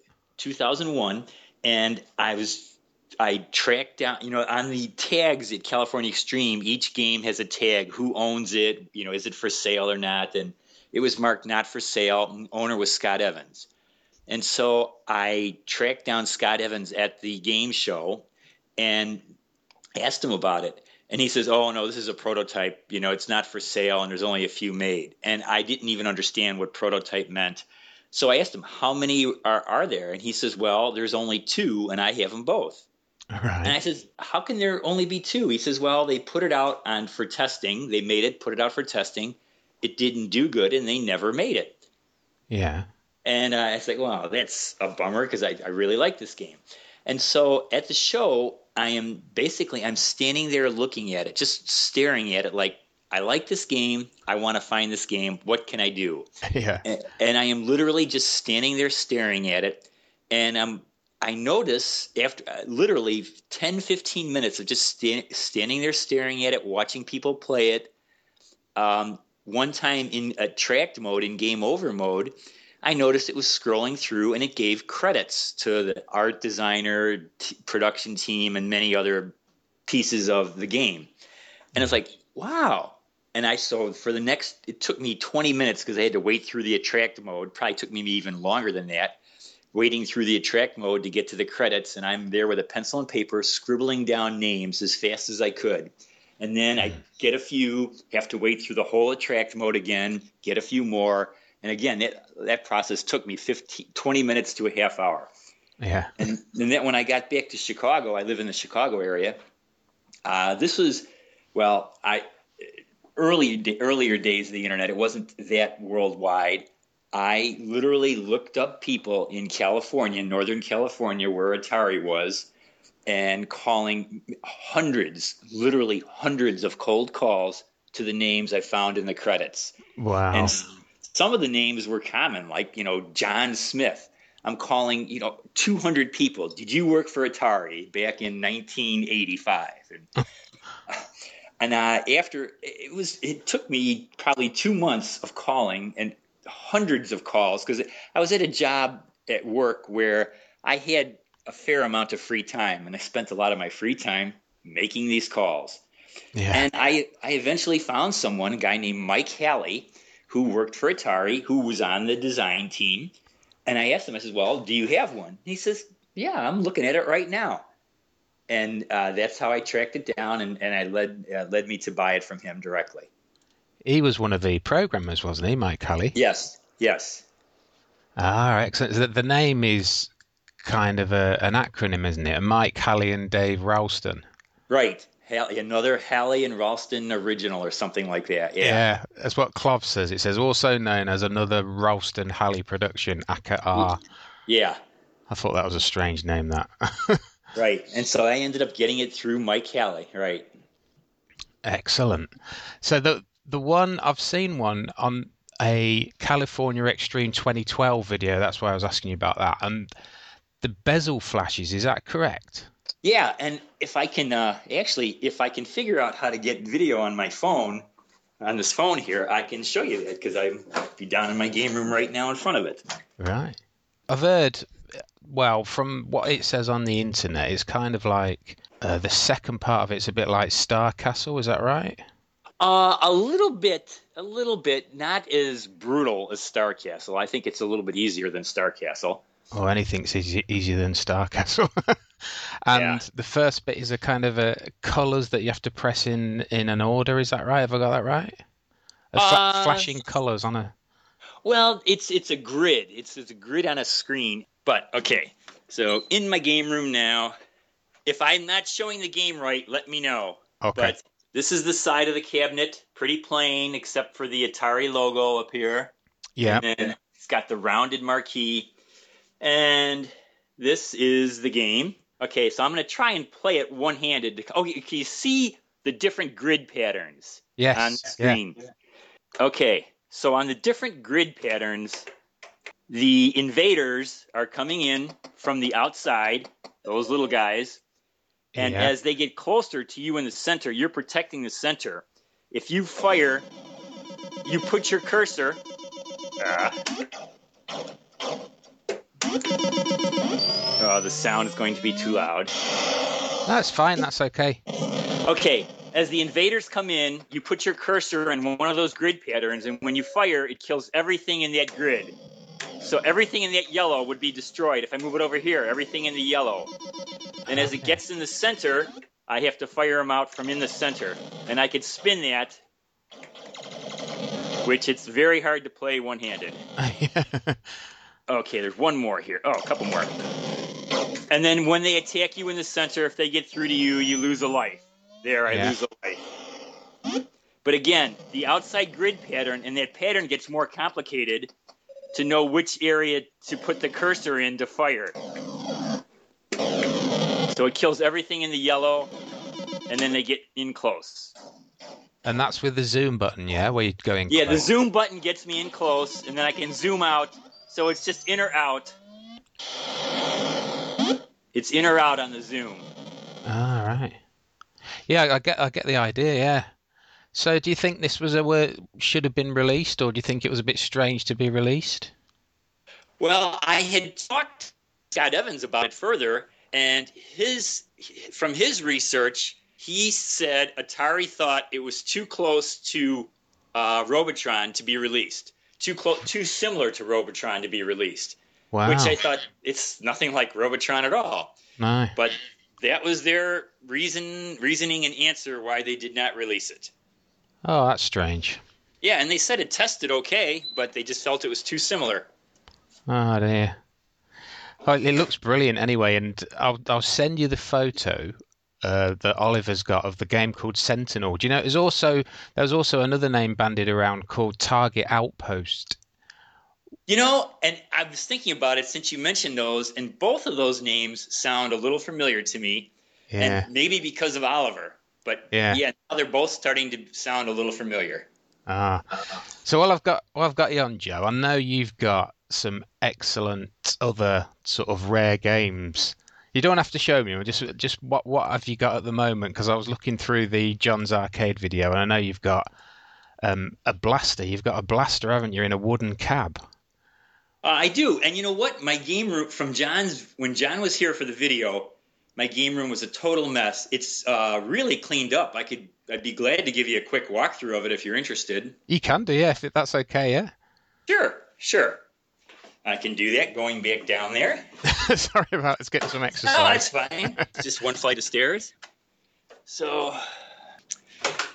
Speaker 9: 2001, and I was I tracked down you know on the tags at California Extreme, each game has a tag, who owns it, you know, is it for sale or not, and it was marked not for sale. and Owner was Scott Evans, and so I tracked down Scott Evans at the game show, and asked him about it. And he says, "Oh no, this is a prototype. You know, it's not for sale, and there's only a few made." And I didn't even understand what prototype meant, So I asked him, How many are, are there? And he says, Well, there's only two, and I have them both. And I
Speaker 8: Right.
Speaker 9: says, How can there only be two? He says, Well, they put it out on for testing. They made it, put it out for testing. It didn't do good, and they never made it.
Speaker 8: Yeah.
Speaker 9: And uh, I said, wow, that's a bummer because I, I really like this game. And so at the show, I am basically I'm standing there looking at it, just staring at it like I like this game. I want to find this game. What can I do?
Speaker 8: Yeah.
Speaker 9: A- and I am literally just standing there staring at it. And um, I notice after uh, literally 10, 15 minutes of just sta- standing there staring at it, watching people play it. Um, one time in attract mode, in game over mode, I noticed it was scrolling through and it gave credits to the art designer, t- production team, and many other pieces of the game. And it's like, wow. And I so for the next, it took me 20 minutes because I had to wait through the attract mode. Probably took me even longer than that, waiting through the attract mode to get to the credits. And I'm there with a pencil and paper, scribbling down names as fast as I could. And then I get a few, have to wait through the whole attract mode again, get a few more. And again, that, that process took me 15, 20 minutes to a half hour.
Speaker 8: Yeah.
Speaker 9: And, and then when I got back to Chicago, I live in the Chicago area. Uh, this was, well, I early earlier days of the internet. It wasn't that worldwide. I literally looked up people in California, Northern California, where Atari was, and calling hundreds, literally hundreds of cold calls to the names I found in the credits. And
Speaker 8: Wow.
Speaker 9: s- some of the names were common, like, you know, John Smith. I'm calling, you know, 200 people. Did you work for Atari back in 1985? And, and uh, after it was, it took me probably two months of calling and hundreds of calls because I was at a job at work where I had a fair amount of free time and I spent a lot of my free time making these calls.
Speaker 8: Yeah.
Speaker 9: And I, I eventually found someone, a guy named Mike Halley, who worked for Atari, who was on the design team. And I asked him, I said, Well, do you have one? He says, Yeah, I'm looking at it right now. And uh, that's how I tracked it down, and, and I led uh, led me to buy it from him directly.
Speaker 8: He was one of the programmers, wasn't he, Mike Halley?
Speaker 9: Yes, yes,
Speaker 8: Ah, excellent. So the, the name is kind of a, an acronym, isn't it? Mike Halley and Dave Ralston.
Speaker 9: right. Hall- another Halley and Ralston original or something like that. Yeah,
Speaker 8: Yeah, that's what Clov says. It says also known as another Ralston Halley production, AKA R.
Speaker 9: yeah.
Speaker 8: I thought that was a strange name, that.
Speaker 9: right. And so I ended up getting it through Mike Halley. Right.
Speaker 8: Excellent. So the the one I've seen one on a California Extreme 2012 video. That's why I was asking you about that. And the bezel flashes. Is that correct?
Speaker 9: Yeah, and if I can uh, actually, if I can figure out how to get video on my phone, on this phone here, I can show you that because I'm I'll be down in my game room right now in front of it.
Speaker 8: Right. I've heard. Well, from what it says on the internet, it's kind of like uh, the second part of it's a bit like Star Castle. Is that right?
Speaker 9: Uh, a little bit, a little bit, not as brutal as Star Castle. I think it's a little bit easier than Star Castle.
Speaker 8: Or anything's easy, easier than Star Castle. [laughs] and
Speaker 9: Yeah.
Speaker 8: the first bit is a kind of a colours that you have to press in in an order. Is that right? Have I got that right? A fla-
Speaker 9: Uh,
Speaker 8: flashing colours on a.
Speaker 9: Well, it's it's a grid. It's it's a grid on a screen. But okay, so in my game room now. If I'm not showing the game right, let me know.
Speaker 8: Okay.
Speaker 9: But this is the side of the cabinet, pretty plain except for the Atari logo up here.
Speaker 8: yeah.
Speaker 9: And then it's got the rounded marquee. And this is the game. Okay, so I'm going to try and play it one handed. Oh, you- can you see the different grid patterns
Speaker 8: Yes.
Speaker 9: on the screen? Okay, so on the different grid patterns, the invaders are coming in from the outside, those little guys. And
Speaker 8: Yeah.
Speaker 9: as they get closer to you in the center, you're protecting the center. If you fire, you put your cursor. Ah. Oh, the sound is going to be too loud.
Speaker 8: Yeah. That's fine. That's okay.
Speaker 9: Okay, as the invaders come in, you put your cursor in one of those grid patterns, and when you fire, it kills everything in that grid. So everything in that yellow would be destroyed. If I move it over here, everything in the yellow. And as it
Speaker 8: Okay.
Speaker 9: gets in the center, I have to fire them out from in the center. And I could spin that, which it's very hard to play one handed. Okay, there's one more here. Oh, a couple more. And then when they attack you in the center, if they get through to you, you lose a life. There, I
Speaker 8: Yeah.
Speaker 9: lose a life. But again, the outside grid pattern, and that pattern gets more complicated to know which area to put the cursor in to fire. So it kills everything in the yellow, and then they get in close.
Speaker 8: And that's with the zoom button, yeah, where you're going.
Speaker 9: Yeah, the zoom button gets me in close, and then I can zoom out. So it's just in or out. It's in or out on the zoom.
Speaker 8: All Ah, right. Yeah, I get, I get the idea. Yeah. So, do you think this was a wor- should have been released, or do you think it was a bit strange to be released?
Speaker 9: Well, I had talked to Scott Evans about it further, and his from his research, he said Atari thought it was too close to uh, Robotron to be released, too close, too similar to Robotron to be released.
Speaker 8: Wow.
Speaker 9: Which I thought it's nothing like Robotron at all.
Speaker 8: No.
Speaker 9: but that was their reason reasoning and answer why they did not release it
Speaker 8: Oh, that's strange.
Speaker 9: yeah and they said it tested okay but they just felt it was too similar
Speaker 8: Oh dear. Oh, it looks brilliant anyway, and I'll I'll send you the photo uh, that Oliver's got of the game called Sentinel. Do you know? There's also there was also another name banded around called Target Outpost.
Speaker 9: you know and i was thinking about it since you mentioned those and both of those names sound a little familiar to me
Speaker 8: Yeah.
Speaker 9: and maybe because of oliver but
Speaker 8: Yeah.
Speaker 9: now they're both starting to sound a little familiar
Speaker 8: Ah. So while I've got while I've got you on, Joe, I know you've got some excellent other sort of rare games. You don't have to show me. Just just what what have you got at the moment? Because I was looking through the John's arcade video, and I know you've got um, a blaster. You've got a blaster, haven't you, in a wooden cab?
Speaker 9: Uh, I do, and you know what? My game room from John's when John was here for the video, my game room was a total mess. It's uh, really cleaned up. I could, I'd be glad to give you a quick walkthrough of it if you're interested.
Speaker 8: You can do, yeah, if that's okay, yeah. [laughs]
Speaker 9: Sure, sure, I can do that. Going back down there.
Speaker 8: Sorry about. Let's get
Speaker 9: [laughs]
Speaker 8: some
Speaker 9: No, that's
Speaker 8: exercise. [laughs]
Speaker 9: fine. Oh, It's just one flight of stairs. So,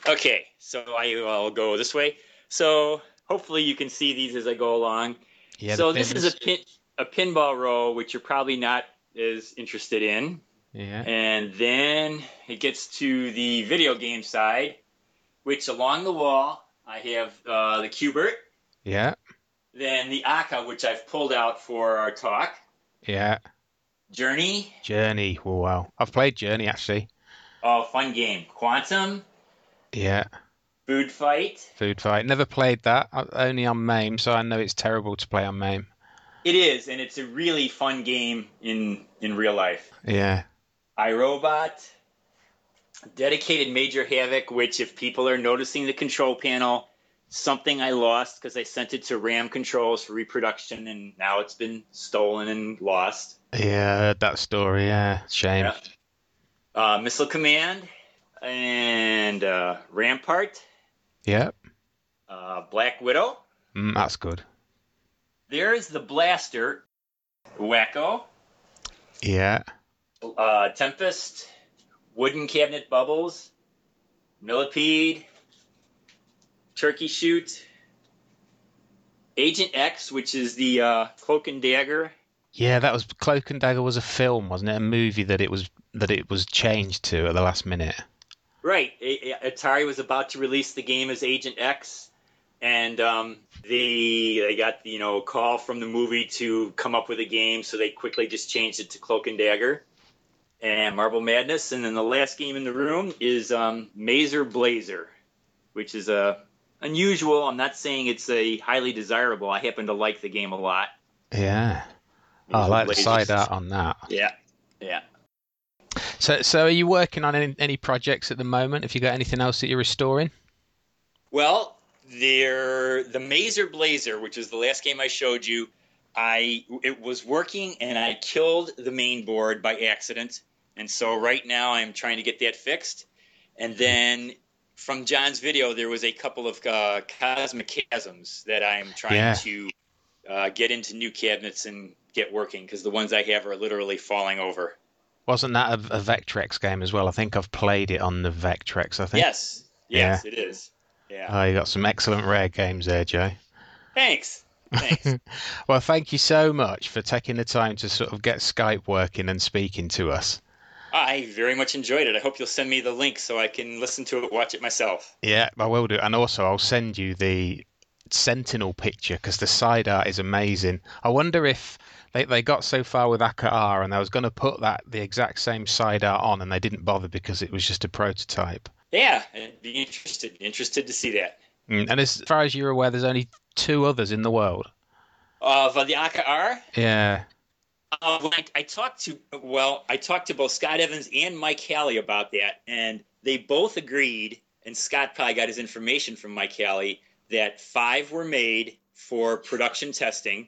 Speaker 9: okay, so I will go this way. So hopefully you can see these as I go along.
Speaker 8: yeah.
Speaker 9: so
Speaker 8: the
Speaker 9: this is
Speaker 8: bins.
Speaker 9: a pin, a pinball row, which you're probably not as interested in.
Speaker 8: Yeah.
Speaker 9: And then it gets to the video game side, which along the wall I have uh, the Cubert,
Speaker 8: Yeah.
Speaker 9: then the Aka, which I've pulled out for our talk,
Speaker 8: Yeah.
Speaker 9: Journey,
Speaker 8: Journey. Oh, wow. I've played Journey actually.
Speaker 9: oh fun game, Quantum,
Speaker 8: Yeah.
Speaker 9: Food Fight.
Speaker 8: Food Fight. Never played that. I- Only on MAME, so I know it's terrible to play on MAME.
Speaker 9: It is, and it's a really fun game in in real life.
Speaker 8: Yeah.
Speaker 9: iRobot, dedicated Major Havoc, which if people are noticing the control panel, something I lost because I sent it to RAM Controls for reproduction, and now it's been stolen and lost.
Speaker 8: Yeah, I heard that story. Yeah. Shame.
Speaker 9: Yeah. Uh, Missile Command and uh, Rampart,
Speaker 8: Yep.
Speaker 9: uh, Black Widow.
Speaker 8: Mm, that's good.
Speaker 9: There's the Blaster, Wacko,
Speaker 8: Yeah.
Speaker 9: uh, Tempest, Wooden Cabinet Bubbles, Millipede, Turkey Shoot, Agent X, which is the uh, Cloak and Dagger.
Speaker 8: Yeah, that was Cloak and Dagger was a film, wasn't it? A movie that it was that it was changed to at the last minute.
Speaker 9: Right, A- A- Atari was about to release the game as Agent X, and um, they they got you know a call from the movie to come up with a game, so they quickly just changed it to Cloak and Dagger. And Marble Madness, and then the last game in the room is um, Mazer Blazer, which is a unusual. I'm not saying it's a highly desirable. I happen to like the game a lot.
Speaker 8: Yeah. Oh, I like the side art on that.
Speaker 9: Yeah, yeah.
Speaker 8: So, so are you working on any, any projects at the moment? Have you got anything else that you're restoring?
Speaker 9: Well, there the Mazer Blazer, which is the last game I showed you, I it was working and I killed the main board by accident, and so right now I'm trying to get that fixed. And then from John's video, there was a couple of uh, cosmic chasms that I'm trying
Speaker 8: Yeah.
Speaker 9: to uh, get into new cabinets and get working because the ones I have are literally falling over.
Speaker 8: Wasn't that a, a Vectrex game as well? I think I've played it on the Vectrex. I think.
Speaker 9: Yes, yes, it is. Yeah.
Speaker 8: Uh, Oh, you got some excellent rare games there, Joe.
Speaker 9: Thanks. Thanks.
Speaker 8: well, thank you so much for taking the time to sort of get Skype working and speaking to us.
Speaker 9: I very much enjoyed it. I hope you'll send me the link so I can listen to it, watch it myself.
Speaker 8: Yeah, I will do. And also, I'll send you the Sentinel picture because the side art is amazing. I wonder if they, they got so far with Akar and I was going to put that the exact same side art on and they didn't bother because it was just a prototype.
Speaker 9: Yeah, I'd be interested interested to see that.
Speaker 8: Mm, And as far as you're aware, there's only two others in the world.
Speaker 9: Of uh, the AKR,
Speaker 8: Yeah.
Speaker 9: uh, when I, I talked to well, I talked to both Scott Evans and Mike Halley about that, and they both agreed. And Scott probably got his information from Mike Halley that five were made for production testing.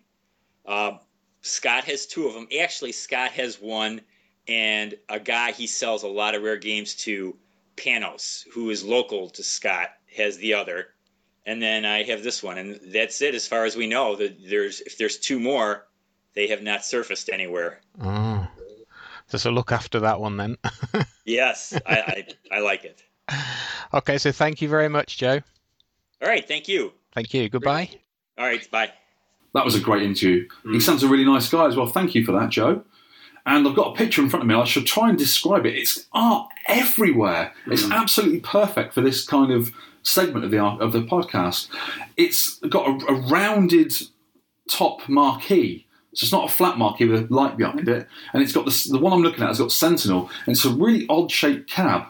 Speaker 9: Uh, Scott has two of them. Actually, Scott has one, and a guy he sells a lot of rare games to, Panos, who is local to Scott, has the other. And then I have this one, and that's it as far as we know. That there's if there's two more, they have not surfaced anywhere.
Speaker 8: Oh. So, so look after that one then. [laughs]
Speaker 9: Yes, I, I, I like it.
Speaker 8: okay, so thank you very much, Joe.
Speaker 9: All right, thank you.
Speaker 8: Thank you. Goodbye.
Speaker 9: All right, bye.
Speaker 3: That was a great interview. He sounds a really nice guy as well. Thank you for that, Joe. And I've got a picture in front of me. I should try and describe it. It's art everywhere. It's absolutely perfect for this kind of segment of the art- of the podcast. It's got a, a rounded top marquee. So it's not a flat marquee with a light behind it. And it's got this, the one I'm looking at has got Sentinel, and it's a really odd shaped cab.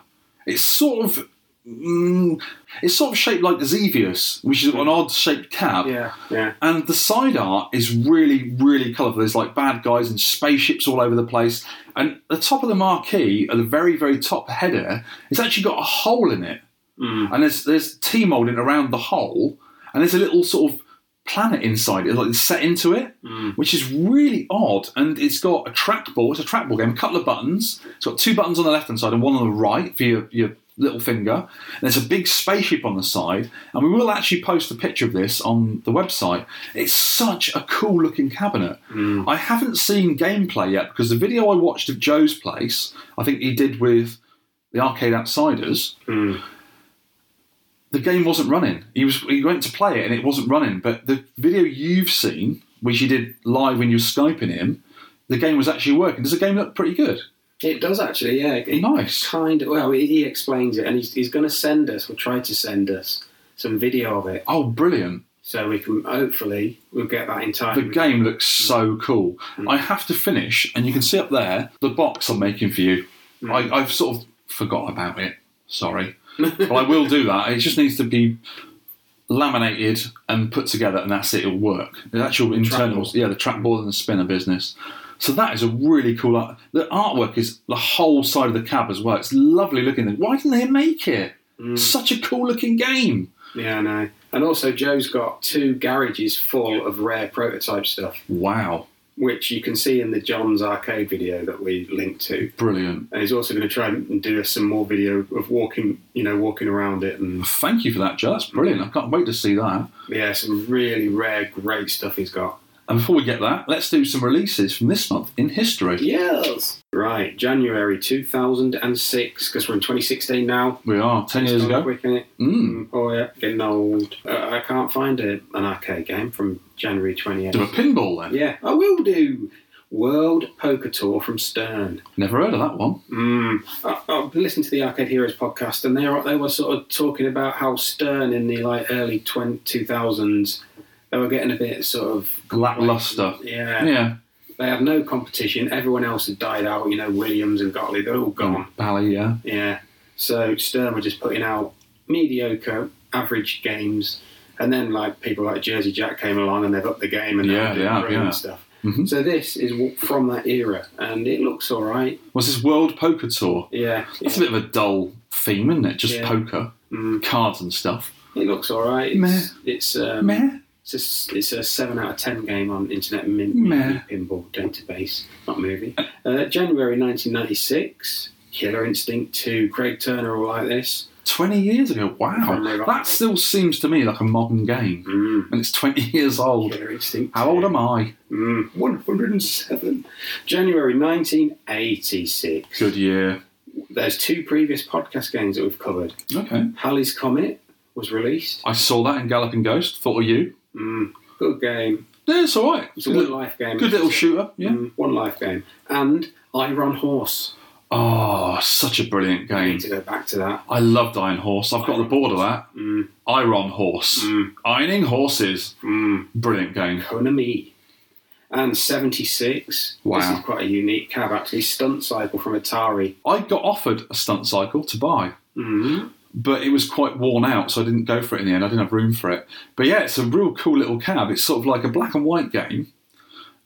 Speaker 3: It's sort of mm, it's sort of shaped like Xevious, which is an odd shaped cab.
Speaker 4: Yeah, yeah.
Speaker 3: And the side art is really, really colourful. There's like bad guys and spaceships all over the place. And the top of the marquee, at the very, very top header, it's actually got a hole in it. And there's there's tea moulding around the hole, and there's a little sort of planet inside it, like set into it, which is really odd. And it's got a trackball. It's a trackball game. A couple of buttons. It's got two buttons on the left hand side and one on the right for your your little finger. And there's a big spaceship on the side. And we will actually post a picture of this on the website. It's such a cool looking cabinet. I haven't seen gameplay yet because the video I watched of Joe's place, I think he did with the Arcade Outsiders the game wasn't running. He was he went to play it and it wasn't running. But the video you've seen, which you did live when you were skyping him, the game was actually working. Does the game look pretty good?
Speaker 4: It does actually, yeah. It
Speaker 3: Nice.
Speaker 4: Kind of. Well, he he explains it, and he's, he's going to send us, or try to send us, some video of it,
Speaker 3: Oh, brilliant!
Speaker 4: so we can hopefully we'll get that in time.
Speaker 3: The game looks so cool. I have to finish, and you can see up there the box I'm making for you. I, I've sort of forgot about it. Sorry, but I will do that. It just needs to be laminated and put together, and that's it. It'll work. The actual internals, yeah, the trackball and the spinner business. So that is a really cool art. The artwork is the whole side of the cab as well. It's lovely looking. Why didn't they make it? Such a cool looking game.
Speaker 4: Yeah, I know. And also, Joe's got two garages full of rare prototype stuff,
Speaker 3: Wow,
Speaker 4: which you can see in the John's arcade video that we linked to.
Speaker 3: brilliant.
Speaker 4: And he's also going to try and do us some more video of walking, you know, walking around it, and
Speaker 3: Thank you for that, Joe. That's brilliant. I can't wait to see that.
Speaker 4: yeah, some really rare, great stuff he's got.
Speaker 3: And before we get that, let's do some releases from this month in history.
Speaker 4: Yes. Right, January 2006, because we're in 2016 now.
Speaker 3: We are ten years
Speaker 4: Going
Speaker 3: ago.
Speaker 4: Quick, innit?
Speaker 3: Mm.
Speaker 4: Oh, yeah, getting old. Uh, I can't find a, an arcade game from January
Speaker 3: Do a
Speaker 4: 28th.
Speaker 3: pinball then.
Speaker 4: Yeah, I will do. World Poker Tour from Stern.
Speaker 3: Never heard of that one.
Speaker 4: Mm. I, I listened to the Arcade Heroes podcast, and they were, they were sort of talking about how Stern in the like early 20, 2000s, they were getting a bit sort of
Speaker 3: Lackluster.
Speaker 4: yeah.
Speaker 3: Yeah.
Speaker 4: They had no competition. Everyone else had died out. You know, Williams and Gottlieb, they're all gone.
Speaker 3: Bally, yeah.
Speaker 4: Yeah. So Stern were just putting out mediocre, average games, and then like people like Jersey Jack came along and they've upped the game and
Speaker 3: Yeah,
Speaker 4: they're doing
Speaker 3: they have,
Speaker 4: brilliant
Speaker 3: yeah. Mm-hmm.
Speaker 4: stuff. So this is w- from that era, and it looks all right.
Speaker 3: Was this World Poker Tour?
Speaker 4: Yeah,
Speaker 3: That's a
Speaker 4: yeah.
Speaker 3: bit of a dull theme, isn't it? Just
Speaker 4: Yeah. Mm.
Speaker 3: poker, cards and stuff.
Speaker 4: it looks all right. It's it's, um,
Speaker 3: Meh.
Speaker 4: it's, a, s- it's a seven out of ten game on Internet Min-
Speaker 3: Meh.
Speaker 4: Mini Pinball database, not movie. Uh, January 1996, Killer Instinct 2. Craig Turner will like this.
Speaker 3: 20 years ago,
Speaker 4: From
Speaker 3: wow.
Speaker 4: Revival.
Speaker 3: That still seems to me like a modern game.
Speaker 4: Mm.
Speaker 3: And it's 20 [laughs] years old.
Speaker 4: Killer Instinct.
Speaker 3: How old am I?
Speaker 4: Mm. 107. January 1986.
Speaker 3: Good year.
Speaker 4: There's two previous podcast games that we've covered.
Speaker 3: Okay.
Speaker 4: Halley's Comet was released.
Speaker 3: I saw that in Galloping Ghost. Thought of you.
Speaker 4: Good game.
Speaker 3: Yeah, it's all right.
Speaker 4: It's a good life game.
Speaker 3: Good little shooter. Yeah.
Speaker 4: Mm, one life game. And Iron Horse.
Speaker 3: Oh, such a brilliant game.
Speaker 4: Need to go back to that.
Speaker 3: I loved Iron Horse. I've got the board of that. Iron Horse. Ironing horses. Brilliant game.
Speaker 4: Konami. And 76. This
Speaker 3: Wow.
Speaker 4: is quite a unique cab, actually. Stunt Cycle from Atari.
Speaker 3: I got offered a stunt cycle to buy, Mm-hmm. but it was quite worn out, so I didn't go for it in the end. I didn't have room for it. But yeah, it's a real cool little cab. It's sort of like a black and white game,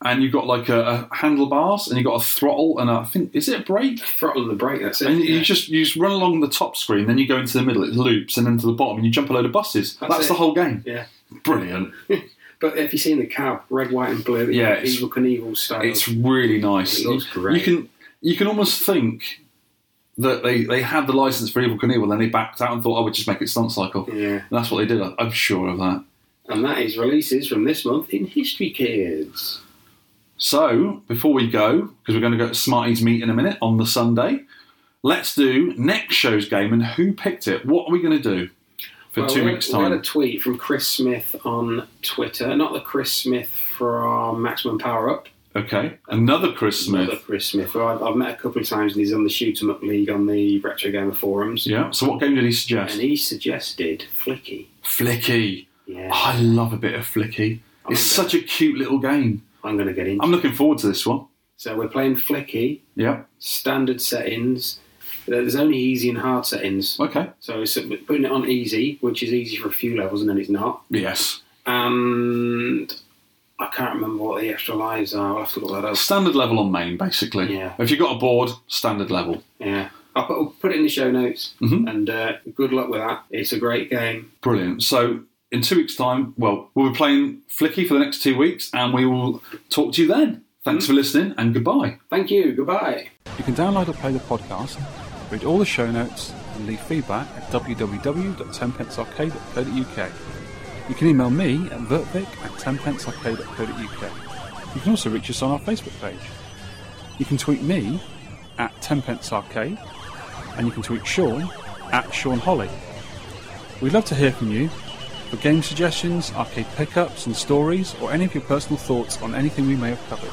Speaker 3: and you've got like a, a handlebars, and you've got a throttle, and a- I think is it a brake?
Speaker 4: Throttle and the brake, that's it.
Speaker 3: And you
Speaker 4: yeah.
Speaker 3: just you just run along the top screen, then you go into the middle, it loops, and then to the bottom, and you jump a load of buses. That's,
Speaker 4: That's it.
Speaker 3: the whole game.
Speaker 4: Yeah.
Speaker 3: Brilliant.
Speaker 4: But have you seen the cab? Red, white, and blue.
Speaker 3: Yeah, it's-
Speaker 4: Evil Knievel style.
Speaker 3: It's really nice.
Speaker 4: It looks
Speaker 3: You-
Speaker 4: great.
Speaker 3: You can you can almost think that they, they had the license for Evil Knievel, then they backed out and thought, oh, we'll just make it Stunt Cycle.
Speaker 4: Yeah.
Speaker 3: And that's what they did. I- I'm sure of that.
Speaker 4: And that is releases from this month in History Kids.
Speaker 3: So before we go, because we're going to go to Smarties Meet in a minute on the Sunday, let's do next show's game and who picked it. What are we going to do for
Speaker 4: Well,
Speaker 3: two
Speaker 4: we-
Speaker 3: weeks'
Speaker 4: We had a
Speaker 3: time?
Speaker 4: tweet from Chris Smith on Twitter. Not the Chris Smith from Maximum Power Up.
Speaker 3: okay, another Chris Smith.
Speaker 4: Another Chris Smith. who I've, I've met a couple of times and he's on the Shoot 'em Up League on the Retro Gamer forums.
Speaker 3: Yeah. So what game did he suggest?
Speaker 4: And he suggested Flicky.
Speaker 3: Flicky.
Speaker 4: Yeah.
Speaker 3: Oh, I love a bit of Flicky. It's such a cute little game.
Speaker 4: I'm going to get into
Speaker 3: I'm looking forward to this one.
Speaker 4: So we're playing Flicky,
Speaker 3: Yeah.
Speaker 4: standard settings. There's only easy and hard settings.
Speaker 3: Okay.
Speaker 4: So it's putting it on easy, which is easy for a few levels and then it's not.
Speaker 3: Yes.
Speaker 4: And I can't remember what the extra lives are. I'll have to look that up.
Speaker 3: Standard level on main, basically.
Speaker 4: Yeah.
Speaker 3: If you've got a board, standard level.
Speaker 4: Yeah. I'll put, I'll put it in the show notes.
Speaker 3: Mhm.
Speaker 4: And uh, good luck with that. It's a great game.
Speaker 3: Brilliant. So in two weeks' time, well, we'll be playing Flicky for the next two weeks, and we will talk to you then. Thanks for listening, and goodbye.
Speaker 4: Thank you. Goodbye.
Speaker 2: You can download or play the podcast, read all the show notes, and leave feedback at www.tenpencearcade.co.uk. You can email me at vertvic at tenpencearcade.co.uk. You can also reach us on our Facebook page. You can tweet me at tenpencearcade, and you can tweet Sean at Sean Holly. We'd love to hear from you for game suggestions, arcade pickups and stories, or any of your personal thoughts on anything we may have covered.